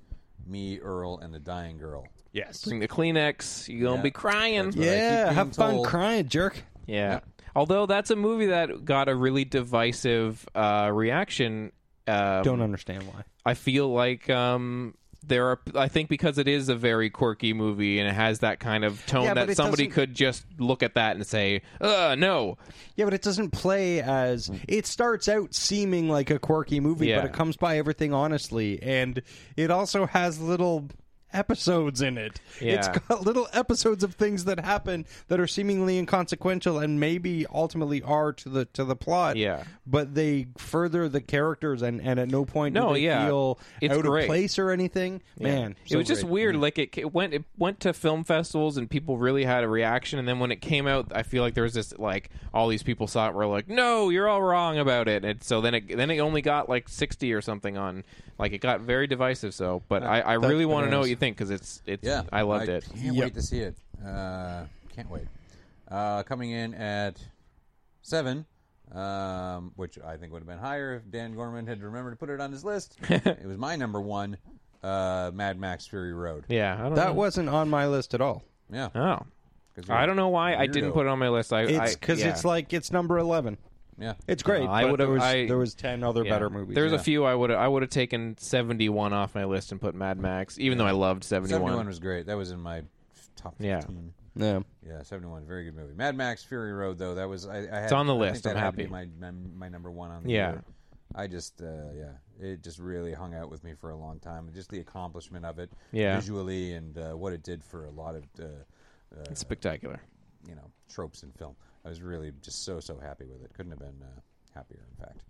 S3: me, Earl, and the dying girl.
S2: Yes.
S1: Bring the Kleenex. You're gonna
S3: Yeah.
S1: be crying.
S3: That's what I keep
S2: Yeah.
S3: being
S2: Have fun
S3: told.
S2: crying, jerk.
S1: Yeah. Although that's a movie that got a really divisive uh, reaction. Um,
S2: Don't understand why.
S1: I feel like um, there are. I think because it is a very quirky movie and it has that kind of tone
S2: Yeah, but
S1: that
S2: it
S1: somebody
S2: doesn't-
S1: could just look at that and say, "Uh, no."
S2: Yeah, but it doesn't play as it starts out seeming like a quirky movie,
S1: Yeah.
S2: but it comes by everything honestly, and it also has little episodes in it. It's
S1: Yeah.
S2: got little episodes of things that happen that are seemingly inconsequential and maybe ultimately are to the to the plot.
S1: Yeah.
S2: But they further the characters and, and at no point
S1: No,
S2: do they
S1: yeah.
S2: feel
S1: It's
S2: out
S1: great.
S2: of place or anything. Man.
S1: it
S2: so
S1: was just
S2: great. Mm-hmm.
S1: weird. Like it, it went, it went to film festivals and people really had a reaction. And then when it came out, I feel like there was this like all these people saw it were like, "No, you're all wrong about it." And so then it, then it only got like sixty or something on. Like it got very divisive. So, but I, I really want to know what you think because it's, it's.
S3: Yeah,
S1: I loved it.
S3: Can't wait to see it. Uh, can't wait. Uh, coming in at seven, um, which I think would have been higher if Dan Gorman had remembered to put it on his list. it was my number one, uh, Mad Max Fury Road.
S1: Yeah, I don't
S2: That
S1: know.
S2: wasn't on my list at all.
S3: Yeah.
S1: Oh.
S3: 'Cause you're
S1: I
S3: a
S1: don't know why I didn't
S3: weirdo.
S1: put it on my list. I
S2: It's because
S1: I, yeah.
S2: it's like it's number eleven.
S3: Yeah.
S2: It's great.
S1: Uh, I
S2: but
S1: would've-
S2: there was,
S1: I-
S2: there was ten other
S1: Yeah.
S2: better movies.
S1: There's
S2: yeah.
S1: a few I would I would have taken 71 off my list and put Mad Max, even though I loved 71.
S3: 71 was great. That was in my top
S1: Yeah.
S3: 15.
S2: Yeah.
S3: Yeah, 71, very good movie. Mad Max Fury Road, though, that was I, I had,
S1: on the
S3: I think
S1: list.
S3: that
S1: I'm
S3: had to be
S1: happy.
S3: My, my my number one on the
S1: Yeah.
S3: year. I just uh, yeah, it just really hung out with me for a long time. Just the accomplishment of it,
S1: Yeah.
S3: visually, and uh, what it did for a lot of uh, uh,
S1: It's spectacular.
S3: you know tropes in film. I was really just so so happy with it. Couldn't have been uh, happier, in fact.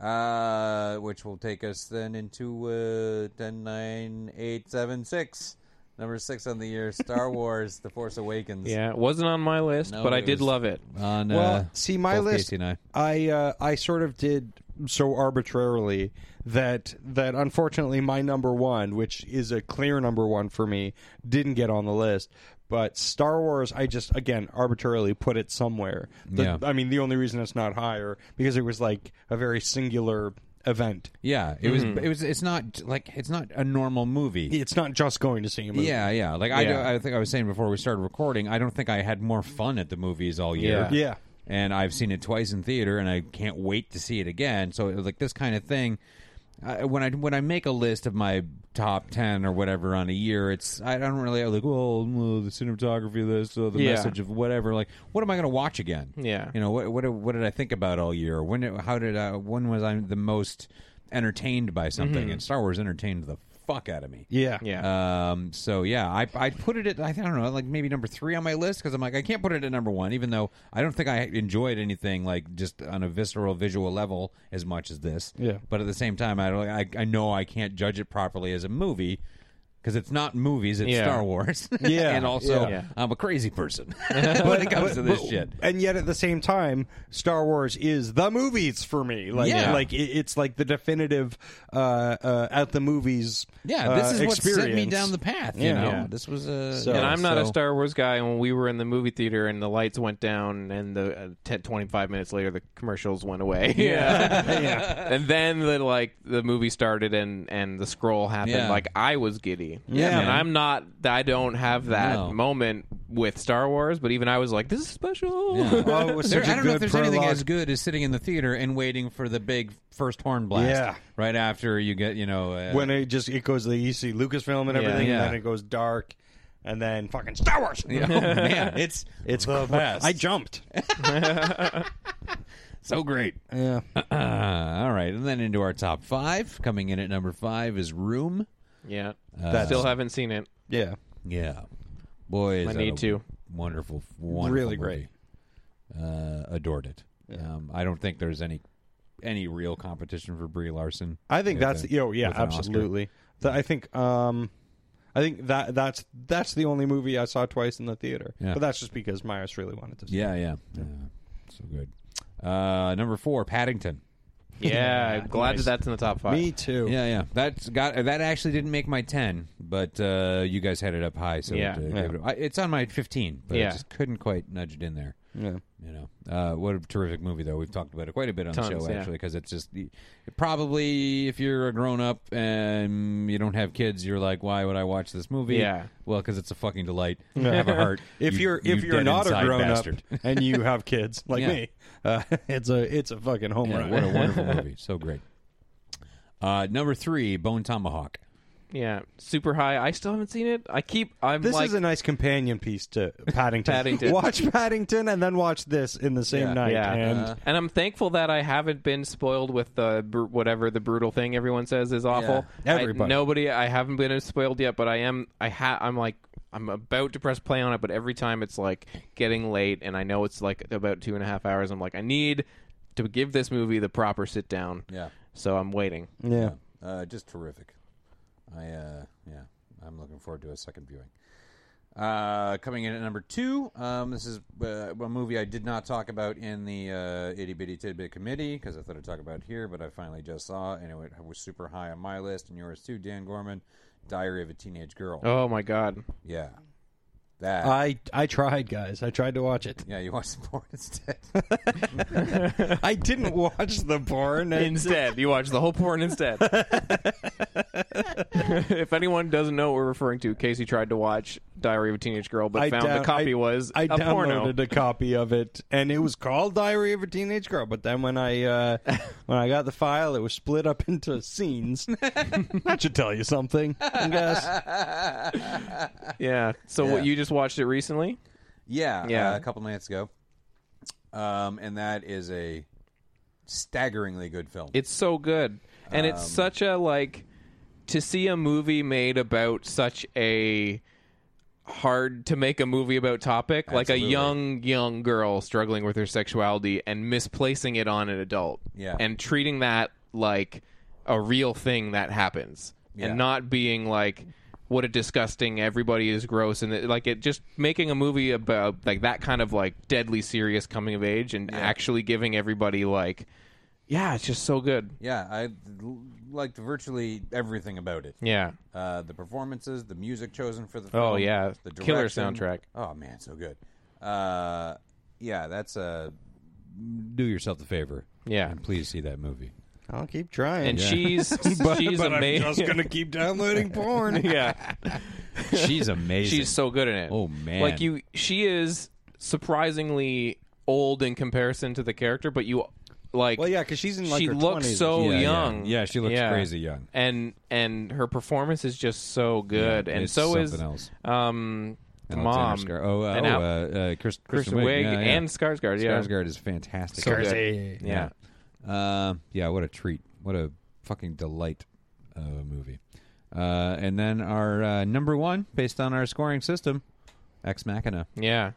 S3: Uh, which will take us then into uh, ten, nine, eight, seven, six. Number six on the year, Star Wars: The Force Awakens.
S1: Yeah, it wasn't on my list,
S3: No,
S1: but I
S3: it
S1: did
S3: was-
S1: love it.
S3: on
S2: well,
S3: uh,
S2: see, my
S3: both
S2: list,
S3: Casey and I.
S2: I uh, I sort of did so arbitrarily that that unfortunately my number one, which is a clear number one for me, didn't get on the list. But Star Wars, I just again arbitrarily put it somewhere. The-
S3: Yeah.
S2: I mean, the only reason it's not higher because it was like a very singular event.
S3: Yeah, it was.
S2: Mm-hmm.
S3: It was. It's not like it's not a normal movie.
S2: It's not just going to see a movie.
S3: Yeah, yeah. Like I, do-
S1: Yeah.
S3: I think I was saying before we started recording, I don't think I had more fun at the movies all year.
S1: Yeah.
S2: Yeah.
S3: and I've seen it twice in theater, and I can't wait to see it again. So it was like this kind of thing. I, when I when I make a list of my top ten or whatever on a year, it's I don't really like well well, the cinematography, this, uh, the
S1: Yeah.
S3: message of whatever. Like, what am I going to watch again?
S1: Yeah.
S3: you know what what what did I think about all year? When did- how did I when was I the most entertained by something?
S1: Mm-hmm.
S3: And Star Wars entertained the fuck out of me.
S2: Yeah.
S1: Yeah.
S3: Um, so yeah, I, I put it at I don't know like maybe number three on my list because I'm like I can't put it at number one even though I don't think I enjoyed anything like just on a visceral visual level as much as this.
S2: Yeah.
S3: But at the same time, I don't I, I know I can't judge it properly as a movie because it's not movies, it's
S1: Yeah.
S3: Star Wars.
S2: Yeah.
S3: and also
S1: Yeah.
S3: I'm a crazy person when it comes to this shit.
S2: And yet, at the same time, Star Wars is the movies for me. Like,
S3: Yeah.
S2: like it, it's like the definitive uh, uh, at the movies.
S3: Yeah, this
S2: uh,
S3: is what
S2: experience.
S3: sent me down the path. You
S2: Yeah.
S3: know,
S2: Yeah.
S3: this was a.
S2: So-
S1: and I'm not a
S3: Oh, so-
S1: Star Wars guy. And when we were in the movie theater and the lights went down and the uh, 10, 25 minutes later the commercials went away. Yeah. And then the like the movie started and and the scroll happened.
S3: Yeah.
S1: Like I was giddy.
S2: Yeah,
S1: And
S2: man.
S1: I'm not. I don't have that
S3: No.
S1: moment with Star Wars. But even I was like, this is special.
S2: Oh, it was
S3: There-
S2: such a
S3: I don't know if
S2: good
S3: there's anything
S2: prologue.
S3: as good as sitting in the theater and waiting for the big first horn blast.
S2: Yeah.
S3: Right after you get, you know, uh,
S2: when it just it goes the EC Lucasfilm and everything,
S3: Yeah.
S2: and then it goes dark, and then fucking Star Wars.
S3: oh man, it's
S2: It's
S3: the
S2: cr-
S3: best.
S2: I jumped.
S3: so great.
S2: Yeah.
S3: all right, and then into our top five. Coming in at number five is Room.
S1: Yeah.
S2: That's-
S1: Still haven't seen it.
S2: Yeah.
S3: Yeah, boy, is
S1: I
S3: that
S1: need
S3: a
S1: to.
S3: Wonderful,
S2: Really
S3: wonderful, movie. Uh, adored it. Um, I don't think there's any any real competition for Brie Larson.
S2: I think
S3: with
S2: that's
S3: a-
S2: the, oh yeah,
S3: with an Oscar.
S2: absolutely. Th- I think um, I think that that's that's the only movie I saw twice in the theater.
S3: Yeah.
S2: But that's just because Myers really wanted to. See.
S3: Yeah, yeah, yeah. So good. Uh, number four, Paddington.
S1: Yeah. glad that that's in the top five.
S2: Me too.
S3: Yeah, yeah. That's got that actually didn't make my ten, but uh, you guys had it up high, so
S1: Yeah.
S3: it, uh, gave it- I- it's on my fifteen, but I
S1: Yeah.
S3: just couldn't quite nudge it in there.
S2: Yeah.
S3: You know, uh, what a terrific movie though. We've talked about it quite a bit on the
S1: Tons,
S3: show
S1: yeah.
S3: actually because it's just it probably if you're a grown up and you don't have kids, you're like, why would I watch this movie?
S1: Yeah.
S3: well, because it's a fucking delight. Have a heart.
S2: If
S3: you-
S2: you, are if you
S3: you
S2: are
S3: dead
S2: not a
S3: inside
S2: grown
S3: bastard.
S2: up and you have kids like
S3: Yeah.
S2: me, uh, it's a it's a fucking home
S3: Yeah,
S2: run.
S3: what a wonderful movie. So great. Uh, number three, Bone Tomahawk.
S1: Yeah, super high. I still haven't seen it. I keep. I'm
S2: This
S1: like,
S2: is a nice companion piece to Paddington.
S1: Paddington.
S2: Watch Paddington and then watch this in the same night.
S1: yeah,
S2: and
S1: Uh-huh. and I'm thankful that I haven't been spoiled with the br- whatever the brutal thing everyone says is awful.
S2: Yeah,
S1: I-
S2: everybody.
S1: nobody. I haven't been spoiled yet, but I am. I ha. I'm like. I'm about to press play on it, but every time it's like getting late, and I know it's like about two and a half hours. I'm like, I need to give this movie the proper sit down.
S3: Yeah.
S1: So I'm waiting.
S2: yeah.
S3: Uh, just terrific. I uh, yeah, I'm looking forward to a second viewing. Uh, coming in at number two, um, this is uh, a movie I did not talk about in the uh, itty bitty tidbit committee because I thought I'd talk about it here, but I finally just saw it and it wa- was super high on my list and yours too, Dan Gorman, Diary of a Teenage Girl.
S1: Oh my god.
S3: Yeah, that.
S2: I I tried, guys. I tried to watch it.
S3: yeah, you watched the porn instead.
S2: I didn't watch the porn. and-
S1: Instead, you watch the whole porn instead. if anyone doesn't know what we're referring to, Casey tried to watch Diary of a Teenage Girl, but
S2: I
S1: found
S2: down-
S1: the copy
S2: I-
S1: was
S2: I
S1: a
S2: downloaded
S1: porno.
S2: a copy of it, and it was called Diary of a Teenage Girl. But then when I uh, when I got the file, it was split up into scenes. that should tell you something, I guess.
S1: Yeah. So
S3: Yeah.
S1: what you just watched it recently?
S3: Yeah,
S1: Yeah.
S3: uh, a couple minutes ago. Um, and that is a staggeringly good film.
S1: It's so good, and it's such a like to see a movie made about such a hard to make a movie about topic like a
S3: Absolutely.
S1: young young girl struggling with her sexuality and misplacing it on an adult
S3: Yeah.
S1: and treating that like a real thing that happens
S3: Yeah.
S1: and not being like what a disgusting everybody is gross and it, like it just making a movie about like that kind of like deadly serious coming of age and actually giving everybody like yeah it's just so good
S3: Yeah, I l- liked virtually everything about it.
S1: yeah
S3: Uh, the performances, the music chosen for the film.
S1: Oh, yeah.
S3: the
S1: Killer
S3: direction.
S1: soundtrack.
S3: Oh man, so good. Uh, yeah, that's a. Do yourself the favor.
S1: Yeah.
S3: and please see that movie.
S2: I'll keep trying.
S1: and she's she's
S2: but I'm
S1: amazing
S2: just gonna keep downloading porn.
S1: yeah
S3: She's amazing.
S1: She's so good in it.
S3: Oh, man.
S1: Like you she is surprisingly old in comparison to the character, but you like
S2: Well, yeah, because she's in like
S1: she
S2: her
S1: looks
S2: 20s.
S1: so
S3: Yeah, yeah.
S1: young.
S3: Yeah, she looks crazy young.
S1: And and her performance is just so good. and
S3: it's
S1: so is
S3: something else.
S1: um the
S3: Alexander
S1: mom.
S3: Scar- oh, uh,
S1: and
S3: oh,
S1: Al-
S3: uh, uh, Chris,
S1: Kristen Wiig and Skarsgård, yeah.
S3: Skarsgård is fantastic.
S1: So good. Yeah.
S3: Yeah. Uh, yeah, what a treat. What a fucking delight of a movie. Uh, and then our uh, number one, based on our scoring system, Ex Machina.
S1: Yeah.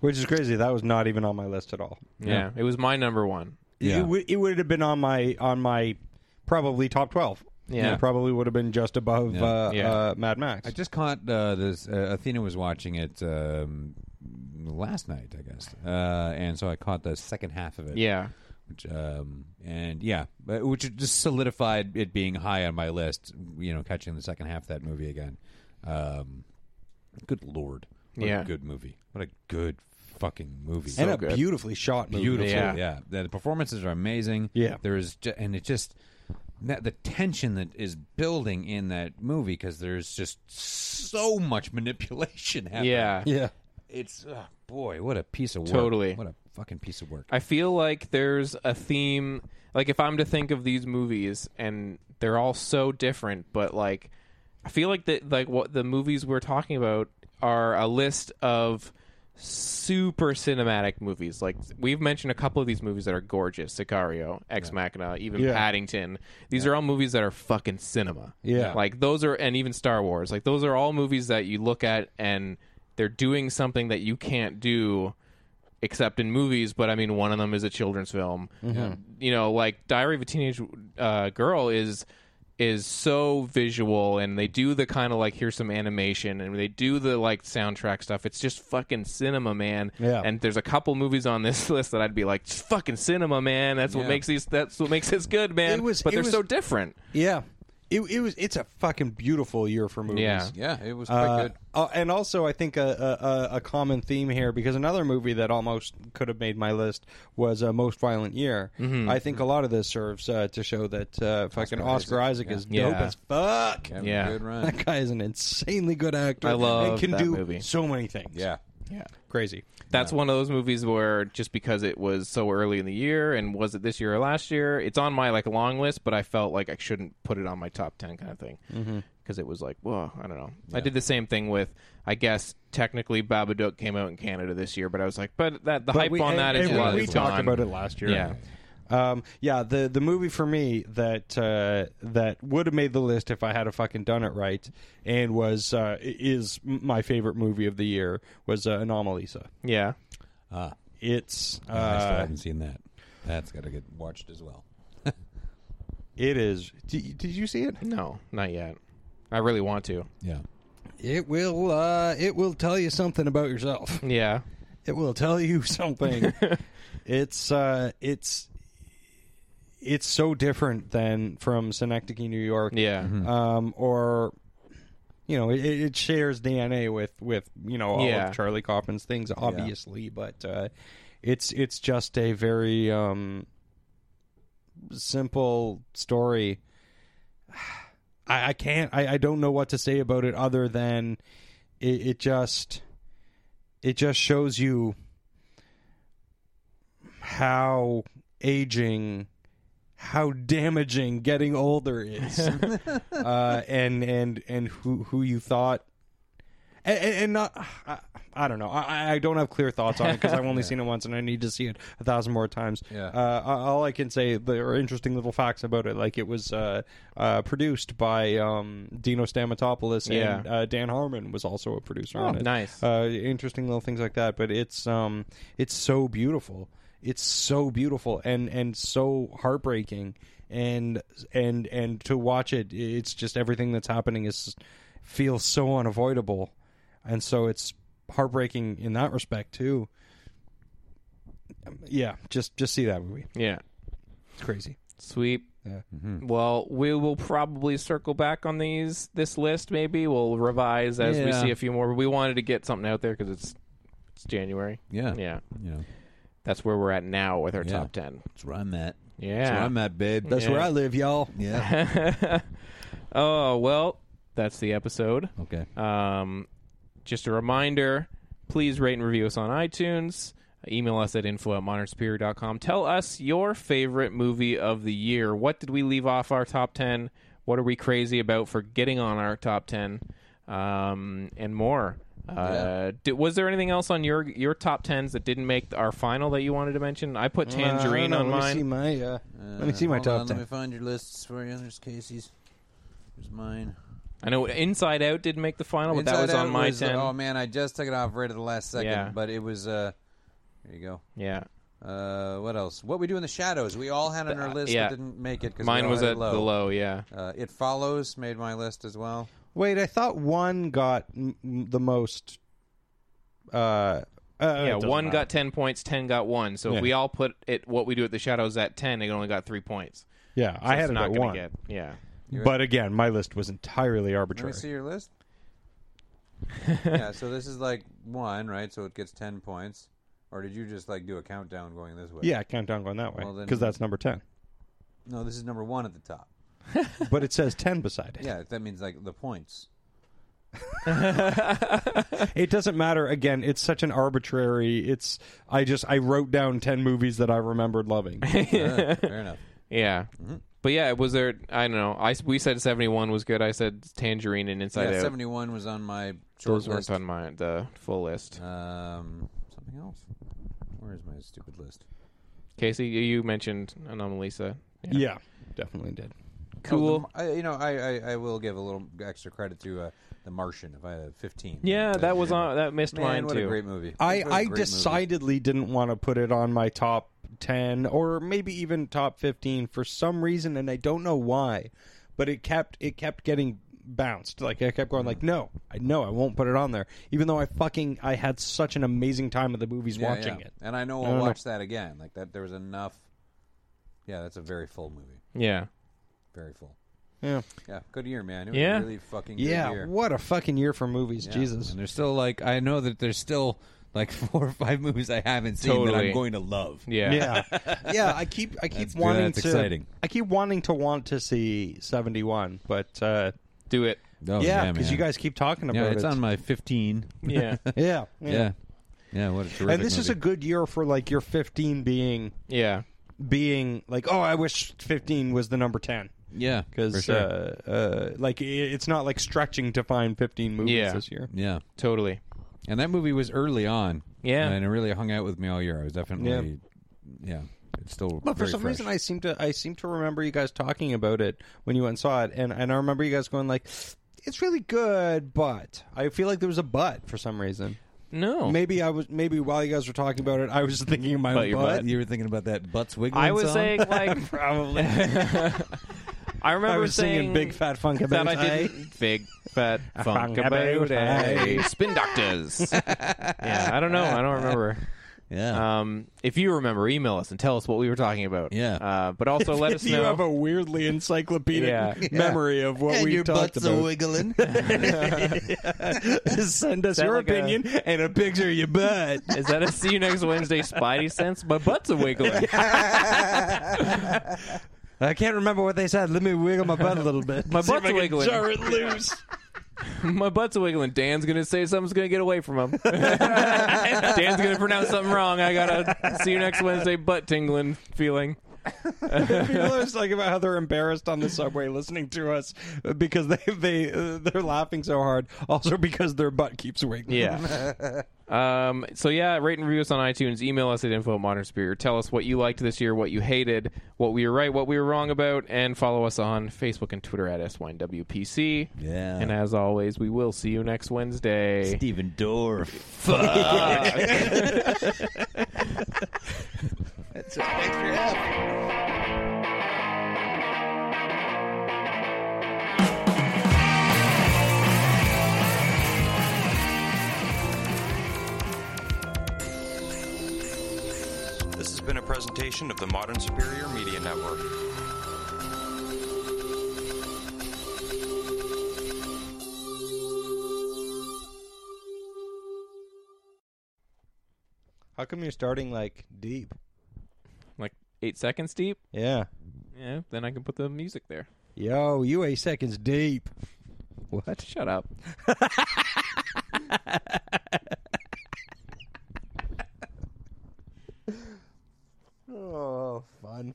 S2: Which is crazy. That was not even on my list at all.
S1: yeah. It was my number one.
S3: Yeah.
S2: It, w- it would have been on my on my probably top twelve.
S1: Yeah.
S2: It probably would have been just above Uh,
S1: Yeah.
S2: Uh, Mad Max.
S3: I just caught uh, this. Uh, Athena was watching it um, last night, I guess. Uh, and so I caught the second half of it.
S1: Yeah.
S3: Which, um, and yeah, but- which just solidified it being high on my list, you know, catching the second half of that movie again. Um, good lord. What
S1: Yeah.
S3: A good movie. What a good fucking movie.
S2: and
S1: so
S2: a
S1: good.
S2: beautifully shot movie.
S3: beautiful.
S1: Yeah.
S3: Yeah. The, the performances are amazing.
S2: Yeah.
S3: There is, ju- and it just that the tension that is building in that movie because there's just so much manipulation happening.
S1: Yeah.
S2: Yeah.
S3: It's oh, boy, what a piece of work.
S1: Totally.
S3: What a fucking piece of work.
S1: I feel like there's a theme. Like if I'm to think of these movies, and they're all so different, but like I feel like that like what the movies we're talking about are a list of super cinematic movies. Like we've mentioned a couple of these movies that are gorgeous: Sicario, Ex Machina, even
S2: Yeah.
S1: Paddington. These are all movies that are fucking cinema.
S2: Yeah.
S1: like those are, and even Star Wars. Like those are all movies that you look at and they're doing something that you can't do except in movies, but I mean, one of them is a children's film.
S2: Mm-hmm.
S1: You know, like Diary of a Teenage uh, Girl is is so visual, and they do the kind of like here's some animation, and they do the like soundtrack stuff. It's just fucking cinema, man.
S2: Yeah.
S1: And there's a couple movies on this list that I'd be like, "It's fucking cinema, man. That's what
S3: Yeah.
S1: makes these. That's what makes this good, man.
S2: It was-
S1: but
S2: it
S1: they're
S2: was-
S1: so different.
S2: Yeah. it, it was it's a fucking beautiful year for movies.
S1: Yeah.
S5: Yeah, it was quite
S2: Uh,
S5: good.
S2: uh, and also, I think a, a, a- a common theme here, because another movie that almost could have made my list was uh, Most Violent Year. I think a lot of this serves uh, to show that uh, fucking Oscar, Isaac, is dope
S1: Yeah.
S2: as fuck.
S5: Yeah, it was a
S1: yeah.
S5: good run.
S2: That guy is an insanely good actor.
S1: I love
S2: and can
S1: that
S2: do
S1: movie.
S2: so many things.
S5: Yeah,
S2: crazy.
S1: That's one of those movies where just because it was so early in the year and was it this year or last year, it's on my like long list, but I felt like I shouldn't put it on my top ten kind of thing because
S2: Mm-hmm.
S1: it was like, whoa, I don't know. I did the same thing with, I guess technically Babadook came out in Canada this year, but I was like, but that the
S2: But
S1: hype
S2: we-
S1: on
S2: and-
S1: that is
S2: and we-
S1: was
S2: we talked
S1: gone.
S2: about it last year.
S1: Yeah.
S2: Um, yeah, the the movie for me that uh, that would have made the list if I had have fucking done it right, and was uh, is my favorite movie of the year was uh, Anomalisa.
S1: Yeah,
S2: It's uh,
S3: I still haven't seen that. That's got to get watched as well.
S2: it is. Did, did you see it?
S1: no, not yet. I really want to.
S3: Yeah.
S2: It will. Uh, it will tell you something about yourself.
S1: Yeah,
S2: It will tell you something. it's uh, it's it's so different than from Synecdoche, New York.
S1: yeah,
S2: um, or you know, it, it shares DNA with with you know all
S1: Yeah.
S2: of Charlie Kaufman's things, obviously, but uh, it's it's just a very um, simple story. I, I can't. I, I don't know what to say about it other than it, it just it just shows you how aging how damaging getting older is uh, and and and who who you thought and, and and not I, I don't know I, I don't have clear thoughts on it because I've only seen it once and I need to see it a thousand more times
S5: Yeah.
S2: uh, all I can say there are interesting little facts about it like it was uh, uh, produced by um, Dino Stamatopoulos
S1: Yeah.
S2: and uh, Dan Harmon was also a producer
S1: Oh,
S2: on it
S1: nice.
S2: uh, interesting little things like that. But it's um, it's so beautiful. It's so beautiful and and so heartbreaking. And and and to watch it, it's just everything that's happening is feels so unavoidable, and so it's heartbreaking in that respect too. Um, Yeah, just just see that movie.
S1: yeah.
S2: It's crazy.
S1: Sweet. Well, we will probably circle back on these this list. Maybe we'll revise as we
S3: Yeah.
S1: see a few more. We wanted to get something out there because it's it's January.
S3: Yeah.
S1: yeah.
S3: You know,
S1: That's where we're at now with our
S3: Yeah.
S1: top ten.
S3: that's where I'm at. That's where
S1: Yeah.
S3: I'm at, babe.
S2: That's where I live, y'all.
S3: Yeah.
S1: oh well, that's the episode.
S3: okay.
S1: Um, just a reminder please rate and review us on iTunes. Email us at info at modernsuperior.com. Tell us your favorite movie of the year. What did we leave off our top 10? What are we crazy about for getting on our top 10? Um, and more. Uh, di- was there anything else on your your top 10s that didn't make our final that you wanted to mention? I put Tangerine
S2: Uh, I
S1: on
S2: don't know.
S1: mine.
S2: Let me see my uh, let me see my
S5: Hold
S2: top
S5: on,
S2: ten.
S5: Let me find your lists for you. There's Casey's. There's mine.
S1: I know Inside Out didn't make the final, but Oh,
S5: Inside
S1: that was on
S5: Out
S1: my
S5: was, uh,
S1: 10.
S5: Oh man, I just took it off right at the last second.
S1: Yeah.
S5: But it was. Uh, there you go.
S1: yeah.
S5: Uh, what else? What we do in the shadows? We all had on our list,
S1: Uh, yeah.
S5: but didn't make it because
S1: Mine was at
S5: it low.
S1: the low, yeah.
S5: Uh, it follows made my list as well.
S2: Wait, I thought one got m- m- the most. Uh, uh, it
S1: Yeah,
S2: doesn't
S1: one
S2: matter.
S1: got ten points, ten got one. So
S2: Yeah.
S1: if we all put it, what we do at the shadows at ten, it only got three points.
S2: Yeah,
S1: So
S2: I had
S1: it's
S2: it
S1: not
S2: at
S1: gonna
S2: one.
S1: Get, yeah,
S2: But again, my list was entirely
S5: Let
S2: arbitrary.
S5: me see your list. yeah, so this is like one, right? So it gets ten points. Or did you just like do a countdown going this way?
S2: Yeah, countdown going that way
S5: Well, then-
S2: because that's number ten.
S5: No, this is number one at the top.
S2: but it says ten beside it.
S5: Yeah, that means like the points.
S2: It doesn't matter. Again, it's such an arbitrary. It's I just I wrote down ten movies that I remembered loving.
S5: Uh, fair enough.
S1: yeah. But yeah, it was there. I don't know. I s- we said seventy one was good. I said Tangerine and Inside
S5: Yeah,
S1: Out.
S5: seventy-one was on my short
S1: Those weren't
S5: list.
S1: on my the full list.
S5: Um, something else. Where is my stupid list? Oh,
S1: Casey, you- you mentioned Anomalisa.
S2: yeah. definitely did.
S1: Cool.
S5: Oh, the, I, you know, I, I I will give a little extra credit to uh, The Martian. If I had fifteen.
S1: yeah, that was on. That missed
S5: Man,
S1: mine
S5: what
S1: too.
S5: a great movie!
S2: I
S5: What a
S2: I
S5: great movie.
S2: decidedly didn't want to put it on my top 10 or maybe even top 15 for some reason and I don't know why, but it kept it kept getting bounced. Like I kept going like no, I no, I won't put it on there even though I fucking I had such an amazing time at the movies
S5: Yeah,
S2: watching
S5: yeah.
S2: it.
S5: and I know
S2: don't
S5: I'll
S2: know.
S5: watch that again. Like that, there was enough. Yeah, that's a very full movie.
S1: Yeah.
S5: Very full.
S2: Yeah.
S5: Yeah, good year, man. It was
S1: Yeah.
S5: a really fucking good
S2: Yeah.
S5: year.
S2: What a fucking year for movies. Jesus.
S3: And there's still like I know that there's still like four or five movies I haven't seen that
S1: Totally.
S3: I'm going to love.
S1: Yeah.
S2: Yeah. yeah. I keep. I keep
S3: That's-
S2: wanting
S3: that's
S2: to.
S3: exciting.
S2: I keep wanting to want to see seventy one, but uh,
S1: Do it.
S3: Oh,
S2: yeah,
S3: man.
S2: because you guys keep talking about
S3: Yeah,
S2: it.
S3: it's on my 15.
S1: Yeah.
S2: yeah. Yeah.
S3: yeah. Yeah, what a terrific
S2: And this is a
S3: movie.
S2: good year for like your fifteen being
S1: yeah.
S2: being like, oh, I wish fifteen was the number ten.
S3: yeah, for
S2: because
S3: sure.
S2: uh, uh, like i- it's not like stretching to find 15 movies
S1: Yeah.
S2: this year.
S3: yeah.
S1: Totally.
S3: And that movie was early on.
S1: Yeah.
S3: And it really hung out with me all year. I was definitely yeah. it's still
S2: But for
S3: very
S2: some
S3: fresh.
S2: reason, I seem to I seem to remember you guys talking about it when you went and saw it, and and I remember you guys going like, "It's really good," but I feel like there was a but for some reason.
S1: No.
S2: Maybe I was maybe while you guys were talking about it, I was just thinking in my
S1: But
S2: own
S1: your
S2: butt.
S3: you were thinking about that butts wiggling
S1: I was
S3: song?
S1: saying like probably. I remember
S2: I was
S1: saying
S2: singing "Big Fat Funk" about
S1: that I didn't big fat funk about
S2: Aye.
S1: a spin doctors. yeah, I don't know. I don't remember.
S2: Uh,
S3: yeah.
S1: Um, if you remember, email us and tell us what we were talking about.
S3: Yeah.
S1: Uh, but also let us
S2: You have
S1: know.
S2: a weirdly encyclopedic
S1: Yeah.
S2: memory of what
S3: and
S2: we
S3: your
S2: talked
S3: butts
S2: about.
S3: are wiggling.
S2: Send us
S1: that
S2: your
S1: like a-
S2: opinion and a picture of your butt.
S1: Is that a see you next Wednesday Spidey sense? My butt's a wiggling.
S2: I can't remember what they said. Let me wiggle my butt a little bit.
S1: My butt's wiggling.
S2: Jar it loose.
S1: My butt's a wiggling. Dan's gonna say something's gonna get away from him. Dan's gonna pronounce something wrong. I gotta see you next Wednesday butt tingling feeling.
S2: People always talking about how they're embarrassed on the subway listening to us because they they uh, they're laughing so hard. Also because their butt keeps wiggling.
S1: Yeah. um, so yeah, rate and review us on iTunes. Email us at info at modern superior. Tell us what you liked this year, what you hated, what we were right, what we were wrong about, and follow us on Facebook and Twitter at SYNWPC.
S3: Yeah.
S1: And as always, we will see you next Wednesday.
S3: Steven Dorff.
S6: This has been a presentation of the Modern Superior Media Network.
S2: How come you're starting like deep?
S1: Like eight seconds deep.
S2: Yeah.
S1: Yeah. Then I can put the music there.
S2: Yo, you eight seconds deep.
S1: What? Shut up.
S2: Oh, fun.